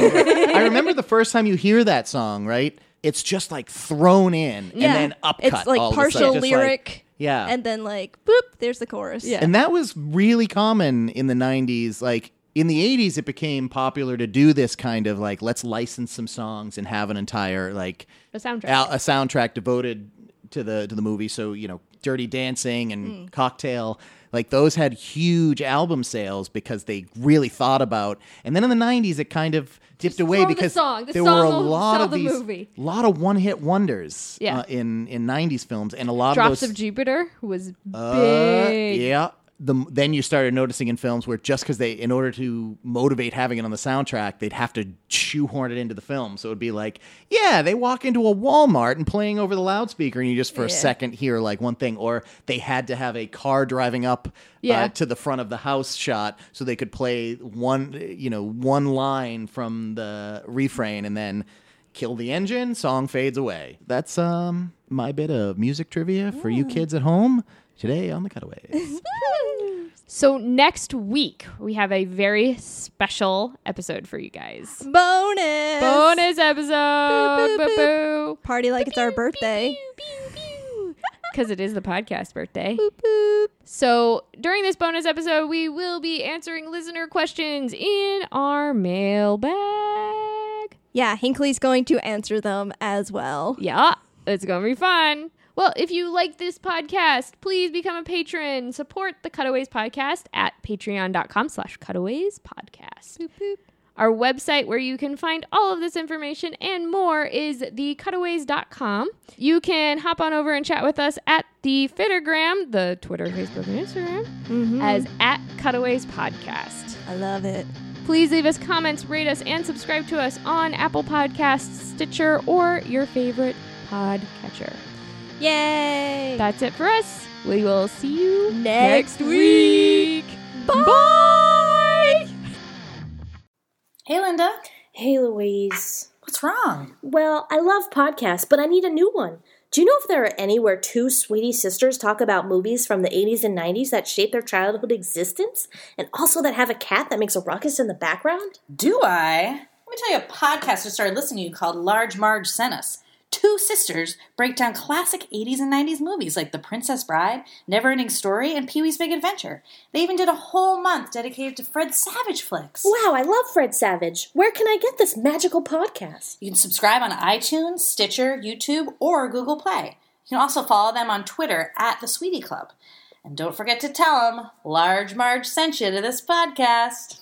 Speaker 3: I remember the first time you hear that song, right? It's just like thrown in
Speaker 1: Yeah.
Speaker 3: and then upcut.
Speaker 1: It's like
Speaker 3: all of a
Speaker 1: partial
Speaker 3: sudden. Just like-
Speaker 1: lyric.
Speaker 3: yeah.
Speaker 1: And then like boop, there's the chorus.
Speaker 2: Yeah.
Speaker 3: And that was really common in the 90s. Like in the 80s, it became popular to do this kind of like, let's license some songs and have an entire like
Speaker 2: The soundtrack.
Speaker 3: al- a soundtrack devoted to the to the movie. So you know, Dirty Dancing
Speaker 2: Hmm.
Speaker 3: and Cocktail, like those had huge album sales because they really thought about. And then in the '90s, it kind of dipped away
Speaker 2: throw the
Speaker 3: because
Speaker 2: song. The
Speaker 3: there
Speaker 2: song
Speaker 3: were a
Speaker 2: will
Speaker 3: lot
Speaker 2: sell
Speaker 3: of
Speaker 2: the
Speaker 3: these,
Speaker 2: movie.
Speaker 3: lot of one-hit wonders
Speaker 2: Yeah.
Speaker 3: uh, in in '90s films, and a lot of
Speaker 2: Drops
Speaker 3: those
Speaker 2: of Jupiter was
Speaker 3: uh,
Speaker 2: big.
Speaker 3: yeah. The, then you started noticing in films where just because they, in order to motivate having it on the soundtrack, they'd have to shoehorn it into the film. So it'd be like, yeah, they walk into a Walmart and playing over the loudspeaker, and you just for a
Speaker 1: Yeah.
Speaker 3: second hear like one thing, or they had to have a car driving up
Speaker 2: Yeah.
Speaker 3: uh, to the front of the house shot so they could play one, you know, one line from the refrain, and then kill the engine, song fades away. That's um my bit of music trivia for you kids at home today on the Cutaways.
Speaker 2: So next week we have a very special episode for you guys.
Speaker 1: Bonus.
Speaker 2: Bonus
Speaker 1: Boo,
Speaker 2: episode.
Speaker 1: boo,
Speaker 2: Boo
Speaker 1: Party like it's our birthday.
Speaker 2: Because it is the podcast birthday.
Speaker 1: Boop, boop.
Speaker 2: So during this bonus episode, we will be answering listener questions in our mailbag.
Speaker 1: Yeah, Hinkley's going to answer them as well.
Speaker 2: Yeah, it's going to be fun. Well, if you like this podcast, please become a patron. Support the Cutaways Podcast at patreon.com slash cutaways podcast. Our website where you can find all of this information and more is thecutaways.com. You can hop on over and chat with us at the Fittergram, the Twitter, Facebook, and Instagram,
Speaker 1: Mm.
Speaker 2: as at Cutaways Podcast.
Speaker 1: I love it.
Speaker 2: Please leave us comments, rate us, and subscribe to us on Apple Podcasts, Stitcher, or your favorite podcatcher.
Speaker 1: Yay.
Speaker 2: That's it for us. We will see you
Speaker 1: Next
Speaker 2: week. Bye.
Speaker 4: Hey, Linda.
Speaker 5: Hey, Louise.
Speaker 4: What's wrong?
Speaker 5: Well, I love podcasts, but I need a new one. Do you know if there are any where two sweetie sisters talk about movies from the 80s and 90s that shaped their childhood existence, and also that have a cat that makes a ruckus in the background?
Speaker 4: Do I? Let me tell you a podcast I started listening to called Large Marge Sent Us. Two sisters break down classic 80s and 90s movies like The Princess Bride, Neverending Story, and Pee Wee's Big Adventure. They even did a whole month dedicated to Fred Savage flicks.
Speaker 5: Wow, I love Fred Savage. Where can I get this magical podcast?
Speaker 4: You can subscribe on iTunes, Stitcher, YouTube, or Google Play. You can also follow them on Twitter at The Sweetie Club. And don't forget to tell them Large Marge sent you to this podcast.